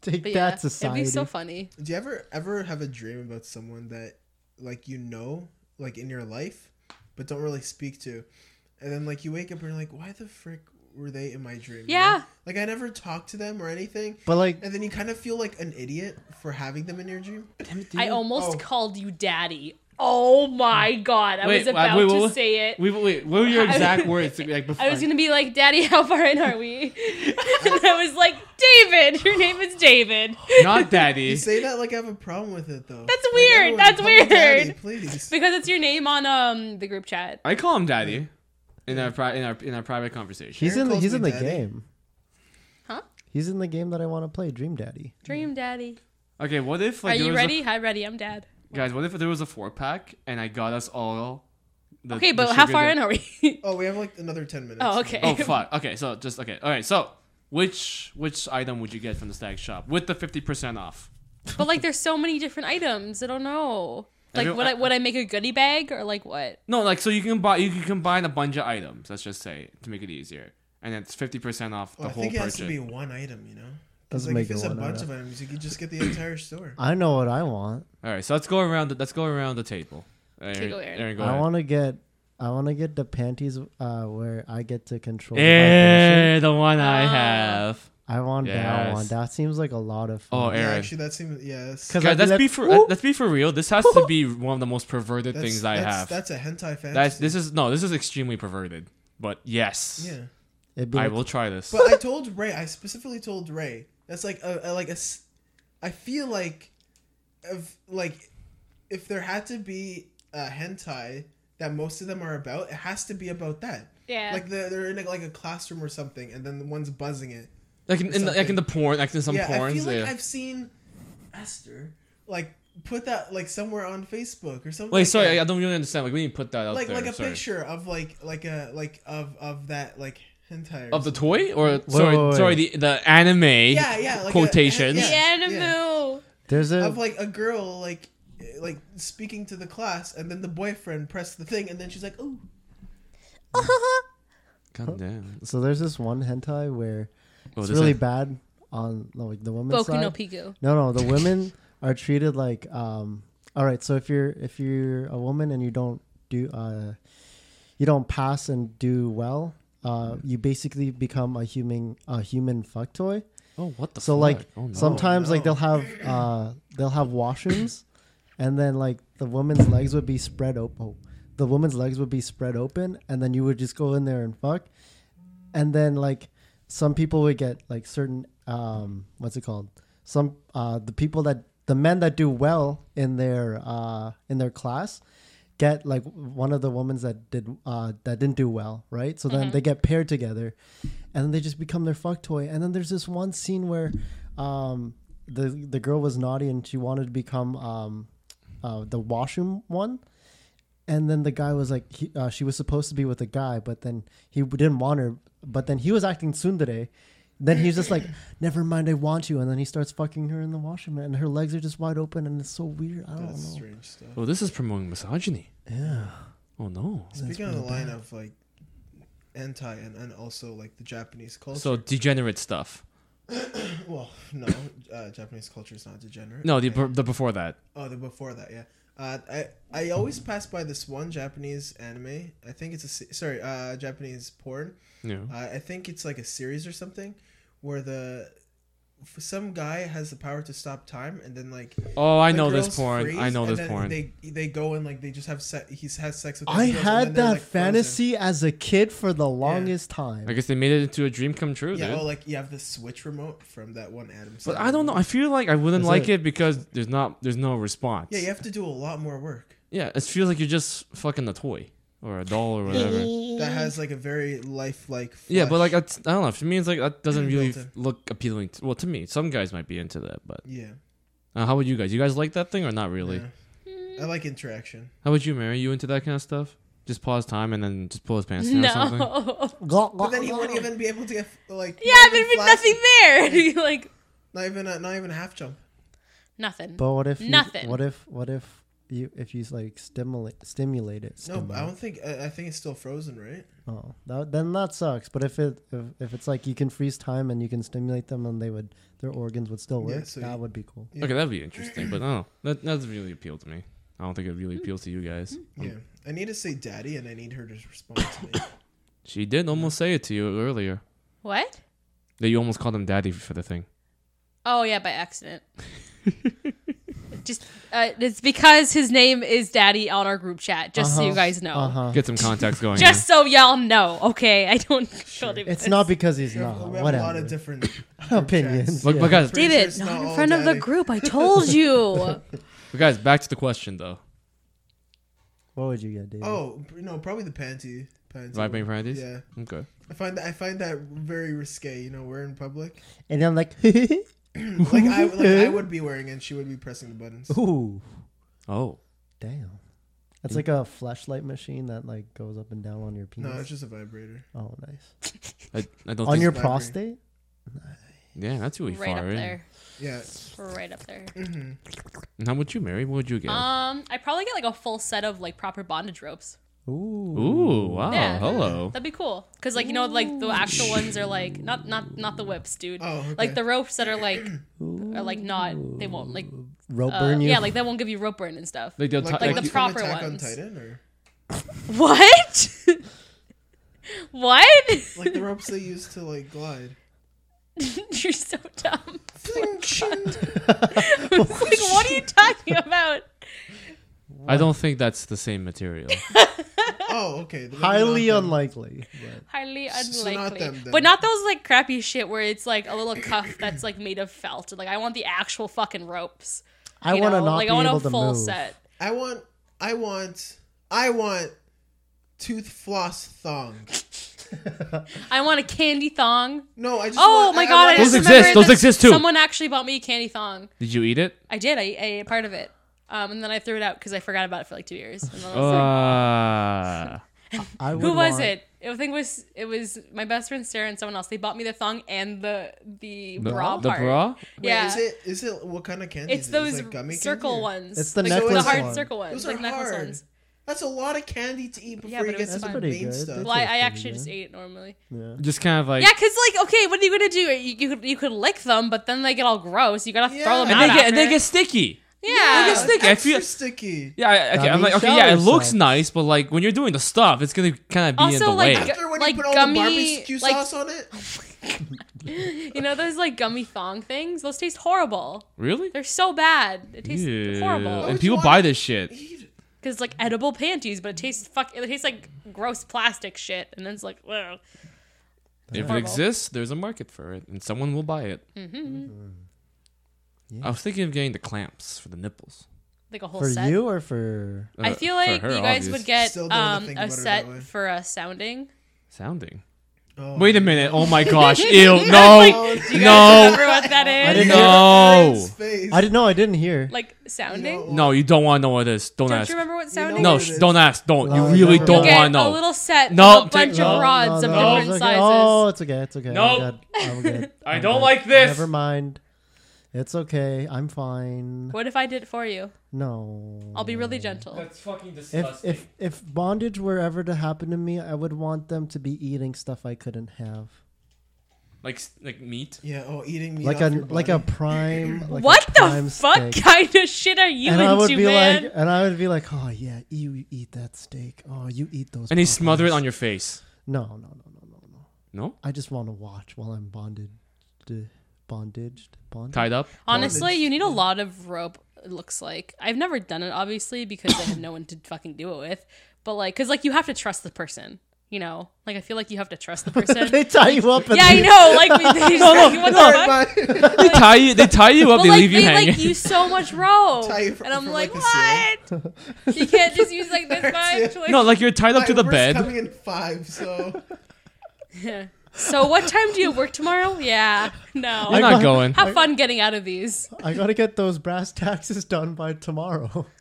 [SPEAKER 3] Take
[SPEAKER 2] But yeah,
[SPEAKER 3] that society.
[SPEAKER 2] it'd be so funny.
[SPEAKER 1] For, do you ever ever have a dream about someone that like you know like in your life, but don't really speak to, and then like you wake up and you're like, why the frick were they in my dream? you know?
[SPEAKER 2] Yeah.
[SPEAKER 1] Like I never talked to them or anything,
[SPEAKER 3] but like,
[SPEAKER 1] and then you kind of feel like an idiot for having them in your dream.
[SPEAKER 2] I almost
[SPEAKER 1] Oh.
[SPEAKER 2] called you daddy. Oh my god, I was
[SPEAKER 4] Wait,
[SPEAKER 2] about
[SPEAKER 4] wait,
[SPEAKER 2] to
[SPEAKER 4] wait,
[SPEAKER 2] say it.
[SPEAKER 4] Wait, wait, wait, what were
[SPEAKER 2] *laughs*
[SPEAKER 4] your exact words? Like before,
[SPEAKER 2] I was gonna be like, Daddy, *laughs* how far in are we? *laughs* and I was like, David, your name is David.
[SPEAKER 4] not
[SPEAKER 1] You
[SPEAKER 2] *laughs*
[SPEAKER 4] daddy.
[SPEAKER 1] say that like I have a problem with it though.
[SPEAKER 2] That's
[SPEAKER 1] Like,
[SPEAKER 2] weird,
[SPEAKER 1] everyone,
[SPEAKER 2] that's
[SPEAKER 1] call me
[SPEAKER 2] weird.
[SPEAKER 1] Daddy, please.
[SPEAKER 2] Because it's your name on um the group chat.
[SPEAKER 4] I call him daddy in our pri- in our in our private conversation.
[SPEAKER 3] he's
[SPEAKER 1] Eric
[SPEAKER 3] in the,
[SPEAKER 1] calls
[SPEAKER 3] he's
[SPEAKER 1] me
[SPEAKER 3] in the
[SPEAKER 1] daddy.
[SPEAKER 3] game.
[SPEAKER 2] Huh?
[SPEAKER 3] He's in the game that I want to play, Dream Daddy.
[SPEAKER 2] Dream Daddy.
[SPEAKER 4] Okay, what if
[SPEAKER 2] Are
[SPEAKER 4] like there
[SPEAKER 2] you
[SPEAKER 4] was a-
[SPEAKER 2] ready? Hi, ready, I'm dad.
[SPEAKER 4] guys? What if there was a four pack and I got us all? The,
[SPEAKER 2] Okay,
[SPEAKER 4] the
[SPEAKER 2] but how
[SPEAKER 4] sugar
[SPEAKER 2] far
[SPEAKER 4] that-
[SPEAKER 2] in are we? *laughs*
[SPEAKER 1] Oh, we have like another ten minutes.
[SPEAKER 2] oh, okay.
[SPEAKER 4] Oh fuck. Okay, so just okay. All right, so which which item would you get from the stag shop with the fifty percent off?
[SPEAKER 2] But like there's so many different items. I don't know. Like
[SPEAKER 4] Everyone-
[SPEAKER 2] would I would I make a goodie bag or like what?
[SPEAKER 4] No, like so you can buy you can combine a bunch of items. Let's just say to make it easier, and it's fifty percent off the
[SPEAKER 1] Well, I
[SPEAKER 4] whole
[SPEAKER 1] think it has
[SPEAKER 4] purchase.
[SPEAKER 1] to be one item, you know. 'Cause,
[SPEAKER 3] Doesn't
[SPEAKER 1] like if
[SPEAKER 3] make it
[SPEAKER 1] it's a
[SPEAKER 3] one
[SPEAKER 1] bunch
[SPEAKER 3] item.
[SPEAKER 1] of items, you could just get the entire store.
[SPEAKER 3] I know what I want.
[SPEAKER 4] All right, so let's go around. The, let's go around the table. Aaron,
[SPEAKER 2] Take it, Aaron.
[SPEAKER 4] Aaron, go
[SPEAKER 3] I
[SPEAKER 4] ahead.
[SPEAKER 3] want to get, I want to get the panties uh, where I get to control. the vibration.
[SPEAKER 4] Eh, the one I
[SPEAKER 2] Ah.
[SPEAKER 4] have.
[SPEAKER 3] I want that
[SPEAKER 4] Yes.
[SPEAKER 3] one. That seems like a lot of
[SPEAKER 4] Oh,
[SPEAKER 3] fun.
[SPEAKER 1] Yeah,
[SPEAKER 4] Aaron.
[SPEAKER 1] actually, that seems yeah. That's,
[SPEAKER 3] 'Cause
[SPEAKER 4] Guys,
[SPEAKER 3] I'd be
[SPEAKER 4] let's be
[SPEAKER 3] like,
[SPEAKER 4] for
[SPEAKER 3] "Woo."
[SPEAKER 4] let's be for real. This has to
[SPEAKER 3] *laughs*
[SPEAKER 4] be one of the most perverted
[SPEAKER 1] that's-
[SPEAKER 4] things I
[SPEAKER 1] that's-
[SPEAKER 4] have.
[SPEAKER 1] That's a hentai fantasy.
[SPEAKER 4] That's this is no, this is extremely perverted. But yes, *laughs*
[SPEAKER 1] yeah.
[SPEAKER 3] It'd be
[SPEAKER 4] I
[SPEAKER 3] like-
[SPEAKER 4] will try this.
[SPEAKER 1] But I told Ray. I specifically told Ray. That's like a, a like a. s- I feel like, if like, if there had to be a hentai that most of them are about, it has to be about that.
[SPEAKER 2] Yeah.
[SPEAKER 1] Like the, they're in like a classroom or something, and then the one's buzzing it.
[SPEAKER 4] Like in, in the, like in the porn, like in some
[SPEAKER 1] yeah,
[SPEAKER 4] porns.
[SPEAKER 1] I feel like
[SPEAKER 4] yeah.
[SPEAKER 1] I've seen Esther like put that like somewhere on Facebook or something.
[SPEAKER 4] Wait,
[SPEAKER 1] like
[SPEAKER 4] sorry,
[SPEAKER 1] that.
[SPEAKER 4] I- I don't really understand. Like we didn't put that out
[SPEAKER 1] like
[SPEAKER 4] there.
[SPEAKER 1] like a
[SPEAKER 4] sorry.
[SPEAKER 1] picture of like like a like of of that like hentai or
[SPEAKER 4] of the
[SPEAKER 1] something.
[SPEAKER 4] toy or sorry,
[SPEAKER 3] wait, wait.
[SPEAKER 4] sorry, the the anime
[SPEAKER 1] yeah yeah like a-
[SPEAKER 4] quotations.
[SPEAKER 2] The
[SPEAKER 1] yeah,
[SPEAKER 2] animal.
[SPEAKER 1] yeah.
[SPEAKER 3] There's a
[SPEAKER 1] of like a girl like eh, like speaking to the class and then the boyfriend pressed the thing and then she's like oh
[SPEAKER 4] God damn.
[SPEAKER 3] so there's this one hentai where
[SPEAKER 4] Oh,
[SPEAKER 3] it's
[SPEAKER 4] this
[SPEAKER 3] really
[SPEAKER 4] is-
[SPEAKER 3] bad on like the women's
[SPEAKER 2] Boku
[SPEAKER 3] side.
[SPEAKER 2] no Piku.
[SPEAKER 3] No, no, the women are treated like um all right, so if you're if you're a woman and you don't do uh you don't pass and do well,
[SPEAKER 4] Mm.
[SPEAKER 3] uh, you basically become a human a human fuck toy.
[SPEAKER 4] Oh, what the
[SPEAKER 3] So like sometimes like
[SPEAKER 1] no.
[SPEAKER 3] they'll have uh, they'll have washrooms, *coughs* and then like the woman's legs would be spread open. Oh, the woman's legs would be spread open, and then you would just go in there and fuck, and then like some people would get like certain um what's it called some uh the people that the men that do well in their uh in their class get like one of the women's that did uh that didn't do well right so then they get paired together and then they just become their fuck toy and then there's this one scene where um the the girl was naughty and she wanted to become um uh the washroom one and then the guy was like he, uh, she was supposed to be with a guy but then he didn't want her but then he was acting tsundere then he's just
[SPEAKER 1] *laughs*
[SPEAKER 3] like never mind i want you and then he starts fucking her in the washroom and her legs are just wide open and it's so weird i don't
[SPEAKER 1] That's
[SPEAKER 3] know
[SPEAKER 1] strange stuff.
[SPEAKER 4] Oh, this is promoting misogyny.
[SPEAKER 3] yeah
[SPEAKER 4] Oh no.
[SPEAKER 1] Speaking on the line of like anti and, and also like the Japanese culture.
[SPEAKER 4] So degenerate stuff.
[SPEAKER 1] *laughs* well, no, uh, Japanese culture is not degenerate.
[SPEAKER 4] No, the
[SPEAKER 1] Yeah.
[SPEAKER 4] the before that.
[SPEAKER 1] Oh, the before that, yeah. Uh, I I always pass by this one Japanese anime. I think it's a se- sorry uh, Japanese porn.
[SPEAKER 4] Yeah.
[SPEAKER 1] Uh, I think it's like a series or something, where the f- some guy has the power to stop time, and then like
[SPEAKER 4] Oh, I
[SPEAKER 1] the
[SPEAKER 4] know this
[SPEAKER 1] girls
[SPEAKER 4] porn.
[SPEAKER 1] freeze,
[SPEAKER 4] I know
[SPEAKER 1] and
[SPEAKER 4] this
[SPEAKER 1] then
[SPEAKER 4] porn.
[SPEAKER 1] They they go and like they just have se- he has sex with.
[SPEAKER 3] I
[SPEAKER 1] these girls,
[SPEAKER 3] had
[SPEAKER 1] and then they're,
[SPEAKER 3] that
[SPEAKER 1] like, frozen.
[SPEAKER 3] fantasy as a kid for the longest time.
[SPEAKER 4] I guess they made it into a dream come true,
[SPEAKER 1] Yeah,
[SPEAKER 4] dude.
[SPEAKER 1] oh, like you have the Switch remote from that one Adam.
[SPEAKER 4] but
[SPEAKER 1] Sandler
[SPEAKER 4] I don't know. I feel like I wouldn't
[SPEAKER 3] Is
[SPEAKER 4] like
[SPEAKER 3] it-
[SPEAKER 4] it because there's not there's no response.
[SPEAKER 1] Yeah, you have to do a lot more work.
[SPEAKER 4] Yeah, it feels like you're just fucking a toy or a doll or whatever.
[SPEAKER 1] *laughs* That has like a very lifelike.
[SPEAKER 4] yeah, but
[SPEAKER 1] flesh.
[SPEAKER 4] like it's, I don't know. To me, it's like that doesn't really
[SPEAKER 1] Built in.
[SPEAKER 4] look appealing. To, well, to me, some guys might be into that, but
[SPEAKER 1] yeah,
[SPEAKER 4] uh, how would you guys? You guys like that thing or not really?
[SPEAKER 1] yeah. I like interaction.
[SPEAKER 4] How would you marry? You into that kind of stuff? Just pause time and then just pull his pants down or something.
[SPEAKER 2] No.
[SPEAKER 1] But then he wouldn't even be able to get like.
[SPEAKER 2] *laughs* Hmm. Yeah,
[SPEAKER 1] not
[SPEAKER 2] there'd be
[SPEAKER 1] flash-
[SPEAKER 2] nothing there. *laughs* like
[SPEAKER 1] Not even a, not even a half jump.
[SPEAKER 2] nothing.
[SPEAKER 3] But what if you-
[SPEAKER 2] Nothing.
[SPEAKER 3] What if what if you if you like stimulate stimulate it?
[SPEAKER 1] No, but I
[SPEAKER 3] Stimulate.
[SPEAKER 1] don't think. I, I think it's still frozen, right?
[SPEAKER 3] Oh, that, then that sucks. But if it if, if it's like you can freeze time and you can stimulate them and they would their organs would still
[SPEAKER 1] Yeah,
[SPEAKER 3] work,
[SPEAKER 1] so
[SPEAKER 3] that
[SPEAKER 1] you-
[SPEAKER 3] would be cool.
[SPEAKER 1] Yeah.
[SPEAKER 4] Okay, that'd be interesting, but no, that that doesn't really appeal to me. I don't think it really appeals to you guys.
[SPEAKER 3] Oh.
[SPEAKER 1] Yeah. I need to say daddy, and I need her to respond to
[SPEAKER 3] *coughs*
[SPEAKER 1] me.
[SPEAKER 4] She did almost say it to you earlier
[SPEAKER 2] What?
[SPEAKER 4] that you almost called him daddy for the thing.
[SPEAKER 2] Oh yeah, by accident. *laughs* Just uh, it's because his name is Daddy on our group chat. Just
[SPEAKER 1] Uh-huh.
[SPEAKER 2] so you guys know.
[SPEAKER 3] Uh huh.
[SPEAKER 4] Get some context
[SPEAKER 2] *laughs*
[SPEAKER 4] going. here.
[SPEAKER 2] Just so y'all know, okay? I don't. Sure.
[SPEAKER 3] It's not because he's
[SPEAKER 1] We
[SPEAKER 3] not.
[SPEAKER 1] have, we have a lot
[SPEAKER 3] Whatever.
[SPEAKER 1] of different
[SPEAKER 3] *coughs* Opinions.
[SPEAKER 4] But, but
[SPEAKER 3] Yeah.
[SPEAKER 4] guys,
[SPEAKER 1] Pretty sure
[SPEAKER 2] David,
[SPEAKER 1] it's not
[SPEAKER 2] not in
[SPEAKER 1] all
[SPEAKER 2] front of
[SPEAKER 1] daddy.
[SPEAKER 2] the group.
[SPEAKER 1] *laughs*
[SPEAKER 2] I told you.
[SPEAKER 4] but guys, back to the question though.
[SPEAKER 3] What would you get, David?
[SPEAKER 1] Oh no, probably the panty. Panty.
[SPEAKER 4] Vibrating
[SPEAKER 1] one.
[SPEAKER 4] panties.
[SPEAKER 1] Yeah,
[SPEAKER 4] Okay.
[SPEAKER 1] I find that I find that very risque. You know, we're in public. *clears throat*
[SPEAKER 3] And I'm like, *laughs*
[SPEAKER 1] Like I like I would be wearing, and she would be pressing the buttons.
[SPEAKER 3] ooh,
[SPEAKER 4] Oh.
[SPEAKER 3] damn. It's like a flashlight machine that like goes up and down on your
[SPEAKER 1] No,
[SPEAKER 3] penis.
[SPEAKER 1] it's just a vibrator.
[SPEAKER 3] oh, nice.
[SPEAKER 4] I, I don't
[SPEAKER 3] On
[SPEAKER 4] think,
[SPEAKER 3] your
[SPEAKER 1] vibrating.
[SPEAKER 3] prostate?
[SPEAKER 4] yeah, that's really
[SPEAKER 2] right up
[SPEAKER 4] far in.
[SPEAKER 2] there.
[SPEAKER 1] Yeah,
[SPEAKER 2] Right up there.
[SPEAKER 4] And how would you marry? What would you get?
[SPEAKER 2] Um, I probably get like a full set of like proper bondage ropes.
[SPEAKER 3] Ooh.
[SPEAKER 4] Ooh, wow,
[SPEAKER 2] Yeah.
[SPEAKER 4] hello.
[SPEAKER 2] That'd be cool. Cause like you know like the actual ones are like not not not the whips, dude.
[SPEAKER 1] Oh, okay.
[SPEAKER 2] Like the ropes that are like are like not they won't like
[SPEAKER 3] Rope
[SPEAKER 2] uh,
[SPEAKER 3] burn you?
[SPEAKER 2] yeah like they won't give you rope burn and stuff.
[SPEAKER 4] Like, they'll
[SPEAKER 1] like,
[SPEAKER 4] ti-
[SPEAKER 2] the
[SPEAKER 4] like you-
[SPEAKER 2] proper
[SPEAKER 1] Attack on
[SPEAKER 2] ones.
[SPEAKER 1] Titan, or
[SPEAKER 2] What? what? *laughs*
[SPEAKER 1] like the ropes they use to like glide.
[SPEAKER 2] You're so dumb.
[SPEAKER 1] Fling-shing.
[SPEAKER 2] Like what are you talking about?
[SPEAKER 4] I don't think that's the
[SPEAKER 2] *laughs*
[SPEAKER 4] same material.
[SPEAKER 1] oh, okay. then
[SPEAKER 3] Highly
[SPEAKER 1] not them.
[SPEAKER 3] unlikely. but-
[SPEAKER 2] Highly
[SPEAKER 1] So
[SPEAKER 2] unlikely.
[SPEAKER 1] not them, then.
[SPEAKER 2] but not those like crappy shit where it's like a little cuff that's like made of felt. Like I want the actual fucking ropes.
[SPEAKER 3] I
[SPEAKER 2] you
[SPEAKER 3] want to
[SPEAKER 2] know?
[SPEAKER 3] not
[SPEAKER 2] like
[SPEAKER 3] be
[SPEAKER 2] I want
[SPEAKER 3] able
[SPEAKER 2] a
[SPEAKER 3] to
[SPEAKER 2] full
[SPEAKER 3] move.
[SPEAKER 2] set.
[SPEAKER 1] I want. I want. I want. Tooth floss thong.
[SPEAKER 2] I want a candy thong.
[SPEAKER 1] No, I just.
[SPEAKER 2] Oh
[SPEAKER 1] want-
[SPEAKER 2] my
[SPEAKER 1] I- I
[SPEAKER 2] god! I
[SPEAKER 1] want-
[SPEAKER 4] Those
[SPEAKER 2] just
[SPEAKER 4] exist.
[SPEAKER 2] remembered
[SPEAKER 4] Those
[SPEAKER 2] that
[SPEAKER 4] exist too.
[SPEAKER 2] Someone actually bought me a candy thong.
[SPEAKER 4] Did you eat it?
[SPEAKER 2] I did. I, I ate part of it, um, and then I threw it out because I forgot about it for like two years. And then I
[SPEAKER 3] Oh,
[SPEAKER 2] was like,
[SPEAKER 4] Uh,
[SPEAKER 3] I would
[SPEAKER 2] Who was
[SPEAKER 3] want-
[SPEAKER 2] it? I think it was it was my best friend Sarah and someone else. They bought me the thong and the the bra
[SPEAKER 4] the
[SPEAKER 2] part.
[SPEAKER 4] bra?
[SPEAKER 1] Wait,
[SPEAKER 2] yeah,
[SPEAKER 1] Is it? Is it what kind of candy?
[SPEAKER 2] it's
[SPEAKER 1] is it?
[SPEAKER 2] those
[SPEAKER 1] like gummy
[SPEAKER 2] circle
[SPEAKER 1] candy or-
[SPEAKER 2] ones.
[SPEAKER 3] It's the
[SPEAKER 2] like,
[SPEAKER 3] necklace
[SPEAKER 2] the hard
[SPEAKER 3] one.
[SPEAKER 2] circle ones,
[SPEAKER 1] Those
[SPEAKER 2] like
[SPEAKER 1] are
[SPEAKER 2] necklace
[SPEAKER 1] hard.
[SPEAKER 2] ones.
[SPEAKER 1] That's a lot of candy to eat before
[SPEAKER 2] but
[SPEAKER 1] you
[SPEAKER 2] it
[SPEAKER 1] get
[SPEAKER 2] was
[SPEAKER 1] to the
[SPEAKER 2] fun.
[SPEAKER 3] Pretty
[SPEAKER 1] main
[SPEAKER 3] good.
[SPEAKER 1] stuff.
[SPEAKER 3] That's
[SPEAKER 2] Well, I, I
[SPEAKER 3] pretty
[SPEAKER 2] actually
[SPEAKER 3] good.
[SPEAKER 2] just ate normally.
[SPEAKER 3] Yeah.
[SPEAKER 4] Just kind of like.
[SPEAKER 2] Yeah, because like, okay, what are you gonna do? You, you could you could lick them, but then they get all gross. You gotta throw
[SPEAKER 1] Yeah.
[SPEAKER 2] them
[SPEAKER 4] and
[SPEAKER 2] out.
[SPEAKER 4] they get and they
[SPEAKER 2] after.
[SPEAKER 4] get sticky.
[SPEAKER 2] yeah.
[SPEAKER 4] They get sticky. I
[SPEAKER 1] Extra
[SPEAKER 4] feel.
[SPEAKER 1] sticky.
[SPEAKER 4] Yeah, I- okay.
[SPEAKER 3] That
[SPEAKER 4] I'm like,
[SPEAKER 3] means
[SPEAKER 4] okay, yeah, it
[SPEAKER 3] shower
[SPEAKER 4] looks
[SPEAKER 3] sex.
[SPEAKER 4] nice, but like when you're doing the stuff, it's gonna kind of be in
[SPEAKER 2] Also,
[SPEAKER 4] the
[SPEAKER 2] like,
[SPEAKER 4] way.
[SPEAKER 2] gu-
[SPEAKER 1] After when
[SPEAKER 2] like
[SPEAKER 1] put all
[SPEAKER 2] gummy,
[SPEAKER 1] the barbecue
[SPEAKER 2] like-
[SPEAKER 1] sauce on it?
[SPEAKER 2] You know those like gummy thong things? Those taste horrible.
[SPEAKER 4] Really?
[SPEAKER 2] They're so bad. It tastes
[SPEAKER 4] Yeah.
[SPEAKER 2] horrible
[SPEAKER 4] And
[SPEAKER 1] would
[SPEAKER 4] people
[SPEAKER 1] you
[SPEAKER 4] buy
[SPEAKER 1] want-
[SPEAKER 4] this shit.
[SPEAKER 1] Eat it.
[SPEAKER 2] because like edible panties, but it tastes fuck. It tastes like gross plastic shit, and then it's like, wow.
[SPEAKER 4] If it
[SPEAKER 2] horrible. Mm-hmm.
[SPEAKER 4] exists, there's a market for it, and someone will buy it. I was thinking of getting the clamps for the nipples.
[SPEAKER 2] like a whole
[SPEAKER 3] For
[SPEAKER 2] set.
[SPEAKER 3] you or for
[SPEAKER 2] I
[SPEAKER 4] Uh,
[SPEAKER 2] feel
[SPEAKER 4] for
[SPEAKER 2] like
[SPEAKER 4] her,
[SPEAKER 2] you guys
[SPEAKER 4] obvious.
[SPEAKER 2] would get
[SPEAKER 1] Still don't
[SPEAKER 2] um,
[SPEAKER 1] think
[SPEAKER 2] a
[SPEAKER 1] about it that way.
[SPEAKER 2] set for a sounding.
[SPEAKER 4] sounding.
[SPEAKER 1] Oh.
[SPEAKER 4] Wait a minute! Oh
[SPEAKER 2] *laughs*
[SPEAKER 4] my gosh! *laughs* Ew! No!
[SPEAKER 2] Do you guys
[SPEAKER 4] no!
[SPEAKER 2] remember what that is?
[SPEAKER 3] I didn't know.
[SPEAKER 4] No!
[SPEAKER 1] Brian's face.
[SPEAKER 3] I didn't know. I didn't hear.
[SPEAKER 2] Like sounding.
[SPEAKER 1] No.
[SPEAKER 4] No! You don't want to know what it is. Don't
[SPEAKER 2] Don't
[SPEAKER 4] ask.
[SPEAKER 2] you remember what sounding?
[SPEAKER 1] know
[SPEAKER 4] No!
[SPEAKER 1] what
[SPEAKER 4] Sh-
[SPEAKER 1] it is.
[SPEAKER 4] don't ask. Don't.
[SPEAKER 3] No,
[SPEAKER 4] you
[SPEAKER 3] I
[SPEAKER 4] really
[SPEAKER 3] never-
[SPEAKER 2] You
[SPEAKER 4] don't
[SPEAKER 2] get
[SPEAKER 4] want to know.
[SPEAKER 2] a little set
[SPEAKER 4] No,
[SPEAKER 2] with a
[SPEAKER 4] take-
[SPEAKER 2] bunch
[SPEAKER 4] no,
[SPEAKER 2] of rods
[SPEAKER 4] no,
[SPEAKER 2] of
[SPEAKER 4] no.
[SPEAKER 2] different
[SPEAKER 3] it's okay. Oh,
[SPEAKER 2] sizes.
[SPEAKER 3] it's okay. It's okay. I'm
[SPEAKER 4] Nope.
[SPEAKER 3] good, I'm
[SPEAKER 4] *laughs*
[SPEAKER 3] good,
[SPEAKER 4] I
[SPEAKER 3] I'm
[SPEAKER 4] don't
[SPEAKER 3] good.
[SPEAKER 4] like this.
[SPEAKER 3] Never mind. It's okay. I'm fine.
[SPEAKER 2] What if I did it for you?
[SPEAKER 3] No.
[SPEAKER 2] I'll be really gentle.
[SPEAKER 4] That's fucking
[SPEAKER 3] If
[SPEAKER 4] disgusting.
[SPEAKER 3] if if bondage were ever to happen to me, I would want them to be eating stuff I couldn't have,
[SPEAKER 4] like s- like meat.
[SPEAKER 1] Yeah. Oh, eating meat.
[SPEAKER 3] like
[SPEAKER 1] off
[SPEAKER 3] a
[SPEAKER 1] your
[SPEAKER 3] like a
[SPEAKER 1] body.
[SPEAKER 4] *clears throat*
[SPEAKER 3] prime. Like
[SPEAKER 2] what
[SPEAKER 3] a prime
[SPEAKER 2] the fuck *laughs*
[SPEAKER 3] steak.
[SPEAKER 2] kind of shit are you
[SPEAKER 3] And
[SPEAKER 2] into,
[SPEAKER 3] I would be
[SPEAKER 2] man?
[SPEAKER 3] like, and I would be like, oh yeah, you eat that steak. Oh, you eat those.
[SPEAKER 4] And you
[SPEAKER 3] Popeyes."
[SPEAKER 4] smother it on your face.
[SPEAKER 3] No, no, no, no, no, no.
[SPEAKER 4] No?
[SPEAKER 3] I just want to watch while I'm bonded, bondaged, bonded.
[SPEAKER 4] Tied up.
[SPEAKER 2] Honestly,
[SPEAKER 1] Bondage.
[SPEAKER 2] you need a lot of rope. It looks like I've never done it, obviously, because I have no one to fucking do it with. But like, because like you have to trust the person, you know. Like I feel like you have to trust the *laughs* person.
[SPEAKER 3] they tie you up. and
[SPEAKER 2] yeah, I
[SPEAKER 3] they-
[SPEAKER 2] know. Like, we- they just, like, what
[SPEAKER 3] *laughs*
[SPEAKER 2] the *laughs*
[SPEAKER 1] *laughs*
[SPEAKER 2] fuck?
[SPEAKER 4] They tie you. They tie you up.
[SPEAKER 2] But
[SPEAKER 4] they
[SPEAKER 2] like,
[SPEAKER 4] leave you
[SPEAKER 2] they
[SPEAKER 4] hanging. *laughs*
[SPEAKER 2] like use so much rope,
[SPEAKER 1] Tie you fr-
[SPEAKER 2] and I'm
[SPEAKER 1] from,
[SPEAKER 2] like,
[SPEAKER 1] like, the
[SPEAKER 2] what? you can't just use like this
[SPEAKER 1] That's
[SPEAKER 2] much. Like,
[SPEAKER 4] no, like you're tied up to the
[SPEAKER 1] We're
[SPEAKER 4] bed.
[SPEAKER 1] Coming in five. So
[SPEAKER 2] so what time do you work tomorrow? Yeah, no.
[SPEAKER 4] *laughs* I'm not going.
[SPEAKER 2] Have fun getting out of these.
[SPEAKER 3] I gotta get those brass taxes done by tomorrow. *laughs*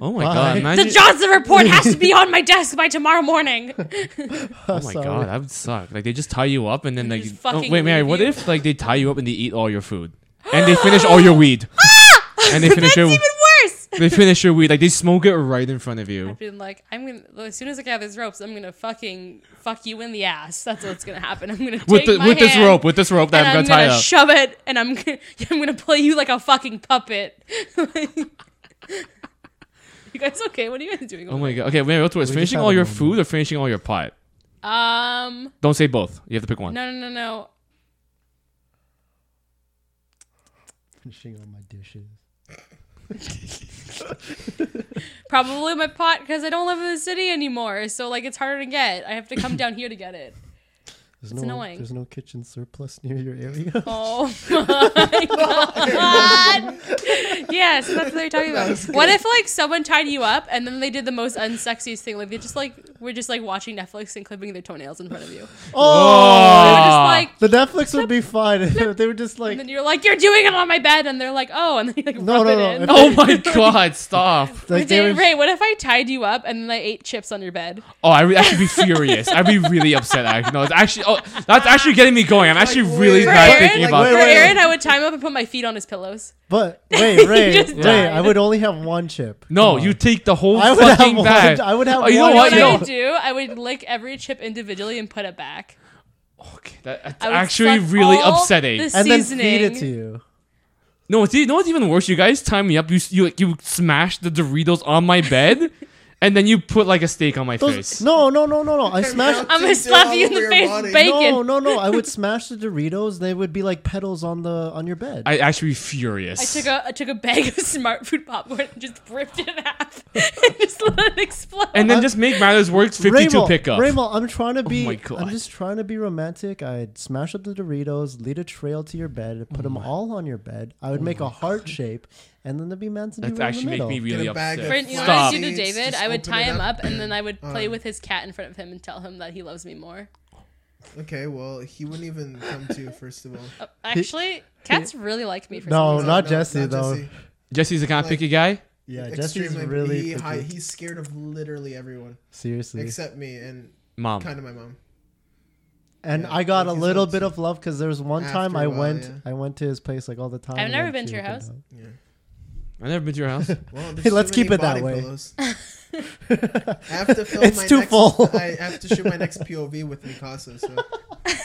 [SPEAKER 4] Oh my
[SPEAKER 3] Bye.
[SPEAKER 4] god!
[SPEAKER 2] The
[SPEAKER 4] Imagine.
[SPEAKER 2] Johnson report has to be on my desk by tomorrow morning.
[SPEAKER 4] oh my god, that would suck. Like they just tie you up and then like.
[SPEAKER 2] just
[SPEAKER 4] you- Oh,
[SPEAKER 2] fucking
[SPEAKER 4] wait, Mary.
[SPEAKER 2] leave
[SPEAKER 4] What
[SPEAKER 2] you.
[SPEAKER 4] if like they tie you up and they eat all
[SPEAKER 2] *gasps*
[SPEAKER 4] your food and they finish all
[SPEAKER 2] *laughs*
[SPEAKER 4] your weed and they
[SPEAKER 2] *laughs* Ah! That's
[SPEAKER 4] finish your
[SPEAKER 2] even worse.
[SPEAKER 4] they finish your weed like they smoke it right in front of you.
[SPEAKER 2] I've been like, I'm gonna well, as soon as I get out of these ropes, I'm gonna fucking fuck you in the ass. That's what's gonna happen. I'm gonna take
[SPEAKER 4] With the,
[SPEAKER 2] my
[SPEAKER 4] with this
[SPEAKER 2] hand
[SPEAKER 4] rope, with this rope that
[SPEAKER 2] and
[SPEAKER 4] I'm
[SPEAKER 2] I'm
[SPEAKER 4] gonna tie
[SPEAKER 2] gonna
[SPEAKER 4] up.
[SPEAKER 2] shove it, and I'm gonna, *laughs* I'm gonna play you like a fucking puppet. *laughs* you guys okay? What are you guys doing?
[SPEAKER 4] Oh my god. Okay, Mary. What's worse, finishing
[SPEAKER 3] had
[SPEAKER 4] all
[SPEAKER 3] a
[SPEAKER 4] your
[SPEAKER 3] moment.
[SPEAKER 4] food or finishing all your pot?
[SPEAKER 2] Um,
[SPEAKER 4] Don't say both. You have to pick one.
[SPEAKER 2] no, no, no, no.
[SPEAKER 3] Finishing all my dishes.
[SPEAKER 2] Probably my pot because I don't live in the city anymore. So like, it's harder to get. I have to come down here to get it.
[SPEAKER 3] There's
[SPEAKER 2] It's
[SPEAKER 3] no,
[SPEAKER 2] annoying.
[SPEAKER 3] There's no kitchen surplus near your area. *laughs*
[SPEAKER 4] *laughs*
[SPEAKER 2] Oh my god! yes, that's what they're talking about. What if like someone tied you up and then they did the most unsexiest thing? Like they just like we're just like watching Netflix and clipping their toenails in front of you.
[SPEAKER 3] Oh,
[SPEAKER 2] They're
[SPEAKER 4] Ah.
[SPEAKER 2] just like,
[SPEAKER 3] the Netflix would be fine if *laughs* they were just like,
[SPEAKER 2] and then you're like, you're doing it on my bed, and they're like, oh, and then you like
[SPEAKER 3] No,
[SPEAKER 2] rub
[SPEAKER 3] no,
[SPEAKER 2] it
[SPEAKER 3] no,
[SPEAKER 2] in.
[SPEAKER 3] if-
[SPEAKER 4] *laughs* Oh my god! Stop.
[SPEAKER 3] like they
[SPEAKER 2] Dave
[SPEAKER 3] were-
[SPEAKER 2] Ray, what if I tied you up and then I ate chips on your bed?
[SPEAKER 4] Oh, I, re- I should be furious. I'd be really upset. Actually, no, it's actually. Oh, that's actually getting me going. I'm actually
[SPEAKER 1] Like, wait,
[SPEAKER 4] really
[SPEAKER 2] For
[SPEAKER 4] not
[SPEAKER 1] like,
[SPEAKER 2] Aaron,
[SPEAKER 4] thinking about.
[SPEAKER 2] for
[SPEAKER 3] wait, wait.
[SPEAKER 2] Aaron, I would tie him up and put my feet on his pillows. *laughs*
[SPEAKER 3] But wait, Ray,
[SPEAKER 2] just
[SPEAKER 3] Ray,
[SPEAKER 2] died.
[SPEAKER 3] I would only have one chip.
[SPEAKER 4] No,
[SPEAKER 3] Come on.
[SPEAKER 4] you take the whole
[SPEAKER 3] I would have
[SPEAKER 4] fucking
[SPEAKER 3] one-
[SPEAKER 4] bag.
[SPEAKER 3] I would have
[SPEAKER 4] Oh, you know
[SPEAKER 3] one
[SPEAKER 4] what?
[SPEAKER 2] What
[SPEAKER 4] No.
[SPEAKER 2] I would do, I would lick every chip individually and put it back.
[SPEAKER 4] Okay, that- that's
[SPEAKER 2] I would
[SPEAKER 4] actually
[SPEAKER 2] suck
[SPEAKER 4] really
[SPEAKER 2] all
[SPEAKER 4] upsetting.
[SPEAKER 2] the
[SPEAKER 3] and then feed
[SPEAKER 2] seasoning.
[SPEAKER 3] it to you.
[SPEAKER 4] No, it's, you know what's even worse? You guys tie me up. You s- you like, you smash the Doritos on
[SPEAKER 2] *laughs*
[SPEAKER 4] my bed, and then you put like a steak on my face.
[SPEAKER 3] Those, no, no, no, no, no. *laughs* I smashed.
[SPEAKER 2] I'm gonna
[SPEAKER 1] Dude, all
[SPEAKER 2] slap you in
[SPEAKER 1] over
[SPEAKER 2] the
[SPEAKER 1] your
[SPEAKER 2] face,
[SPEAKER 1] body.
[SPEAKER 2] with bacon.
[SPEAKER 3] No, no, no. I would smash the Doritos. They would be like petals on the on your bed.
[SPEAKER 4] I actually
[SPEAKER 2] I
[SPEAKER 4] be furious.
[SPEAKER 2] took a I took a bag of *laughs* smart food popcorn and just ripped it in half *laughs* and just let it explode.
[SPEAKER 4] and then just make matters worse. Fifty-two
[SPEAKER 3] Raymond,
[SPEAKER 4] pickup. Oh
[SPEAKER 3] Raymond, I'm trying to
[SPEAKER 4] my
[SPEAKER 3] be.
[SPEAKER 4] God.
[SPEAKER 3] I'm just trying to be romantic. I'd smash up the Doritos, lead a trail to your bed,
[SPEAKER 4] Oh
[SPEAKER 3] put them all on your bed. I would make a heart shape, and then there'd be Manson.
[SPEAKER 4] That's actually make me really
[SPEAKER 1] Get a bag
[SPEAKER 4] upset.
[SPEAKER 1] of-
[SPEAKER 2] Friend, you know what
[SPEAKER 4] Stop.
[SPEAKER 2] I'd do to David?
[SPEAKER 1] Just
[SPEAKER 2] I would
[SPEAKER 1] open
[SPEAKER 2] tie
[SPEAKER 1] it
[SPEAKER 2] him
[SPEAKER 1] up.
[SPEAKER 2] up and then I would play
[SPEAKER 1] Um,
[SPEAKER 2] with his cat in front of him and tell him that he loves me more.
[SPEAKER 1] okay, well, he wouldn't even come to. First
[SPEAKER 3] *laughs*
[SPEAKER 1] of all,
[SPEAKER 2] Uh, actually, cats really like me for some
[SPEAKER 3] No,
[SPEAKER 2] reason.
[SPEAKER 3] Oh, not Jesse though.
[SPEAKER 1] Jesse.
[SPEAKER 4] Jesse's the kind of
[SPEAKER 1] Like-
[SPEAKER 4] picky guy.
[SPEAKER 3] Yeah, Jesse's
[SPEAKER 1] Extremely,
[SPEAKER 3] really
[SPEAKER 1] he, hi-
[SPEAKER 3] picky.
[SPEAKER 1] he's scared of literally everyone
[SPEAKER 3] seriously.
[SPEAKER 1] except me and
[SPEAKER 3] Um.
[SPEAKER 4] Mom.
[SPEAKER 1] kind of my mom.
[SPEAKER 3] and
[SPEAKER 1] Yeah,
[SPEAKER 3] I got a
[SPEAKER 1] like he's
[SPEAKER 3] little
[SPEAKER 1] upset.
[SPEAKER 3] bit of love because there was one
[SPEAKER 1] After
[SPEAKER 3] time
[SPEAKER 1] a
[SPEAKER 3] I
[SPEAKER 1] while,
[SPEAKER 3] went
[SPEAKER 1] yeah.
[SPEAKER 3] I went to his place like all the time.
[SPEAKER 2] I've
[SPEAKER 3] and
[SPEAKER 2] never
[SPEAKER 3] she
[SPEAKER 2] been to your
[SPEAKER 3] opened
[SPEAKER 2] house.
[SPEAKER 3] up.
[SPEAKER 4] I've never been to
[SPEAKER 1] *laughs*
[SPEAKER 4] your house.
[SPEAKER 3] *laughs*
[SPEAKER 1] Well, there's
[SPEAKER 3] Hey, let's
[SPEAKER 1] too many
[SPEAKER 3] keep it that
[SPEAKER 1] body
[SPEAKER 3] way. *laughs*
[SPEAKER 1] pillows. I have to film
[SPEAKER 3] It's
[SPEAKER 1] my
[SPEAKER 3] too
[SPEAKER 1] next,
[SPEAKER 3] full.
[SPEAKER 1] I have to shoot my next POV with Mikasa. So,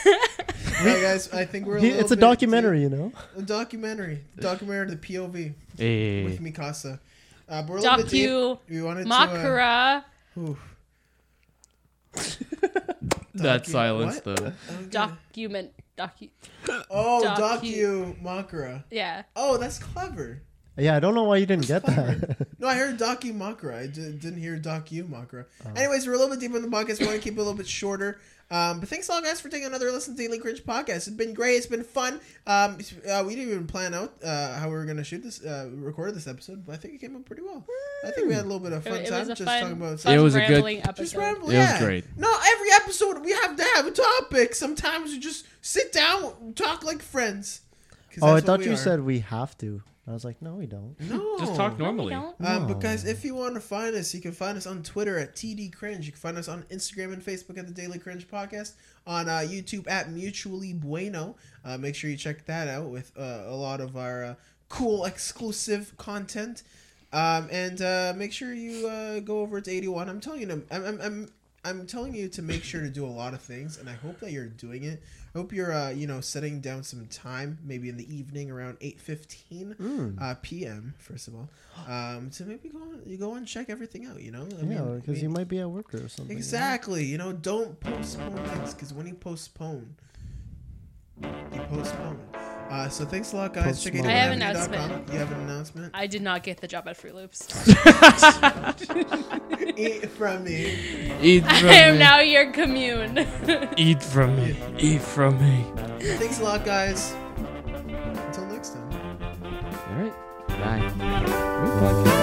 [SPEAKER 1] Alright, guys, I think we're. A
[SPEAKER 3] He-
[SPEAKER 1] little
[SPEAKER 3] it's a
[SPEAKER 1] bit-
[SPEAKER 3] documentary,
[SPEAKER 1] *laughs*
[SPEAKER 3] you know.
[SPEAKER 1] A documentary, documentary of the POV
[SPEAKER 4] hey.
[SPEAKER 1] with Mikasa. Uh, but we're a little bit deep.
[SPEAKER 2] Docu
[SPEAKER 1] We wanted to. Uh,
[SPEAKER 2] Makara.
[SPEAKER 1] oof.
[SPEAKER 4] that
[SPEAKER 1] Docu-
[SPEAKER 4] silence,
[SPEAKER 1] what?
[SPEAKER 4] though.
[SPEAKER 1] Okay.
[SPEAKER 2] Document. Docu.
[SPEAKER 1] oh,
[SPEAKER 2] docu-
[SPEAKER 1] docu Makara.
[SPEAKER 2] Yeah.
[SPEAKER 1] Oh, that's clever.
[SPEAKER 3] Yeah, I don't know why you didn't get that.
[SPEAKER 1] No, I heard Docu Makara. I d- didn't hear Docu Makara. Anyways, we're a little bit deeper in the podcast. We want to keep it a little bit shorter. Um, but thanks a lot, guys, for taking another listen to Daily Cringe Podcast. It's been great. It's been fun. Um, it's- uh, we didn't even plan out uh, how we were going to shoot this, uh, record this episode, but I think it came out pretty well. I think we had a little bit of fun
[SPEAKER 2] It
[SPEAKER 1] time
[SPEAKER 2] was a
[SPEAKER 1] just
[SPEAKER 2] fun,
[SPEAKER 1] talking about
[SPEAKER 2] fun
[SPEAKER 4] It was a good-
[SPEAKER 2] rambling episode.
[SPEAKER 1] just ramble.
[SPEAKER 4] It was
[SPEAKER 1] yeah.
[SPEAKER 4] great.
[SPEAKER 1] No, every episode we have to have a topic. Sometimes we just sit down, talk like friends. 'Cause
[SPEAKER 3] *laughs* oh, I
[SPEAKER 1] that's what
[SPEAKER 3] thought
[SPEAKER 1] we
[SPEAKER 3] you
[SPEAKER 1] are.
[SPEAKER 3] said we have to. I was like, no, we don't.
[SPEAKER 1] no.
[SPEAKER 4] Just talk normally.
[SPEAKER 2] Oh. Don't.
[SPEAKER 1] Um,
[SPEAKER 3] No.
[SPEAKER 1] But guys, if you want to find us, you can find us on Twitter at TD Cringe. You can find us on Instagram and Facebook at the Daily Cringe Podcast. On uh, YouTube at Mutually Bueno. Uh, make sure you check that out with uh, a lot of our uh, cool exclusive content. Um, and uh, make sure you uh, go over to 81. I'm telling you, to- I'm, I'm, I'm, I'm telling you to make sure to do a lot of things, and I hope that you're doing it. I hope you're, uh, you know, setting down some time, maybe in the evening around 8.15
[SPEAKER 3] Mm.
[SPEAKER 1] uh, p.m., first of all, um, to maybe go, on, you go and check everything out, you know? I
[SPEAKER 3] Yeah,
[SPEAKER 1] mean,
[SPEAKER 3] because you might be at work or something.
[SPEAKER 1] Exactly. You know, don't postpone things because when you postpone, you postpone. Uh, so thanks a lot, guys. Check it out.
[SPEAKER 3] Postpone.
[SPEAKER 2] I have an
[SPEAKER 1] Avenue.com.
[SPEAKER 2] announcement.
[SPEAKER 1] You have an announcement?
[SPEAKER 2] *laughs* I did not get the job at Fruit Loops.
[SPEAKER 1] Eat from me.
[SPEAKER 2] *laughs*
[SPEAKER 4] Eat
[SPEAKER 2] *laughs* I
[SPEAKER 4] from
[SPEAKER 2] am
[SPEAKER 4] me.
[SPEAKER 2] now your commune.
[SPEAKER 4] Eat from me. Eat from me.
[SPEAKER 1] Thanks a lot, guys. Until next time.
[SPEAKER 4] All right. Bye. Great podcast.